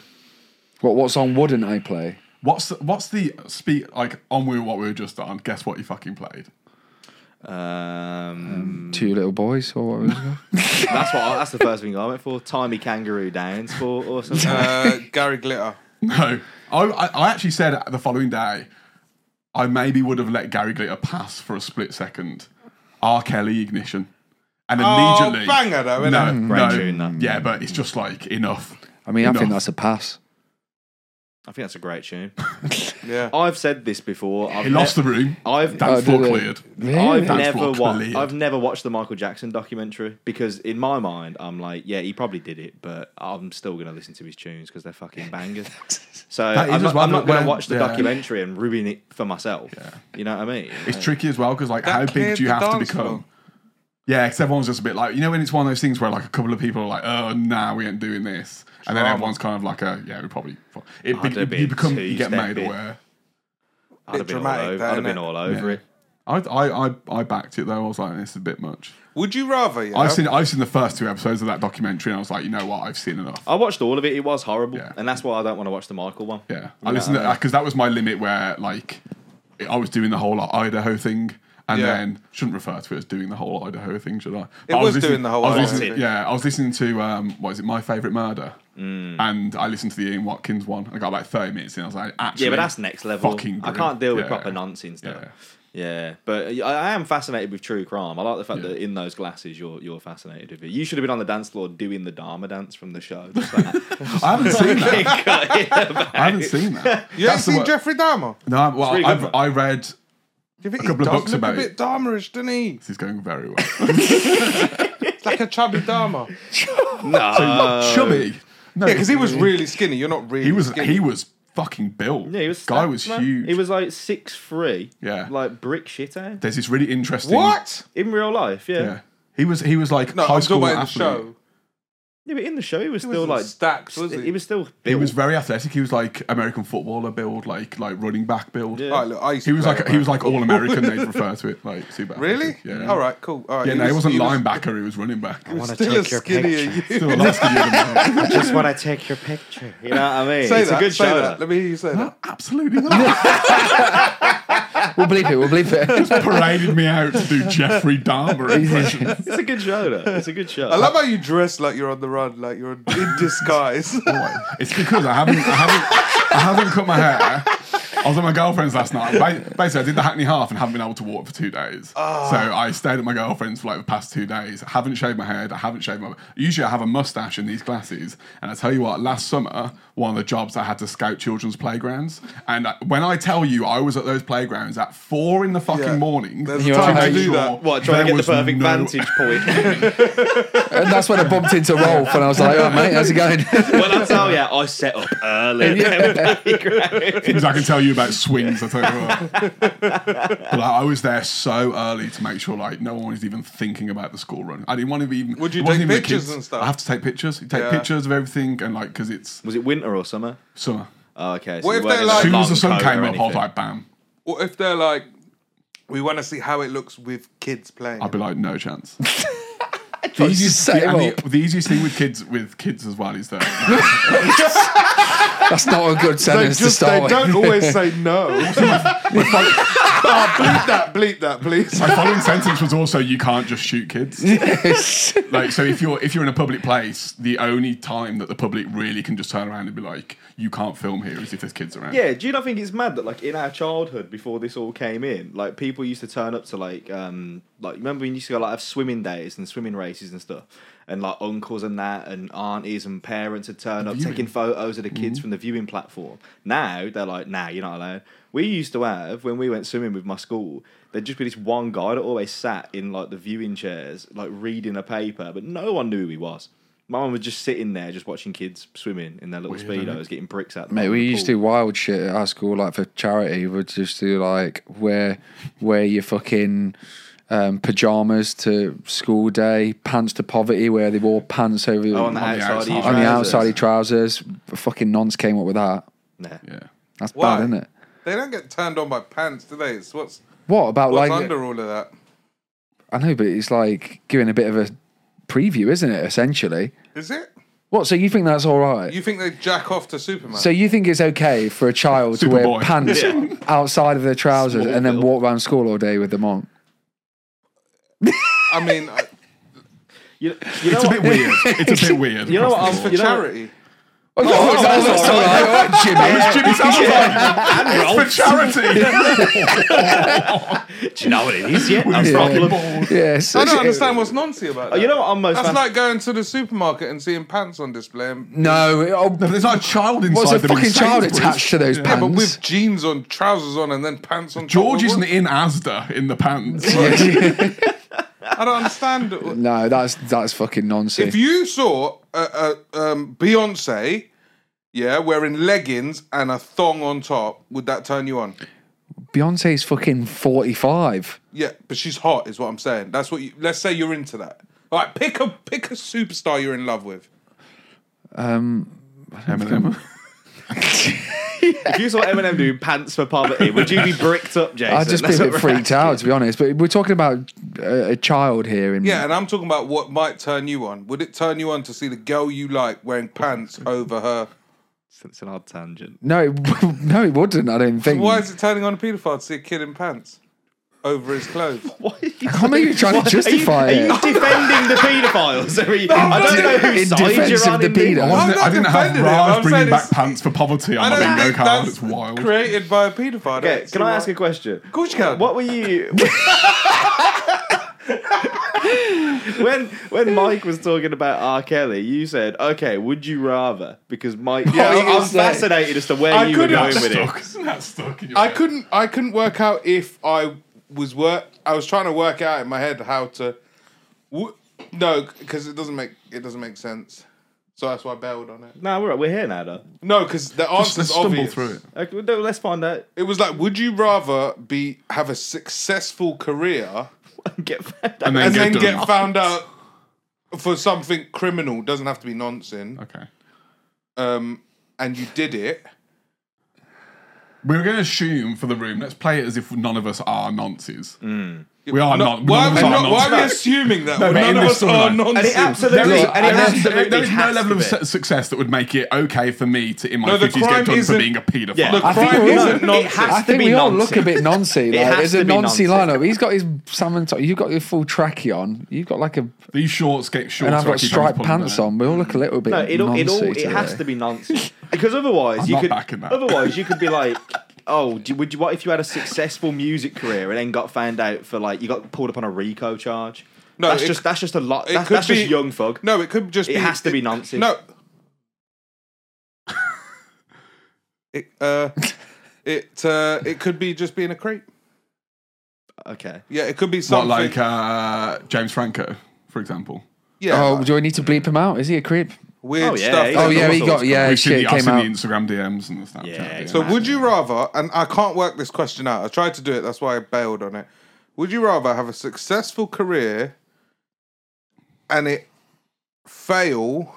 [SPEAKER 2] What what song wouldn't I play?
[SPEAKER 3] What's the, what's the speak like on we what we were just on? Guess what you fucking played?
[SPEAKER 4] Um,
[SPEAKER 2] Two little boys or what was it? called?
[SPEAKER 4] that's what. I, that's the first thing I went for. Timey kangaroo downs for or something.
[SPEAKER 5] uh, Gary Glitter.
[SPEAKER 3] No, I, I I actually said the following day, I maybe would have let Gary Glitter pass for a split second. R. Kelly ignition, and
[SPEAKER 5] Oh,
[SPEAKER 3] immediately
[SPEAKER 5] banger though, innit?
[SPEAKER 3] no,
[SPEAKER 5] um,
[SPEAKER 4] Great
[SPEAKER 3] no,
[SPEAKER 4] tune, though.
[SPEAKER 3] yeah, but it's just like enough.
[SPEAKER 2] I mean, I think
[SPEAKER 3] Enough.
[SPEAKER 2] that's a pass.
[SPEAKER 4] I think that's a great tune.
[SPEAKER 5] Yeah.
[SPEAKER 4] I've said this before. I've
[SPEAKER 3] He lost the
[SPEAKER 4] ne-
[SPEAKER 3] room.
[SPEAKER 4] I've
[SPEAKER 2] Oh,
[SPEAKER 3] Dance
[SPEAKER 2] did
[SPEAKER 3] floor
[SPEAKER 2] they?
[SPEAKER 3] cleared.
[SPEAKER 2] Really?
[SPEAKER 4] I've
[SPEAKER 3] Dance
[SPEAKER 4] never
[SPEAKER 3] floor
[SPEAKER 4] watched.
[SPEAKER 3] cleared.
[SPEAKER 4] I've never watched the Michael Jackson documentary because in my mind I'm like, yeah, he probably did it, but I'm still gonna listen to his tunes because they're fucking bangers. So
[SPEAKER 3] That is
[SPEAKER 4] I'm
[SPEAKER 3] as
[SPEAKER 4] not,
[SPEAKER 3] well,
[SPEAKER 4] I'm not
[SPEAKER 3] but
[SPEAKER 4] gonna
[SPEAKER 3] when-
[SPEAKER 4] watch the
[SPEAKER 3] yeah.
[SPEAKER 4] documentary and ruin it for myself. You know what I mean?
[SPEAKER 3] It's tricky as well because like, how big
[SPEAKER 5] cleared
[SPEAKER 3] do you
[SPEAKER 5] the
[SPEAKER 3] have to
[SPEAKER 5] dance
[SPEAKER 3] become?
[SPEAKER 5] floor.
[SPEAKER 3] Yeah, because everyone's just a bit like you know when it's one of those things where like a couple of people are like, oh, nah, we ain't doing this, and then
[SPEAKER 5] Drama.
[SPEAKER 3] everyone's kind of like, a, yeah, we probably. fu-" It,
[SPEAKER 4] I'd
[SPEAKER 3] be,
[SPEAKER 4] have been
[SPEAKER 3] you become, you get
[SPEAKER 4] two-step
[SPEAKER 3] made
[SPEAKER 4] bit.
[SPEAKER 3] aware.
[SPEAKER 4] I'd have been all
[SPEAKER 5] dramatic,
[SPEAKER 4] over.
[SPEAKER 5] though,
[SPEAKER 4] I'd have been
[SPEAKER 5] innit?
[SPEAKER 4] all over it.
[SPEAKER 3] I, I, I, I backed it though. I was like, this is a bit much.
[SPEAKER 5] Would you rather? Yeah.
[SPEAKER 3] I've seen I've seen the first two episodes of that documentary, and I was like, you know what, I've seen enough.
[SPEAKER 4] I watched all of it. It was horrible,
[SPEAKER 3] Yeah.
[SPEAKER 4] and that's why I don't want to watch the Michael one.
[SPEAKER 3] Yeah, I listened to because that was my limit where like I was doing the whole Idaho thing, and
[SPEAKER 5] Yeah.
[SPEAKER 3] then shouldn't refer to it as doing the whole Idaho thing, should I?
[SPEAKER 5] It
[SPEAKER 3] But I
[SPEAKER 5] was doing
[SPEAKER 3] listening-
[SPEAKER 5] the whole
[SPEAKER 3] I was
[SPEAKER 5] Idaho
[SPEAKER 3] listening-
[SPEAKER 5] thing.
[SPEAKER 3] Yeah, I was listening to um, what is it, My Favorite Murder,
[SPEAKER 4] Mm.
[SPEAKER 3] and I listened to the Ian Watkins one. I got about thirty minutes in, I was like, actually,
[SPEAKER 4] Yeah, but that's next level.
[SPEAKER 3] Fucking
[SPEAKER 4] I
[SPEAKER 3] grim.
[SPEAKER 4] can't deal with
[SPEAKER 3] Yeah.
[SPEAKER 4] proper nonsense though.
[SPEAKER 3] Yeah.
[SPEAKER 4] Yeah. but I, I am fascinated with true crime. I like the fact that in those glasses, you're you're fascinated with it. You should have been on the dance floor doing the Dharma dance from the show.
[SPEAKER 3] *laughs*
[SPEAKER 4] Just like *laughs*
[SPEAKER 3] I haven't seen that.
[SPEAKER 4] that.
[SPEAKER 3] I haven't seen
[SPEAKER 4] *laughs*
[SPEAKER 3] that.
[SPEAKER 5] You ain't
[SPEAKER 3] That's the
[SPEAKER 5] seen
[SPEAKER 3] wor-
[SPEAKER 5] Jeffrey Dahmer.
[SPEAKER 3] No, I'm- well,
[SPEAKER 4] really
[SPEAKER 3] I've,
[SPEAKER 4] good,
[SPEAKER 3] I read.
[SPEAKER 5] Do you
[SPEAKER 3] A
[SPEAKER 5] think he
[SPEAKER 3] couple of
[SPEAKER 5] does
[SPEAKER 3] books
[SPEAKER 5] look
[SPEAKER 3] about
[SPEAKER 5] a
[SPEAKER 3] it.
[SPEAKER 5] bit Dahmerish, doesn't he?
[SPEAKER 3] This is going very well.
[SPEAKER 5] It's like a chubby *laughs* Dahmer. yeah,
[SPEAKER 4] no,
[SPEAKER 3] Chubby. Uh, No,
[SPEAKER 5] because he was really skinny. You're not really.
[SPEAKER 3] He was
[SPEAKER 5] Skinny.
[SPEAKER 3] he was fucking built.
[SPEAKER 4] yeah, he was
[SPEAKER 3] guy
[SPEAKER 4] stacked,
[SPEAKER 3] was
[SPEAKER 4] man.
[SPEAKER 3] huge.
[SPEAKER 4] He was like six three.
[SPEAKER 3] Yeah.
[SPEAKER 4] like brick shit out
[SPEAKER 3] There's this really interesting.
[SPEAKER 5] What?
[SPEAKER 4] in real life. Yeah,
[SPEAKER 3] Yeah,
[SPEAKER 4] yeah.
[SPEAKER 3] he was he was like
[SPEAKER 5] No,
[SPEAKER 3] high
[SPEAKER 5] I'm talking
[SPEAKER 3] school
[SPEAKER 5] about in the
[SPEAKER 3] athlete.
[SPEAKER 5] show.
[SPEAKER 4] but in the show, he was
[SPEAKER 5] He
[SPEAKER 4] still
[SPEAKER 5] wasn't
[SPEAKER 4] like
[SPEAKER 5] stacked, was he?
[SPEAKER 4] He was still
[SPEAKER 3] He
[SPEAKER 4] built.
[SPEAKER 3] was very athletic. He was like American footballer build, like like running back build.
[SPEAKER 4] Yeah.
[SPEAKER 5] All right, look, I used
[SPEAKER 3] He
[SPEAKER 5] to
[SPEAKER 3] was
[SPEAKER 5] play
[SPEAKER 3] like
[SPEAKER 5] it,
[SPEAKER 3] he was
[SPEAKER 5] man.
[SPEAKER 3] like all American.
[SPEAKER 5] *laughs*
[SPEAKER 3] They refer to it like super.
[SPEAKER 5] Really?
[SPEAKER 3] athletic. Yeah.
[SPEAKER 5] All right. Cool. All right.
[SPEAKER 3] Yeah, no, he wasn't
[SPEAKER 5] was-
[SPEAKER 3] linebacker. He was running back.
[SPEAKER 5] He was
[SPEAKER 6] Wanna
[SPEAKER 5] still as
[SPEAKER 6] take your
[SPEAKER 5] skinny as
[SPEAKER 6] picture.
[SPEAKER 5] you.
[SPEAKER 3] Still a lot
[SPEAKER 5] *laughs*
[SPEAKER 3] skinnier than that.
[SPEAKER 6] I just
[SPEAKER 3] *laughs*
[SPEAKER 6] want to take your picture.
[SPEAKER 4] You know what I mean?
[SPEAKER 5] Say
[SPEAKER 4] it's
[SPEAKER 5] that.
[SPEAKER 4] a good
[SPEAKER 5] say
[SPEAKER 4] show.
[SPEAKER 5] that.
[SPEAKER 4] though.
[SPEAKER 5] Let me hear you say that.
[SPEAKER 3] Absolutely not.
[SPEAKER 2] We'll believe it. We'll believe it. *laughs*
[SPEAKER 3] Paraded me out to do Jeffrey
[SPEAKER 5] *laughs*
[SPEAKER 3] Dahmer impressions.
[SPEAKER 4] It's a good show. Though. It's a good *laughs* show.
[SPEAKER 5] I love how you dress like you're on the run, like you're
[SPEAKER 3] *laughs*
[SPEAKER 5] in disguise. *laughs*
[SPEAKER 3] Why? It's because I haven't, I haven't, I haven't cut my hair. I was at my girlfriend's last night. Ba- Basically, I did the Hackney Half and haven't been able to walk for two days.
[SPEAKER 4] Ah.
[SPEAKER 3] So I stayed at my girlfriend's for like the past two days. I haven't shaved my head. I haven't shaved my. Usually, I have a mustache in these classes. And I tell you what, last summer, one of the jobs I had to scout children's playgrounds. And I, when I tell you, I was at those playgrounds at four in the fucking
[SPEAKER 5] Yeah.
[SPEAKER 3] morning.
[SPEAKER 5] There's
[SPEAKER 2] You
[SPEAKER 5] time
[SPEAKER 2] are
[SPEAKER 5] to
[SPEAKER 2] hate-
[SPEAKER 5] do that.
[SPEAKER 4] What, trying
[SPEAKER 3] There
[SPEAKER 4] to get
[SPEAKER 3] was
[SPEAKER 4] the perfect
[SPEAKER 3] no-
[SPEAKER 4] *laughs* vantage point?
[SPEAKER 2] And that's when I bumped into Rolf and I was like, oh, mate, how's it going? *laughs*
[SPEAKER 4] when I tell you, I set up *laughs* early.
[SPEAKER 3] Because I can tell you about swings. I tell you what. but like, I was there so early to make sure like no one was even thinking about the school run. I didn't want to be even.
[SPEAKER 5] Would you
[SPEAKER 3] it wasn't
[SPEAKER 5] take
[SPEAKER 3] even the
[SPEAKER 5] pictures
[SPEAKER 3] kids.
[SPEAKER 5] and stuff?
[SPEAKER 3] I have to take pictures. You take
[SPEAKER 5] Yeah.
[SPEAKER 3] pictures of everything and like because it's
[SPEAKER 4] Was it winter or summer?
[SPEAKER 3] summer.
[SPEAKER 4] Oh, okay. So
[SPEAKER 5] What
[SPEAKER 4] you
[SPEAKER 5] if
[SPEAKER 4] weren't in
[SPEAKER 5] they're
[SPEAKER 4] a
[SPEAKER 5] like-
[SPEAKER 3] As soon as
[SPEAKER 4] long
[SPEAKER 3] the sun
[SPEAKER 4] coat
[SPEAKER 3] came
[SPEAKER 4] or
[SPEAKER 3] up, I was
[SPEAKER 4] anything.
[SPEAKER 3] like, bam.
[SPEAKER 5] What if they're like, we want to see how it looks with kids playing?
[SPEAKER 3] I'd be like, no chance.
[SPEAKER 4] *laughs*
[SPEAKER 3] the,
[SPEAKER 2] you
[SPEAKER 3] easiest,
[SPEAKER 2] set
[SPEAKER 3] the,
[SPEAKER 2] him
[SPEAKER 3] and
[SPEAKER 2] up.
[SPEAKER 3] the, the easiest thing with kids with kids as well is that
[SPEAKER 2] That's not a
[SPEAKER 5] *laughs*
[SPEAKER 2] good sentence to start with. *laughs*
[SPEAKER 3] *laughs*
[SPEAKER 5] always say no. *laughs* bleep that, bleep that, please.
[SPEAKER 3] my following sentence was also you can't just shoot
[SPEAKER 4] *laughs*
[SPEAKER 3] kids.
[SPEAKER 2] Yes.
[SPEAKER 3] like so if you're if you're in a public place the only time that the public really can just turn around and be like you can't film here is if there's kids around
[SPEAKER 4] Yeah, do you not think it's mad that like in our childhood before this all came in, like people used to turn up to like um like remember when you used to go like have swimming days and swimming races and stuff, and like uncles and that and aunties and parents would turn up
[SPEAKER 3] Viewing. Mm-hmm.
[SPEAKER 4] taking photos of the kids from the viewing platform. Now they're like, nah, you're not allowed. We used to have when we went swimming with my school. There'd just be this one guy that always sat in like the viewing chairs, like reading a paper, but no one knew who he was. My mum was just sitting there, just watching kids swimming in their little
[SPEAKER 3] Weird, isn't it?
[SPEAKER 4] speedos, getting bricks out. the
[SPEAKER 2] Mate,
[SPEAKER 4] bottom
[SPEAKER 2] we
[SPEAKER 4] of the
[SPEAKER 2] used
[SPEAKER 4] pool.
[SPEAKER 2] to do wild shit at our school, like for charity. We'd just do like wear wear your fucking um, pajamas to school day, pants to poverty, where they wore pants over
[SPEAKER 4] Oh, on the
[SPEAKER 2] on
[SPEAKER 4] outside, of
[SPEAKER 3] outside.
[SPEAKER 4] your
[SPEAKER 2] the
[SPEAKER 4] trousers.
[SPEAKER 2] outside of trousers. Fucking nonce came up with that.
[SPEAKER 4] Nah.
[SPEAKER 3] yeah
[SPEAKER 2] That's
[SPEAKER 5] Why?
[SPEAKER 2] bad, isn't it?
[SPEAKER 5] They don't get turned on by pants, do they? It's what's,
[SPEAKER 2] What about
[SPEAKER 5] what's
[SPEAKER 2] like?
[SPEAKER 5] under all of that.
[SPEAKER 2] I know, but it's like giving a bit of a preview, isn't it? Essentially,
[SPEAKER 5] Is it?
[SPEAKER 2] what? So you think that's all right?
[SPEAKER 5] You think they jack off to Superman?
[SPEAKER 2] So you think it's okay for a child to wear
[SPEAKER 3] Superboy.
[SPEAKER 2] pants outside of their trousers
[SPEAKER 4] Small
[SPEAKER 2] and then
[SPEAKER 4] build.
[SPEAKER 2] walk around school all day with them on?
[SPEAKER 5] I mean, I-
[SPEAKER 4] You, you know
[SPEAKER 3] it's a
[SPEAKER 4] what?
[SPEAKER 3] bit *laughs* weird it's a bit weird
[SPEAKER 4] You know what?
[SPEAKER 3] across
[SPEAKER 4] I'm
[SPEAKER 3] the board.
[SPEAKER 4] you
[SPEAKER 5] for
[SPEAKER 4] know-
[SPEAKER 5] charity.
[SPEAKER 2] Oh, that's, that's all right, all right, Jimmy.
[SPEAKER 3] Jimmy Savile, it's for charity
[SPEAKER 4] Do *laughs* you know what it
[SPEAKER 2] *laughs*
[SPEAKER 4] is yet? I'm
[SPEAKER 3] fucking
[SPEAKER 4] fucking- *laughs*
[SPEAKER 3] bored.
[SPEAKER 2] Yeah, so
[SPEAKER 5] I don't understand what's noncy about that.
[SPEAKER 4] Oh, You know what I'm most
[SPEAKER 5] That's
[SPEAKER 4] fan-
[SPEAKER 5] like going to the supermarket and seeing pants on display. And,
[SPEAKER 2] No, it- oh,
[SPEAKER 3] No, but there's not a child inside
[SPEAKER 2] was a
[SPEAKER 3] them in
[SPEAKER 2] fucking child
[SPEAKER 3] Sainsbury's.
[SPEAKER 2] attached to those
[SPEAKER 5] yeah, but
[SPEAKER 2] pants?
[SPEAKER 5] with jeans on, trousers on, and then pants on. top
[SPEAKER 3] George
[SPEAKER 5] of
[SPEAKER 3] isn't
[SPEAKER 5] one.
[SPEAKER 3] in Asda in the pants like,
[SPEAKER 5] I don't understand.
[SPEAKER 4] *laughs*
[SPEAKER 5] it.
[SPEAKER 2] no, that's that's fucking nonsense.
[SPEAKER 5] If you saw uh, uh, um, Beyonce, yeah, wearing leggings and a thong on top, would that turn you on?
[SPEAKER 2] Beyonce's fucking forty-five.
[SPEAKER 5] Yeah, but she's hot, is what I'm saying. That's what. You, let's say you're into that. All right, pick a pick a superstar you're in love with.
[SPEAKER 3] Eminem
[SPEAKER 4] If you saw Eminem do pants for poverty, would you be bricked up, Jason?
[SPEAKER 2] *laughs* I'd just be
[SPEAKER 4] *laughs* That's
[SPEAKER 2] a bit
[SPEAKER 4] what we're
[SPEAKER 2] freaked out, to be honest. But we're talking about uh, a, a child here. In
[SPEAKER 5] Yeah, and I'm talking about what might turn you on. Would it turn you on to see the girl you like wearing pants over her?
[SPEAKER 4] at. It's an odd tangent.
[SPEAKER 2] no, it- *laughs* no, it wouldn't. I don't think.
[SPEAKER 5] Why is it turning on a paedophile to see a kid in pants over
[SPEAKER 3] *laughs*
[SPEAKER 5] his clothes?
[SPEAKER 4] *laughs* What are you
[SPEAKER 2] How are you trying to justify
[SPEAKER 4] are you,
[SPEAKER 2] it?
[SPEAKER 4] Are
[SPEAKER 2] *laughs*
[SPEAKER 4] you defending the paedophiles? Are you, I don't know
[SPEAKER 2] in
[SPEAKER 4] whose side
[SPEAKER 2] defense
[SPEAKER 4] you're
[SPEAKER 2] of
[SPEAKER 4] on.
[SPEAKER 2] the
[SPEAKER 4] in this.
[SPEAKER 2] pedo.
[SPEAKER 3] I,
[SPEAKER 5] I'm
[SPEAKER 3] wasn't,
[SPEAKER 5] not
[SPEAKER 3] I didn't have
[SPEAKER 5] defending it, I'm
[SPEAKER 3] Raj
[SPEAKER 5] saying
[SPEAKER 3] bringing back
[SPEAKER 5] it's-
[SPEAKER 3] pants for poverty on
[SPEAKER 5] I
[SPEAKER 3] my
[SPEAKER 5] don't
[SPEAKER 3] bingo
[SPEAKER 5] think
[SPEAKER 3] card
[SPEAKER 5] that's
[SPEAKER 3] it's wild
[SPEAKER 5] created by a paedophile.
[SPEAKER 4] Okay, can I ask a
[SPEAKER 5] you?
[SPEAKER 4] question?
[SPEAKER 5] Of course you can.
[SPEAKER 4] What were you? *laughs* when when Mike was talking about R. Kelly, you said, "Okay, would you rather?" Because Mike,
[SPEAKER 7] Yeah,
[SPEAKER 4] I'm,
[SPEAKER 7] I
[SPEAKER 4] I'm
[SPEAKER 7] was like-
[SPEAKER 4] fascinated as to where
[SPEAKER 7] I
[SPEAKER 4] you were
[SPEAKER 7] couldn't-
[SPEAKER 4] going with it.
[SPEAKER 3] stuck, isn't that stuck in your
[SPEAKER 7] I
[SPEAKER 3] head?
[SPEAKER 7] couldn't I couldn't work out if I was work I was trying to work out in my head how to w- no because it doesn't make it doesn't make sense. So that's why I bailed on it.
[SPEAKER 4] No, we're we're here now, though.
[SPEAKER 7] No, because the answer's
[SPEAKER 3] let's stumble
[SPEAKER 7] obvious.
[SPEAKER 3] through it
[SPEAKER 4] Okay, well, no, let's find out. *laughs*
[SPEAKER 7] It was like, would you rather be have a successful career
[SPEAKER 4] Get found out.
[SPEAKER 3] and then
[SPEAKER 7] and
[SPEAKER 3] get,
[SPEAKER 7] then
[SPEAKER 3] done.
[SPEAKER 7] get found out for something criminal? Doesn't have to be nonsense.
[SPEAKER 3] okay
[SPEAKER 7] Um, and you did it.
[SPEAKER 3] We're going to assume for the room. Let's play it as if none of us are nonces. We are not.
[SPEAKER 5] Why,
[SPEAKER 3] none of us
[SPEAKER 5] are
[SPEAKER 3] are
[SPEAKER 5] we, why are we
[SPEAKER 3] nonces.
[SPEAKER 5] assuming that?
[SPEAKER 3] No, but
[SPEAKER 5] None
[SPEAKER 3] in
[SPEAKER 5] of
[SPEAKER 3] this
[SPEAKER 5] us are
[SPEAKER 3] storyline-
[SPEAKER 5] nonsense.
[SPEAKER 4] And it absolutely,
[SPEAKER 3] There is-
[SPEAKER 4] and it
[SPEAKER 3] there is-
[SPEAKER 4] absolutely
[SPEAKER 3] there is no
[SPEAKER 4] has
[SPEAKER 3] level
[SPEAKER 4] to
[SPEAKER 3] of
[SPEAKER 4] be.
[SPEAKER 3] su- success that would make it okay for me to, in my
[SPEAKER 5] No, the
[SPEAKER 3] 50s,
[SPEAKER 5] crime
[SPEAKER 3] get done for
[SPEAKER 5] isn't-
[SPEAKER 3] being a paedophile.
[SPEAKER 4] Yeah.
[SPEAKER 5] The
[SPEAKER 4] I
[SPEAKER 2] think
[SPEAKER 5] crime
[SPEAKER 2] we all-
[SPEAKER 5] isn't
[SPEAKER 4] It
[SPEAKER 5] nonsense.
[SPEAKER 4] has
[SPEAKER 2] I
[SPEAKER 4] to
[SPEAKER 2] think
[SPEAKER 4] be
[SPEAKER 2] we all
[SPEAKER 4] noncy.
[SPEAKER 2] look a
[SPEAKER 4] *laughs*
[SPEAKER 2] bit noncy.
[SPEAKER 4] It
[SPEAKER 2] Like,
[SPEAKER 4] has
[SPEAKER 2] there's
[SPEAKER 4] to
[SPEAKER 2] a
[SPEAKER 4] be
[SPEAKER 2] noncy
[SPEAKER 4] noncy.
[SPEAKER 2] lineup. He's got his salmon. Top. You've got your full tracky on. You've got like a,
[SPEAKER 3] These shorts get shorts.
[SPEAKER 2] and I've
[SPEAKER 3] so I
[SPEAKER 2] got
[SPEAKER 3] keep
[SPEAKER 2] striped
[SPEAKER 3] having to pull them
[SPEAKER 2] pants
[SPEAKER 3] down.
[SPEAKER 2] on. We all look a little bit
[SPEAKER 4] No, it all,
[SPEAKER 2] noncy
[SPEAKER 4] it all it
[SPEAKER 2] today.
[SPEAKER 4] has to be nonsense *laughs* because otherwise
[SPEAKER 3] I'm
[SPEAKER 4] you
[SPEAKER 3] not
[SPEAKER 4] could
[SPEAKER 3] backing that. *laughs*
[SPEAKER 4] otherwise you could be like oh, do, you- would you, what if you had a successful music career and then got found out for like you got pulled up on a Rico charge?
[SPEAKER 5] No,
[SPEAKER 4] that's
[SPEAKER 5] it-
[SPEAKER 4] just that's just a lot.
[SPEAKER 5] it
[SPEAKER 4] That's,
[SPEAKER 5] could
[SPEAKER 4] that's
[SPEAKER 5] be-
[SPEAKER 4] just young thug.
[SPEAKER 5] No, it could just.
[SPEAKER 4] It
[SPEAKER 5] be,
[SPEAKER 4] has to be nonsense.
[SPEAKER 5] No. it uh, it uh, it could be just being a creep.
[SPEAKER 4] Okay.
[SPEAKER 5] Yeah, it could be
[SPEAKER 3] Not
[SPEAKER 5] something.
[SPEAKER 3] like uh, James Franco, for example.
[SPEAKER 5] yeah,
[SPEAKER 2] oh,
[SPEAKER 5] like
[SPEAKER 2] do I need to bleep him out? Is he a creep?
[SPEAKER 5] weird
[SPEAKER 4] Oh, yeah,
[SPEAKER 5] stuff.
[SPEAKER 4] he's
[SPEAKER 5] that
[SPEAKER 2] Oh yeah,
[SPEAKER 4] all
[SPEAKER 2] he
[SPEAKER 4] sorts
[SPEAKER 2] got
[SPEAKER 4] of
[SPEAKER 2] yeah.
[SPEAKER 3] We've seen
[SPEAKER 2] Shit
[SPEAKER 3] the, I've
[SPEAKER 2] came
[SPEAKER 3] seen
[SPEAKER 2] out.
[SPEAKER 3] the Instagram DMs and the Snapchat.
[SPEAKER 4] Yeah,
[SPEAKER 3] DMs.
[SPEAKER 5] So would
[SPEAKER 4] Massive.
[SPEAKER 5] you rather? And I can't work this question out. I tried to do it. That's why I bailed on it. Would you rather have a successful career and it fail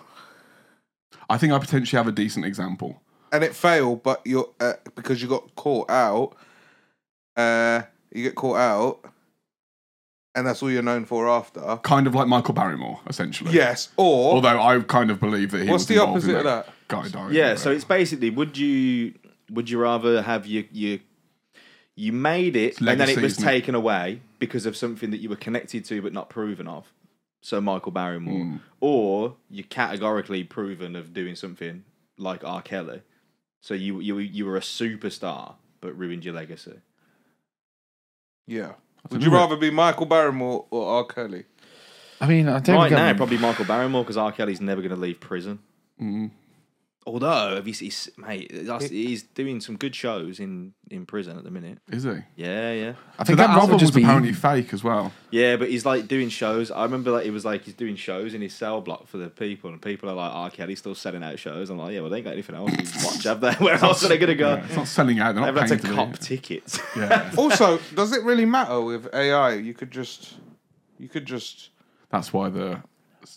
[SPEAKER 3] I think I potentially have a decent example.
[SPEAKER 5] and it fail, but you're uh, because you got caught out. Uh, you get caught out, and that's all you're known for after.
[SPEAKER 3] Kind of like Michael Barrymore, essentially.
[SPEAKER 5] Yes, or
[SPEAKER 3] Although I kind of believe that he
[SPEAKER 5] What's
[SPEAKER 3] was
[SPEAKER 5] the
[SPEAKER 3] involved
[SPEAKER 5] opposite
[SPEAKER 3] in
[SPEAKER 5] of that?
[SPEAKER 3] Guy dying.
[SPEAKER 4] Yeah, so it's basically would you would you rather have your your you made it and then it
[SPEAKER 3] legacy,
[SPEAKER 4] was
[SPEAKER 3] isn't it?
[SPEAKER 4] taken away because of something that you were connected to but not proven of. So Michael Barrymore.
[SPEAKER 3] Hmm.
[SPEAKER 4] Or you're categorically proven of doing something like R. Kelly. So you you you were a superstar but ruined your legacy.
[SPEAKER 5] yeah. Would you rather be Michael Barrymore or R. Kelly?
[SPEAKER 2] I mean, I don't
[SPEAKER 4] right
[SPEAKER 2] think
[SPEAKER 4] now,
[SPEAKER 2] I'm-
[SPEAKER 4] probably Michael Barrymore because R. Kelly's never going to leave prison.
[SPEAKER 3] Hmm.
[SPEAKER 4] Although, have you seen, he's- mate, that's- he's doing some good shows in, in prison at the minute.
[SPEAKER 3] is he?
[SPEAKER 4] Yeah, yeah,
[SPEAKER 2] I
[SPEAKER 3] So
[SPEAKER 2] think
[SPEAKER 3] that
[SPEAKER 2] I'd rather
[SPEAKER 3] album was
[SPEAKER 2] just be.
[SPEAKER 3] apparently fake as well.
[SPEAKER 4] yeah. But he's like doing shows. I remember like he was like he's doing shows in his cell block for the people, and people are like, "R. Kelly's still selling out shows." I'm like, "Yeah, well, they ain't got anything else to watch, have they? *laughs* Where else are they gonna go?"
[SPEAKER 3] Yeah,
[SPEAKER 4] *laughs*
[SPEAKER 3] it's not selling out. They're
[SPEAKER 4] They've
[SPEAKER 3] not
[SPEAKER 4] had to
[SPEAKER 3] paying to
[SPEAKER 4] cop
[SPEAKER 3] be.
[SPEAKER 4] tickets.
[SPEAKER 3] Yeah,
[SPEAKER 5] Also, does it really matter with AI? You could just, you could just.
[SPEAKER 3] that's why the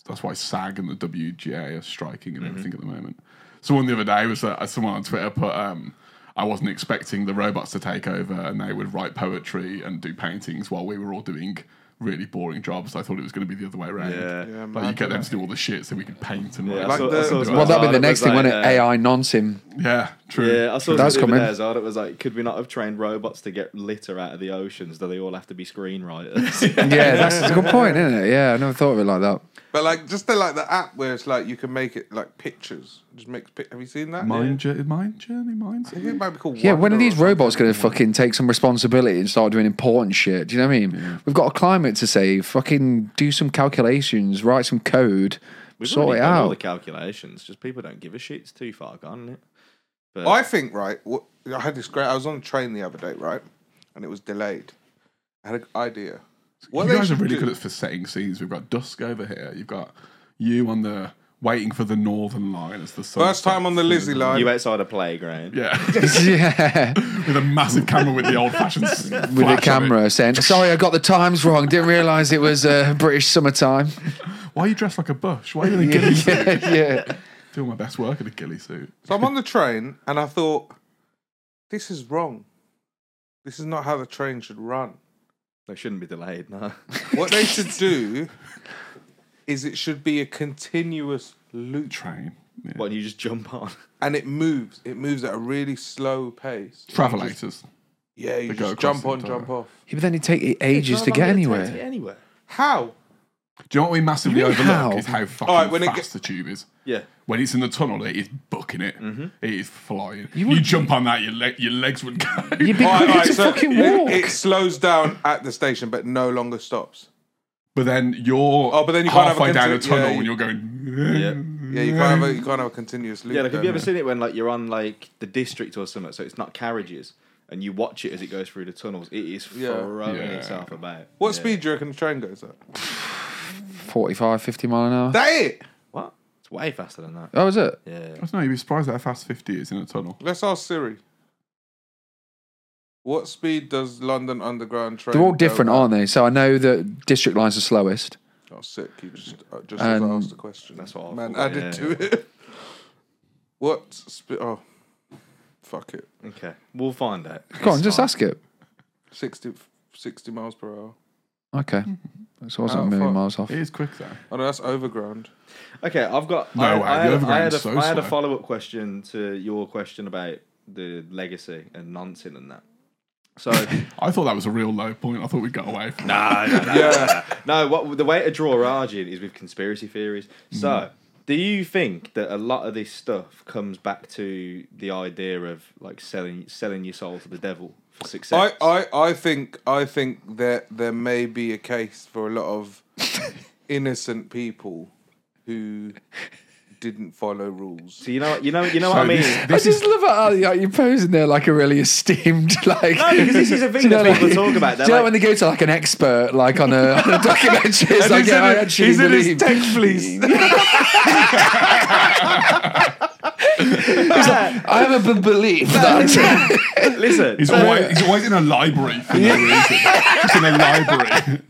[SPEAKER 3] that's why SAG and the WGA are striking
[SPEAKER 4] Mm-hmm.
[SPEAKER 3] and everything at the moment. Someone the other day was that someone on Twitter put, um, "I wasn't expecting the robots to take over and they would write poetry and do paintings while we were all doing." Really boring jobs. I thought it was going to be the other way around.
[SPEAKER 4] Yeah.
[SPEAKER 5] Yeah,
[SPEAKER 3] like you get them to do all the shit so we could paint and
[SPEAKER 4] Yeah,
[SPEAKER 3] write.
[SPEAKER 4] I
[SPEAKER 5] Like
[SPEAKER 4] saw- I
[SPEAKER 5] the-
[SPEAKER 4] saw
[SPEAKER 5] Well,
[SPEAKER 4] something
[SPEAKER 2] Well, that'd be
[SPEAKER 4] like
[SPEAKER 2] the next
[SPEAKER 4] that.
[SPEAKER 2] thing, wouldn't it?
[SPEAKER 4] Uh,
[SPEAKER 2] AI nonce
[SPEAKER 4] *laughs*
[SPEAKER 2] him.
[SPEAKER 3] Yeah, true.
[SPEAKER 4] *laughs* Yeah, I saw
[SPEAKER 2] That's
[SPEAKER 4] something
[SPEAKER 2] coming.
[SPEAKER 4] the other day as well. It was like, could we not have trained robots to get litter out of the oceans? Do they all have to be screenwriters?
[SPEAKER 2] *laughs* Yeah, that's a good point, isn't it? Yeah, I never thought of it like that.
[SPEAKER 5] But like, just the like the app where it's like you can make it like pictures. Just makes. pic- Have you seen that?
[SPEAKER 3] Mind, journey, mind journey, mind.
[SPEAKER 5] I think it might be called.
[SPEAKER 2] Yeah, when are
[SPEAKER 5] Wonder
[SPEAKER 2] these
[SPEAKER 5] or
[SPEAKER 2] robots going to fucking take some responsibility and start doing important shit? Do you know what I mean? We've got a climate to save. Fucking do some calculations, write some code,
[SPEAKER 4] *laughs* We've
[SPEAKER 2] sort
[SPEAKER 4] already
[SPEAKER 2] it
[SPEAKER 4] done all the
[SPEAKER 2] out.
[SPEAKER 4] calculations. Just people don't give a shit. It's too far gone, isn't it? But
[SPEAKER 5] I think right. What, I had this great. I was on a train the other day, right, and it was delayed. I had an idea. What
[SPEAKER 3] you
[SPEAKER 5] they
[SPEAKER 3] guys are
[SPEAKER 5] should
[SPEAKER 3] really
[SPEAKER 5] do-
[SPEAKER 3] good at for setting scenes. We've got dusk over here. You've got you on the waiting for the northern line as the sun
[SPEAKER 5] First time on the
[SPEAKER 3] sets.
[SPEAKER 5] Lizzie line.
[SPEAKER 4] you outside a playground.
[SPEAKER 3] Yeah, *laughs*
[SPEAKER 2] *laughs* yeah,
[SPEAKER 3] with a massive camera with the old fashioned
[SPEAKER 2] with a camera saying, "Sorry, I got the times wrong. Didn't realise it was uh, British summertime." *laughs*
[SPEAKER 3] Why are you dressed like a bush? Why are you in a ghillie suit?
[SPEAKER 2] yeah,
[SPEAKER 3] Doing my best work in a ghillie suit.
[SPEAKER 5] So I'm on the train, and I thought, this is wrong. This is not how the train should run.
[SPEAKER 4] They shouldn't be delayed, no. *laughs*
[SPEAKER 5] What they should
[SPEAKER 3] *laughs*
[SPEAKER 5] do is it should be a continuous loop,
[SPEAKER 3] Train. Yeah.
[SPEAKER 4] Why don't you just jump on?
[SPEAKER 5] and it moves. It moves at a really slow pace.
[SPEAKER 3] Travelators.
[SPEAKER 5] Yeah, you
[SPEAKER 3] They go
[SPEAKER 5] just
[SPEAKER 3] across
[SPEAKER 5] jump
[SPEAKER 3] the
[SPEAKER 5] on,
[SPEAKER 3] entire-
[SPEAKER 5] jump off.
[SPEAKER 2] but then it take ages to get anywhere.
[SPEAKER 4] Anywhere.
[SPEAKER 2] *laughs*
[SPEAKER 5] How?
[SPEAKER 3] Do you know what we massively overlook
[SPEAKER 2] how?
[SPEAKER 3] is how fucking
[SPEAKER 5] Alright, when it
[SPEAKER 3] fast
[SPEAKER 5] get-
[SPEAKER 3] the tube is.
[SPEAKER 4] Yeah.
[SPEAKER 3] When it's in the tunnel, it is booking it.
[SPEAKER 5] Mm-hmm.
[SPEAKER 3] It is flying. You, jump on that, your, le- your legs would go.
[SPEAKER 2] You'd
[SPEAKER 3] *laughs*
[SPEAKER 2] be
[SPEAKER 5] All right,
[SPEAKER 2] quicker
[SPEAKER 5] all right,
[SPEAKER 2] to
[SPEAKER 5] so
[SPEAKER 2] fucking
[SPEAKER 5] it-
[SPEAKER 2] walk.
[SPEAKER 5] It, slows down at the station, but no longer stops.
[SPEAKER 3] But then you're
[SPEAKER 5] Oh, but then you can't have a
[SPEAKER 3] halfway down a
[SPEAKER 5] conti- yeah,
[SPEAKER 3] tunnel
[SPEAKER 5] you-
[SPEAKER 3] and you're going.
[SPEAKER 4] Yeah.
[SPEAKER 5] Yeah, you can't have a, you can't have a continuous loop.
[SPEAKER 4] Yeah, like have
[SPEAKER 5] going
[SPEAKER 4] you ever
[SPEAKER 5] there.
[SPEAKER 4] seen it when like you're on like the district or something, so it's not carriages and you watch it as it goes through the tunnels, it is
[SPEAKER 5] Yeah.
[SPEAKER 4] throwing
[SPEAKER 3] Yeah.
[SPEAKER 4] itself about.
[SPEAKER 5] What
[SPEAKER 4] Yeah.
[SPEAKER 5] speed do you reckon the train goes at?
[SPEAKER 2] 45, 50 mile an hour.
[SPEAKER 5] That it?
[SPEAKER 4] What? It's way faster than that.
[SPEAKER 2] oh, is it?
[SPEAKER 4] Yeah.
[SPEAKER 3] I *laughs* don't know, you'd be surprised at how fast 50 is in a tunnel.
[SPEAKER 5] Let's ask Siri. What speed does London Underground train?
[SPEAKER 2] They're all
[SPEAKER 5] go
[SPEAKER 2] different,
[SPEAKER 5] at?
[SPEAKER 2] aren't they? So I know that district lines are slowest.
[SPEAKER 5] Oh, sick! You just uh, just
[SPEAKER 2] And-
[SPEAKER 5] asked the question.
[SPEAKER 4] That's what I
[SPEAKER 5] man
[SPEAKER 4] thought,
[SPEAKER 5] added
[SPEAKER 4] yeah.
[SPEAKER 5] to it. *laughs* what speed? Oh, fuck it!
[SPEAKER 4] Okay. We'll find out.
[SPEAKER 2] Go on, just ask it.
[SPEAKER 5] 60, 60 miles per hour.
[SPEAKER 2] Okay. So I wasn't a
[SPEAKER 5] Oh,
[SPEAKER 2] million
[SPEAKER 5] fuck.
[SPEAKER 2] miles off.
[SPEAKER 3] It is quick though.
[SPEAKER 5] Oh no, that's overground.
[SPEAKER 4] Okay, I've got.
[SPEAKER 3] No
[SPEAKER 4] I,
[SPEAKER 3] way,
[SPEAKER 4] I,
[SPEAKER 3] the
[SPEAKER 4] had, I, had
[SPEAKER 3] overground's
[SPEAKER 4] a,
[SPEAKER 3] so
[SPEAKER 4] I had a
[SPEAKER 3] slow.
[SPEAKER 4] follow up question to your question about the legacy and nonsense and that. So
[SPEAKER 3] I thought that was a real low point. I thought we'd got away from that.
[SPEAKER 4] no, no, no,
[SPEAKER 5] Yeah,
[SPEAKER 2] Mm.
[SPEAKER 4] no. What the way to draw Raj in is with conspiracy theories. So Do you think that a lot of this stuff comes back to the idea of like selling selling your soul to the devil for
[SPEAKER 5] I,
[SPEAKER 4] success?
[SPEAKER 5] I, I think I think that there may be a case for a lot
[SPEAKER 3] *laughs*
[SPEAKER 5] of innocent people who didn't follow rules.
[SPEAKER 3] *laughs*
[SPEAKER 4] so you know you know you know what I
[SPEAKER 2] *laughs*
[SPEAKER 4] mean.
[SPEAKER 2] I just love how you- you're posing there like a really esteemed *laughs* like.
[SPEAKER 4] No, because this is a
[SPEAKER 2] Do
[SPEAKER 4] thing
[SPEAKER 2] you know,
[SPEAKER 4] that
[SPEAKER 2] like-
[SPEAKER 4] people talk about.
[SPEAKER 2] Do
[SPEAKER 4] They're
[SPEAKER 2] you know
[SPEAKER 4] like,
[SPEAKER 2] when they go to like an expert, like on
[SPEAKER 4] *laughs*
[SPEAKER 2] a, on a documentary? It's
[SPEAKER 5] And
[SPEAKER 2] like,
[SPEAKER 5] he's
[SPEAKER 2] yeah,
[SPEAKER 5] in
[SPEAKER 2] I
[SPEAKER 5] his-
[SPEAKER 2] actually
[SPEAKER 5] he's in his
[SPEAKER 2] believe.
[SPEAKER 5] tech fleece.
[SPEAKER 4] *laughs*
[SPEAKER 2] I have a b- belief *laughs* that.
[SPEAKER 4] listen,
[SPEAKER 3] He's always, he's always in a library for no reason. He's in a library.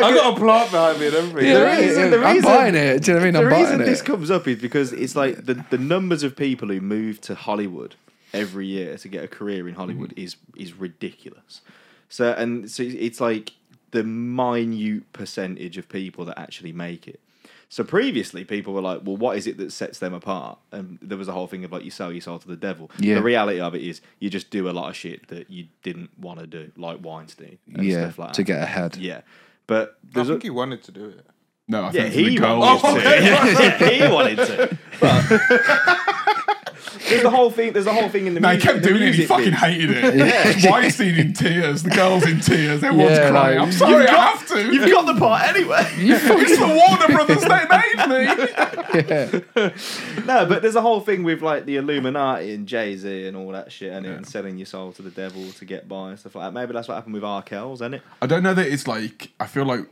[SPEAKER 5] I got a plant behind me and everything.
[SPEAKER 2] Yeah,
[SPEAKER 4] The reason- the
[SPEAKER 2] I'm
[SPEAKER 4] reason-
[SPEAKER 2] buying it. Do you know what I mean? I'm
[SPEAKER 4] the reason
[SPEAKER 2] buying
[SPEAKER 4] this
[SPEAKER 2] it.
[SPEAKER 4] comes up is because it's like the, the numbers of people who move to Hollywood every year to get a career in Hollywood
[SPEAKER 2] Mm-hmm.
[SPEAKER 4] is is ridiculous. So and so it's like the minute percentage of people that actually make it. So previously, people were like, "Well, what is it that sets them apart?" And there was a whole thing of like, "You sell your soul to the devil."
[SPEAKER 2] Yeah.
[SPEAKER 4] The reality of it is, you just do a lot of shit that you didn't want to do, like Weinstein and
[SPEAKER 2] yeah,
[SPEAKER 4] stuff like
[SPEAKER 2] to
[SPEAKER 4] that.
[SPEAKER 2] get ahead.
[SPEAKER 4] Yeah, but
[SPEAKER 5] I
[SPEAKER 4] there's a-
[SPEAKER 5] think he wanted to do it.
[SPEAKER 3] No, I
[SPEAKER 4] yeah,
[SPEAKER 3] think the
[SPEAKER 4] he
[SPEAKER 3] goal
[SPEAKER 4] wanted
[SPEAKER 3] was
[SPEAKER 4] to.
[SPEAKER 3] to.
[SPEAKER 4] Yeah, *laughs* he wanted to. But *laughs* there's the whole thing. There's the whole thing in the.
[SPEAKER 3] No, he
[SPEAKER 4] music,
[SPEAKER 3] kept
[SPEAKER 4] the
[SPEAKER 3] doing it. He
[SPEAKER 4] music
[SPEAKER 3] fucking
[SPEAKER 4] bit.
[SPEAKER 3] hated it. *laughs* Weinstein in tears. The girls in tears. Everyone's
[SPEAKER 2] Yeah,
[SPEAKER 3] crying.
[SPEAKER 2] like-
[SPEAKER 3] I'm sorry, I have to.
[SPEAKER 4] *laughs* You've got the part anyway.
[SPEAKER 3] it's the Warner Brothers they made me.
[SPEAKER 4] *laughs* no, but there's a whole thing with like the Illuminati and Jay Z and all that shit, and it and selling your soul to the devil to get by and stuff like that. Maybe that's what happened with R. Kells, isn't it?
[SPEAKER 3] I don't know that it's like I feel like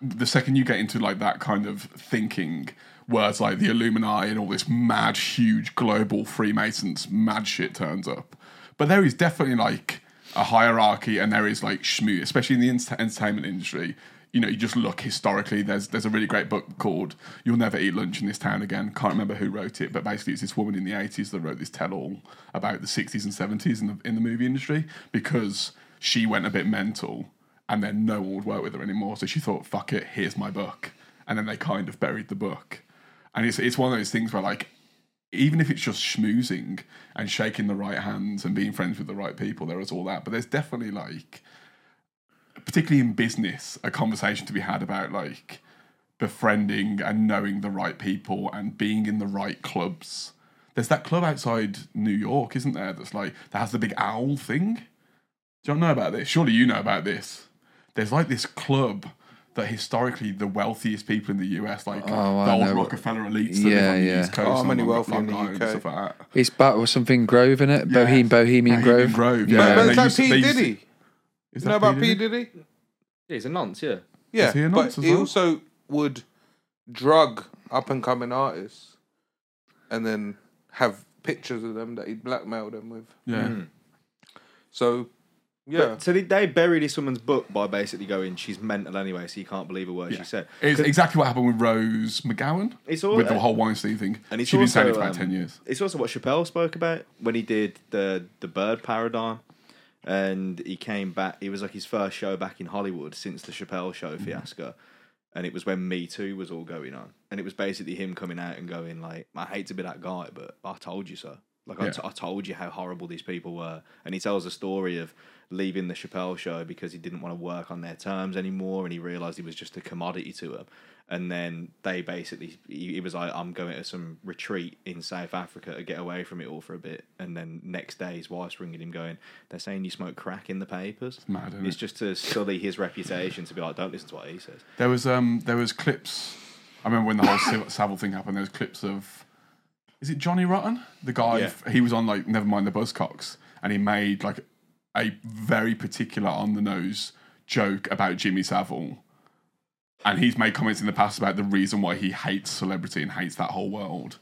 [SPEAKER 3] the second you get into like that kind of thinking, words like the Illuminati and all this mad, huge global Freemasons mad shit turns up. But there is definitely like a hierarchy, and there is like schmoo, especially in the ent- entertainment industry. You know, you just look historically. There's there's a really great book called "You'll Never Eat Lunch in This Town Again." Can't remember who wrote it, but basically it's this woman in the 80s that wrote this tell-all about the 60s and 70s in the in the movie industry because she went a bit mental and then no one would work with her anymore. So she thought, "Fuck it, here's my book," and then they kind of buried the book. And it's it's one of those things where like, even if it's just schmoozing and shaking the right hands and being friends with the right people, there is all that. But there's definitely like, particularly in business, a conversation to be had about like befriending and knowing the right people and being in the right clubs. There's that club outside New York, isn't there? That's like that has the big owl thing. Do you not know about this? Surely you know about this. There's like this club that historically the wealthiest people in the US, like
[SPEAKER 2] Oh,
[SPEAKER 3] the
[SPEAKER 2] I
[SPEAKER 3] old
[SPEAKER 2] know.
[SPEAKER 3] Rockefeller elites, that
[SPEAKER 2] Yeah,
[SPEAKER 3] live on
[SPEAKER 2] yeah.
[SPEAKER 3] the East Coast,
[SPEAKER 5] Oh,
[SPEAKER 3] and
[SPEAKER 5] many
[SPEAKER 3] on
[SPEAKER 5] wealthy in the
[SPEAKER 3] Long Island and
[SPEAKER 5] UK.
[SPEAKER 3] stuff like that.
[SPEAKER 2] *laughs* It's back with something Grove in it. Bohem, Bohemian Grove.
[SPEAKER 3] Bohemian Grove,
[SPEAKER 5] But,
[SPEAKER 3] yeah.
[SPEAKER 5] but
[SPEAKER 3] they
[SPEAKER 5] it's like
[SPEAKER 3] used to-
[SPEAKER 5] P
[SPEAKER 3] they used to-
[SPEAKER 5] Diddy.
[SPEAKER 3] Is
[SPEAKER 5] You know
[SPEAKER 3] that
[SPEAKER 5] about P
[SPEAKER 3] P. Diddy?
[SPEAKER 5] Diddy?
[SPEAKER 4] He's a nonce, yeah.
[SPEAKER 5] Yeah,
[SPEAKER 3] Is he a
[SPEAKER 5] but
[SPEAKER 3] nonce as
[SPEAKER 5] he
[SPEAKER 3] well?
[SPEAKER 5] also would drug up and coming artists, and then have pictures of them that he'd blackmail them with.
[SPEAKER 3] Yeah.
[SPEAKER 5] So, yeah,
[SPEAKER 4] So they, they buried this woman's book by basically going, "She's mental anyway, so you can't believe a word she said."
[SPEAKER 3] It's exactly what happened with Rose McGowan
[SPEAKER 4] It's all-
[SPEAKER 3] with the whole Weinstein thing.
[SPEAKER 4] And it's
[SPEAKER 3] She's been saying it
[SPEAKER 4] also,
[SPEAKER 3] for about
[SPEAKER 4] um,
[SPEAKER 3] 10 years.
[SPEAKER 4] It's also what Chappelle spoke about when he did the the bird paradigm, and he came back. It was like his first show back in Hollywood since the Chappelle show
[SPEAKER 3] Mm-hmm.
[SPEAKER 4] fiasco, and it was when Me Too was all going on, and it was basically him coming out and going like, "I hate to be that guy, but I told you so." Like I,
[SPEAKER 3] Yeah.
[SPEAKER 4] t- I told you how horrible these people were, and he tells a story of leaving the Chappelle show because he didn't want to work on their terms anymore, and he realized he was just a commodity to him. And then they basically, he, he was like, "I'm going to some retreat in South Africa to get away from it all for a bit." And then next day, his wife's ringing him, going, "They're saying you smoke crack in the papers." It's
[SPEAKER 3] mad, isn't
[SPEAKER 4] It's
[SPEAKER 3] it?
[SPEAKER 4] just to sully his reputation to be like, "Don't listen to what he says."
[SPEAKER 3] There was um there was clips. I remember when the whole Sav- *coughs* Savile thing happened. There was clips of, is it Johnny Rotten? The guy
[SPEAKER 4] Yeah.
[SPEAKER 3] f- he was on like Never Mind the Buzzcocks, and he made like a very particular on the nose joke about Jimmy Savile. And he's made comments in the past about the reason why he hates celebrity and hates that whole world.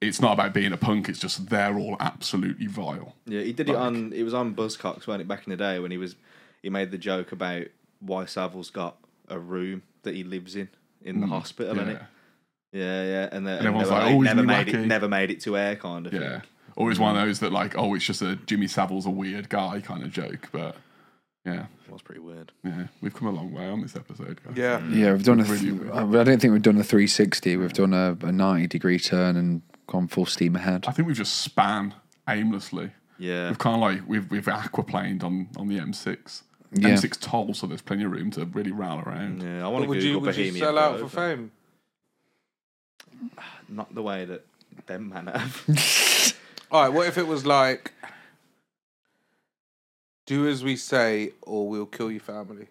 [SPEAKER 3] It's not about being a punk. It's just they're all absolutely vile.
[SPEAKER 4] Yeah, he did it on. It was on Buzzcocks, weren't it? Back in the day when he was, he made the joke about why Savile's got a room that he lives in in the hospital, and it. Yeah, yeah, and, the, and,
[SPEAKER 3] Mm. everyone's
[SPEAKER 4] they were
[SPEAKER 3] like, "Oh, isn't
[SPEAKER 4] never
[SPEAKER 3] he
[SPEAKER 4] made it,
[SPEAKER 3] wacky?"
[SPEAKER 4] never made it to air, kind of
[SPEAKER 3] Yeah.
[SPEAKER 4] thing.
[SPEAKER 3] Or it's one of those that like, oh, it's just a Jimmy Savile's a weird guy kind of joke. But yeah,
[SPEAKER 4] It was pretty weird.
[SPEAKER 3] yeah, we've come a long way on this episode, guys.
[SPEAKER 5] yeah.
[SPEAKER 2] Yeah, we've done a. Th-
[SPEAKER 3] Really weird.
[SPEAKER 2] I I don't think we've done a 360. We've done a, a 90 degree turn and gone full steam ahead.
[SPEAKER 3] I think we've just span aimlessly.
[SPEAKER 4] Yeah,
[SPEAKER 3] We've kind of like we've we've aquaplaned on on the M6.
[SPEAKER 2] Yeah.
[SPEAKER 3] M6 toll, so there's plenty of room to really rattle around.
[SPEAKER 4] yeah. I want
[SPEAKER 5] But
[SPEAKER 4] to
[SPEAKER 5] would
[SPEAKER 4] Google
[SPEAKER 5] you would you
[SPEAKER 4] Bohemian
[SPEAKER 5] sell out for
[SPEAKER 4] Grove.
[SPEAKER 5] fame?
[SPEAKER 4] not the way that them man have.
[SPEAKER 5] All right, what if it was like, do as we say or we'll kill your family?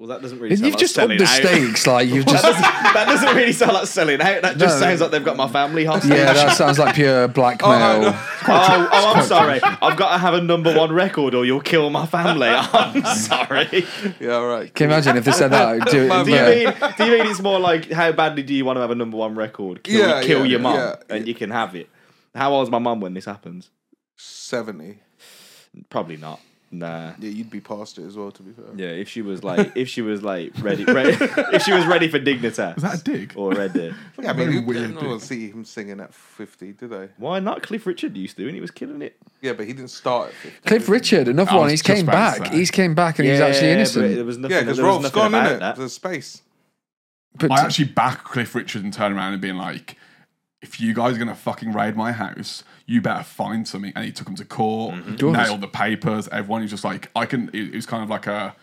[SPEAKER 4] well, that doesn't really.
[SPEAKER 2] You've
[SPEAKER 4] Sound like
[SPEAKER 2] just
[SPEAKER 4] selling
[SPEAKER 2] upped the stakes. Like you've just.
[SPEAKER 4] *laughs* that doesn't really sound like selling out. That just
[SPEAKER 2] No.
[SPEAKER 4] sounds like they've got my family
[SPEAKER 2] *laughs*
[SPEAKER 4] hostage.
[SPEAKER 2] Yeah, that sounds like pure *laughs* blackmail.
[SPEAKER 4] Oh, oh,
[SPEAKER 2] *laughs*
[SPEAKER 4] I'm sorry. I've got to have a number one record, or you'll kill my family. *laughs* I'm sorry.
[SPEAKER 5] Yeah, all right.
[SPEAKER 2] Can you imagine if they said
[SPEAKER 4] *laughs*
[SPEAKER 2] that? Do, it
[SPEAKER 4] Do
[SPEAKER 2] yeah.
[SPEAKER 4] you mean? Do you mean it's more like how badly do you want to have a number one record? Kill,
[SPEAKER 5] Yeah,
[SPEAKER 4] kill
[SPEAKER 5] yeah,
[SPEAKER 4] your mum,
[SPEAKER 5] yeah.
[SPEAKER 4] and you can have it. How old's my mum when this happens?
[SPEAKER 5] 70.
[SPEAKER 4] Probably not. Nah.
[SPEAKER 5] Yeah, you'd be past it as well, to be fair.
[SPEAKER 4] Yeah, if she was like, if she was like ready, ready *laughs* if she was ready for dignitas.
[SPEAKER 3] that a dig?
[SPEAKER 4] Already.
[SPEAKER 5] Yeah, but
[SPEAKER 3] Very
[SPEAKER 5] you
[SPEAKER 3] weird
[SPEAKER 5] didn't want
[SPEAKER 3] bit.
[SPEAKER 5] to see him singing at 50, did they?
[SPEAKER 4] Why not? Cliff Richard used to, and he was killing it.
[SPEAKER 5] Yeah, but he didn't start at 50.
[SPEAKER 2] Cliff Richard, another one.
[SPEAKER 3] was
[SPEAKER 2] He's
[SPEAKER 3] just
[SPEAKER 2] came
[SPEAKER 3] about to
[SPEAKER 2] back.
[SPEAKER 3] say.
[SPEAKER 2] He's came back and he's actually
[SPEAKER 4] but
[SPEAKER 2] innocent.
[SPEAKER 4] There was nothing.
[SPEAKER 5] Yeah, because
[SPEAKER 4] there was
[SPEAKER 5] Rolf's
[SPEAKER 4] nothing
[SPEAKER 5] gone,
[SPEAKER 4] about
[SPEAKER 5] in it?
[SPEAKER 4] that.
[SPEAKER 5] There's space.
[SPEAKER 2] But,
[SPEAKER 3] I actually back Cliff Richard and turn around and being like, if you guys are gonna fucking raid my house, you better find something. And he took him to court,
[SPEAKER 4] Mm-hmm.
[SPEAKER 2] course.
[SPEAKER 3] nailed the papers. Everyone was just like, I can. It, it was kind of like a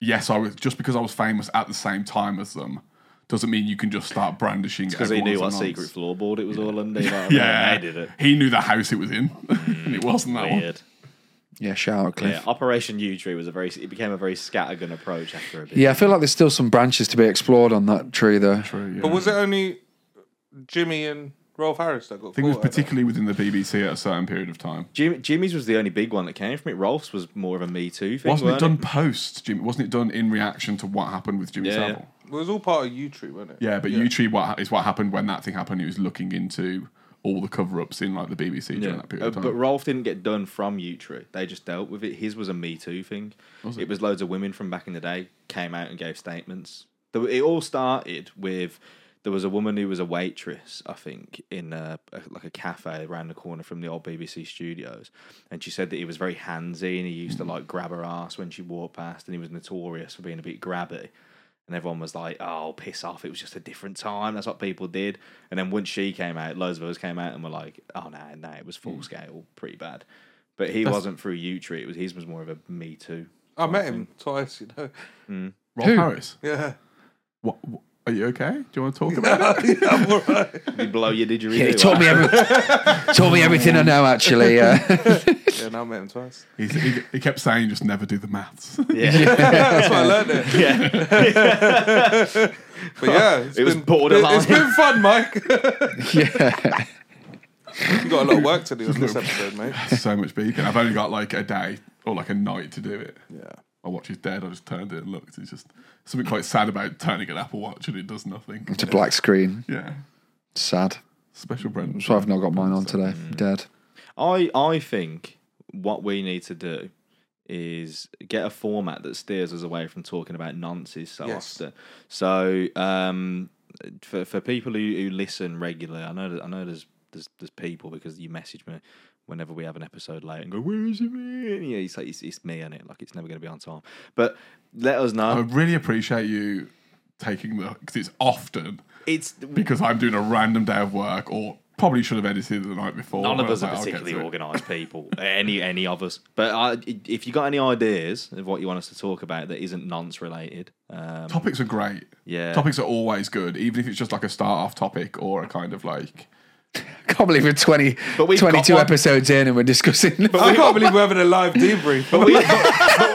[SPEAKER 3] yes. I was just because I was famous at the same time as them doesn't mean you can just start brandishing.
[SPEAKER 4] Because he knew what
[SPEAKER 3] everyone's
[SPEAKER 4] secret
[SPEAKER 3] annoyance.
[SPEAKER 4] floorboard it was all
[SPEAKER 3] *laughs*
[SPEAKER 4] under. you know what I mean?
[SPEAKER 3] Yeah,
[SPEAKER 4] they did it.
[SPEAKER 3] He knew the house it was in, *laughs* and it wasn't that one.
[SPEAKER 4] Weird.
[SPEAKER 2] yeah, shout out Cliff.
[SPEAKER 4] Yeah, Operation U Tree was a very. It became a very scattergun approach after a bit.
[SPEAKER 2] Yeah, I feel like there's still some branches to be explored on that tree there.
[SPEAKER 5] But was it only Jimmy and Rolf Harris that got
[SPEAKER 3] I think it was
[SPEAKER 5] caught at that?
[SPEAKER 3] particularly within the BBC at a certain period of time.
[SPEAKER 4] Jim, Jimmy's was the only big one that came from it. Rolf's was more of a Me Too thing.
[SPEAKER 3] Wasn't it
[SPEAKER 4] weren't
[SPEAKER 3] done post Jimmy? Wasn't it done in reaction to what happened with Jimmy
[SPEAKER 4] Yeah,
[SPEAKER 3] Savile?
[SPEAKER 5] It was all part of YouTube, wasn't it?
[SPEAKER 3] Yeah, but you tree what ha- is what happened when that thing happened. He was looking into all the cover-ups in like the BBC during that period
[SPEAKER 4] Uh,
[SPEAKER 3] of time.
[SPEAKER 4] But Rolf didn't get done from Utrecht. They just dealt with it. His was a Me Too thing. it? was loads of women from back in the day came out and gave statements. The- It all started with there was a woman who was a waitress, I think, in a, a- like a cafe around the corner from the old BBC studios, and she said that he was very handsy and he used to
[SPEAKER 3] Mm-hmm.
[SPEAKER 4] like grab her ass when she walked past, and he was notorious for being a bit grabby. And everyone was like, "Oh, piss off! It was just a different time. That's what people did." And then once she came out, loads of us came out and were like, "Oh no, no, it was
[SPEAKER 2] Mm.
[SPEAKER 4] full scale, pretty bad." But he wasn't through U Tree. It was his was more of a Me Too.
[SPEAKER 5] I met him twice, you know. *laughs*
[SPEAKER 3] Rolf Harris,
[SPEAKER 5] Yeah.
[SPEAKER 3] what, what- are you okay? Do you want to talk
[SPEAKER 4] *laughs*
[SPEAKER 3] about it?
[SPEAKER 5] I'm all right.
[SPEAKER 4] You blow your
[SPEAKER 2] *laughs*
[SPEAKER 4] didgeridoo.
[SPEAKER 2] Yeah, he told me every,
[SPEAKER 3] *laughs*
[SPEAKER 2] told me everything I know. Actually, yeah. *laughs*
[SPEAKER 5] Yeah, and I met him twice.
[SPEAKER 3] He's, he, he kept saying, "Just never do the maths."
[SPEAKER 4] Yeah,
[SPEAKER 5] That's what I learned it.
[SPEAKER 4] yeah. *laughs*
[SPEAKER 5] But yeah, it's
[SPEAKER 4] It was
[SPEAKER 5] been,
[SPEAKER 4] borderline.
[SPEAKER 5] It's been
[SPEAKER 4] *laughs*
[SPEAKER 5] fun, Mike. you got a lot of work to
[SPEAKER 2] *laughs*
[SPEAKER 5] do on this episode, mate.
[SPEAKER 3] so much beacon. I've only got like a day or like a night to do it.
[SPEAKER 5] Yeah.
[SPEAKER 3] My watch is dead. I just turned it and looked. It's just something quite sad about turning an Apple Watch and it does nothing.
[SPEAKER 2] It's a black screen.
[SPEAKER 3] Yeah,
[SPEAKER 2] Sad.
[SPEAKER 3] special Brendan.
[SPEAKER 2] So I've not got mine on today.
[SPEAKER 3] Mm.
[SPEAKER 2] Dead. *laughs*
[SPEAKER 4] I I think what we need to do is get a format that steers us away from talking about nonsense so
[SPEAKER 5] Yes.
[SPEAKER 4] often. So um, for for people who, who listen regularly, I know that, I know there's there's there's people because you message me whenever we have an episode late and go where is it? man?" Yeah, it's like it's, it's me and it like it's never going to be on time. But let us
[SPEAKER 3] I
[SPEAKER 4] know.
[SPEAKER 3] really appreciate you taking the because it's often
[SPEAKER 4] it's
[SPEAKER 3] because I'm doing a random day of work or probably should have edited the night before.
[SPEAKER 4] None
[SPEAKER 3] but
[SPEAKER 4] of
[SPEAKER 3] I was
[SPEAKER 4] us are
[SPEAKER 3] like, I'll get
[SPEAKER 4] particularly
[SPEAKER 3] to it.
[SPEAKER 4] organised people. *laughs* any any of us. But I, if you got any ideas of what you want us to talk about that isn't nonce related, um,
[SPEAKER 3] Topics are great.
[SPEAKER 4] Yeah.
[SPEAKER 3] Topics are always good, even if it's just like a start off topic or a kind of like.
[SPEAKER 2] Can't believe we're 20,
[SPEAKER 4] But we've got
[SPEAKER 2] 22
[SPEAKER 4] one.
[SPEAKER 2] episodes in and we're discussing.
[SPEAKER 5] I can't believe we're having a live debrief.
[SPEAKER 4] but, we,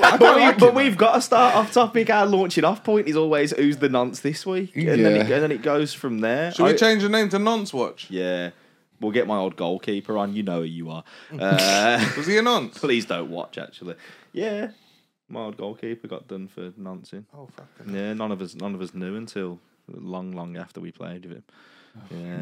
[SPEAKER 4] have got to start off topic. Our launching off point is always who's the nonce this week, and, then, it,
[SPEAKER 2] Yeah.
[SPEAKER 4] and then it goes from there.
[SPEAKER 5] Should we
[SPEAKER 4] I-
[SPEAKER 5] change the name to Nonce Watch?
[SPEAKER 4] yeah, we'll get my old goalkeeper on. You know who you are. Uh,
[SPEAKER 5] Was he a nonce?
[SPEAKER 4] please don't watch. Actually, yeah, my old goalkeeper got done for noncing.
[SPEAKER 5] Oh, fucking.
[SPEAKER 4] Yeah, none of us none of us knew until long, long after we played with him. Yeah,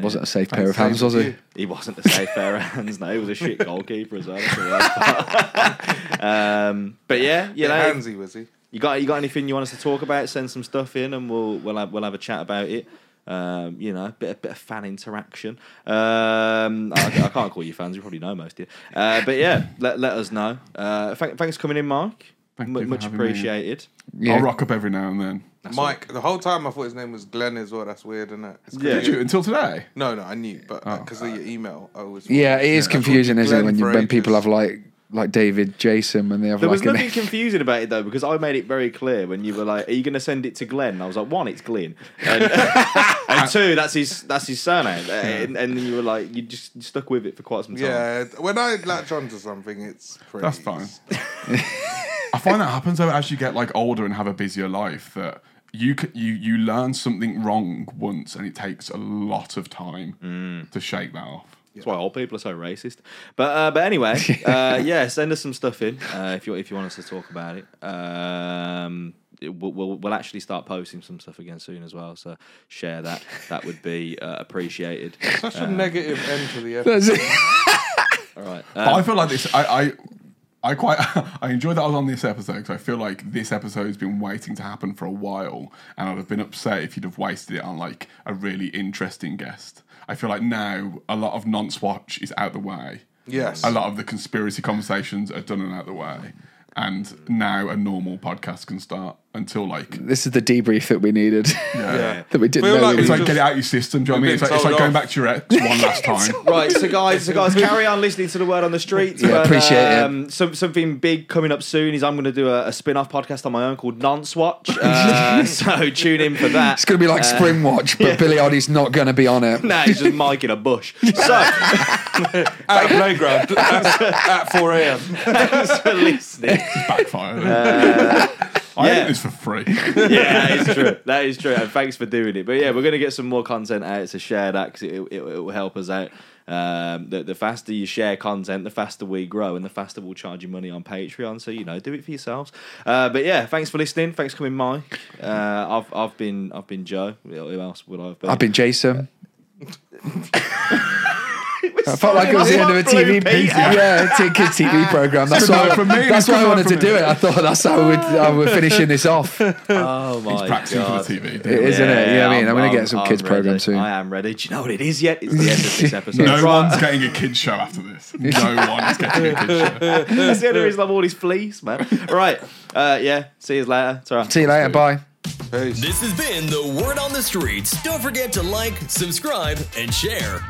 [SPEAKER 2] *laughs* Wasn't a safe pair of hands, was it?
[SPEAKER 4] he wasn't a safe pair of hands. No, he was a shit goalkeeper as well. that's the worst part. *laughs* um, but yeah, you
[SPEAKER 5] Yeah,
[SPEAKER 4] know,
[SPEAKER 5] handsy was he?
[SPEAKER 4] you got you got anything you want us to talk about? Send some stuff in, and we'll we'll have, we'll have a chat about it. Um, you know, bit bit of fan interaction. Um, I, I can't call you fans; you probably know most of you. Uh, but yeah, let let us know. Uh, thank, thanks for coming in, Mark.
[SPEAKER 3] Thank
[SPEAKER 4] M-
[SPEAKER 3] you for
[SPEAKER 4] much
[SPEAKER 3] having me in.
[SPEAKER 4] appreciated.
[SPEAKER 2] Yeah.
[SPEAKER 3] I'll rock up every now and then.
[SPEAKER 5] Mike. The whole time I thought his name was Glenn as well. That's weird, isn't it? It's 'cause
[SPEAKER 4] Yeah.
[SPEAKER 5] of
[SPEAKER 3] Did you
[SPEAKER 5] you-
[SPEAKER 3] until today?
[SPEAKER 5] No, no, I knew, but because of your email, I was.
[SPEAKER 2] Oh. Yeah, it is confusing, isn't it,
[SPEAKER 5] Glenn
[SPEAKER 2] when you,
[SPEAKER 5] for
[SPEAKER 2] when people
[SPEAKER 5] ages.
[SPEAKER 2] have like like David Jason when they have
[SPEAKER 4] There
[SPEAKER 2] like
[SPEAKER 4] was
[SPEAKER 2] an-
[SPEAKER 3] *laughs*
[SPEAKER 4] nothing confusing about it though, because I made it very clear when you were like, "Are you going to send it to Glenn?" And I was like, "One, it's Glenn, and, and two, that's his that's his surname." And, and then you were like, "You just you stuck with it for quite some time."
[SPEAKER 5] Yeah, when I latch onto something, it's pretty.
[SPEAKER 3] That's fine. I find that happens though as you get like older and have a busier life that you c- you you learn something wrong once and it takes a lot of time to shake that off.
[SPEAKER 4] That's why old people are so racist. But uh,
[SPEAKER 2] *laughs*
[SPEAKER 4] but anyway, uh, yeah, send us some stuff in uh, if you if you want us to talk about it. Um, it- we'll, we'll we'll actually start posting some stuff again soon as well. So share that. That would be uh, appreciated.
[SPEAKER 5] Such a negative end
[SPEAKER 2] *laughs*
[SPEAKER 5] to the episode.
[SPEAKER 2] That's it.
[SPEAKER 4] All right.
[SPEAKER 3] But
[SPEAKER 4] Um,
[SPEAKER 3] I feel like this. I I, I quite *laughs* I enjoyed that I was on this episode because I feel like this episode's been waiting to happen for a while, and I'd have been upset if you'd have wasted it on like a really interesting guest. I feel like now a lot of non-swatch is out the way.
[SPEAKER 5] Yes.
[SPEAKER 3] a lot of the conspiracy conversations are done and out the way, and now a normal podcast can start until like.
[SPEAKER 2] this is the debrief that we needed.
[SPEAKER 5] Yeah.
[SPEAKER 2] *laughs* that we didn't
[SPEAKER 5] Feel
[SPEAKER 2] know.
[SPEAKER 5] like
[SPEAKER 2] we
[SPEAKER 3] It's like
[SPEAKER 5] just-
[SPEAKER 3] get it out your system. Do you know what I mean? It's
[SPEAKER 5] We've been
[SPEAKER 3] like, it's
[SPEAKER 5] told
[SPEAKER 3] like going back
[SPEAKER 5] off.
[SPEAKER 3] to your ex one last
[SPEAKER 5] *laughs*
[SPEAKER 3] time.
[SPEAKER 4] Right, so guys, so guys, carry on listening to the word on the streets.
[SPEAKER 2] Yeah,
[SPEAKER 4] but,
[SPEAKER 2] appreciate it.
[SPEAKER 4] um, Some, something big coming up soon is I'm going to do a, a spin-off podcast on my own called Nonswatch.
[SPEAKER 2] *laughs*
[SPEAKER 4] Uh, so tune in for that.
[SPEAKER 2] it's going to be like Spring Watch, but Billy Oddie's not going to be on it.
[SPEAKER 4] No, it's just Mike in
[SPEAKER 2] *laughs*
[SPEAKER 4] a bush. So, *laughs*
[SPEAKER 5] At playground at 4 a.m.
[SPEAKER 4] thanks for listening.
[SPEAKER 3] Backfire.
[SPEAKER 5] *laughs*
[SPEAKER 3] I
[SPEAKER 4] yeah.
[SPEAKER 3] think it's for free.
[SPEAKER 4] Yeah, that is true. That is true. And thanks for doing it. But yeah, we're going to get some more content out. So share that because it, it, it will help us out. Um, the, the faster you share content, the faster we grow, and the faster we'll charge you money on Patreon. So you know, do it for yourselves. Uh, but yeah, thanks for listening. Thanks for coming, Mike. Uh, I've I've been I've been Joe. Who else would I have been?
[SPEAKER 2] I've been Jason. I felt like it was the end of a
[SPEAKER 4] Blue
[SPEAKER 2] TV
[SPEAKER 4] Peter.
[SPEAKER 2] yeah, it's a kids TV program. That's
[SPEAKER 3] Good
[SPEAKER 2] why.
[SPEAKER 3] night from me,
[SPEAKER 2] that's
[SPEAKER 3] it's
[SPEAKER 2] why I
[SPEAKER 3] good night
[SPEAKER 2] wanted to
[SPEAKER 3] from
[SPEAKER 2] do
[SPEAKER 3] me.
[SPEAKER 2] it. I thought that's how we'd, how we're finishing this off. It
[SPEAKER 4] Oh my
[SPEAKER 3] Practicing
[SPEAKER 4] god.
[SPEAKER 3] for the TV.
[SPEAKER 2] is, isn't it? Yeah, I mean, I'm,
[SPEAKER 4] I'm-
[SPEAKER 2] going to get some
[SPEAKER 4] I'm
[SPEAKER 2] kids
[SPEAKER 4] ready.
[SPEAKER 2] program soon.
[SPEAKER 4] I am ready. Do you know what it is yet? It's the end of
[SPEAKER 2] *laughs*
[SPEAKER 4] this episode.
[SPEAKER 3] No
[SPEAKER 4] Right.
[SPEAKER 3] one's getting a kids show after this. No one's getting a kids show.
[SPEAKER 4] That's the only reason I've all these fleas, man. Right. Uh, yeah. See you later. Ta-ra.
[SPEAKER 2] See you later. Bye.
[SPEAKER 5] Peace.
[SPEAKER 1] This has been the word on the streets. Don't forget to like, subscribe, and share.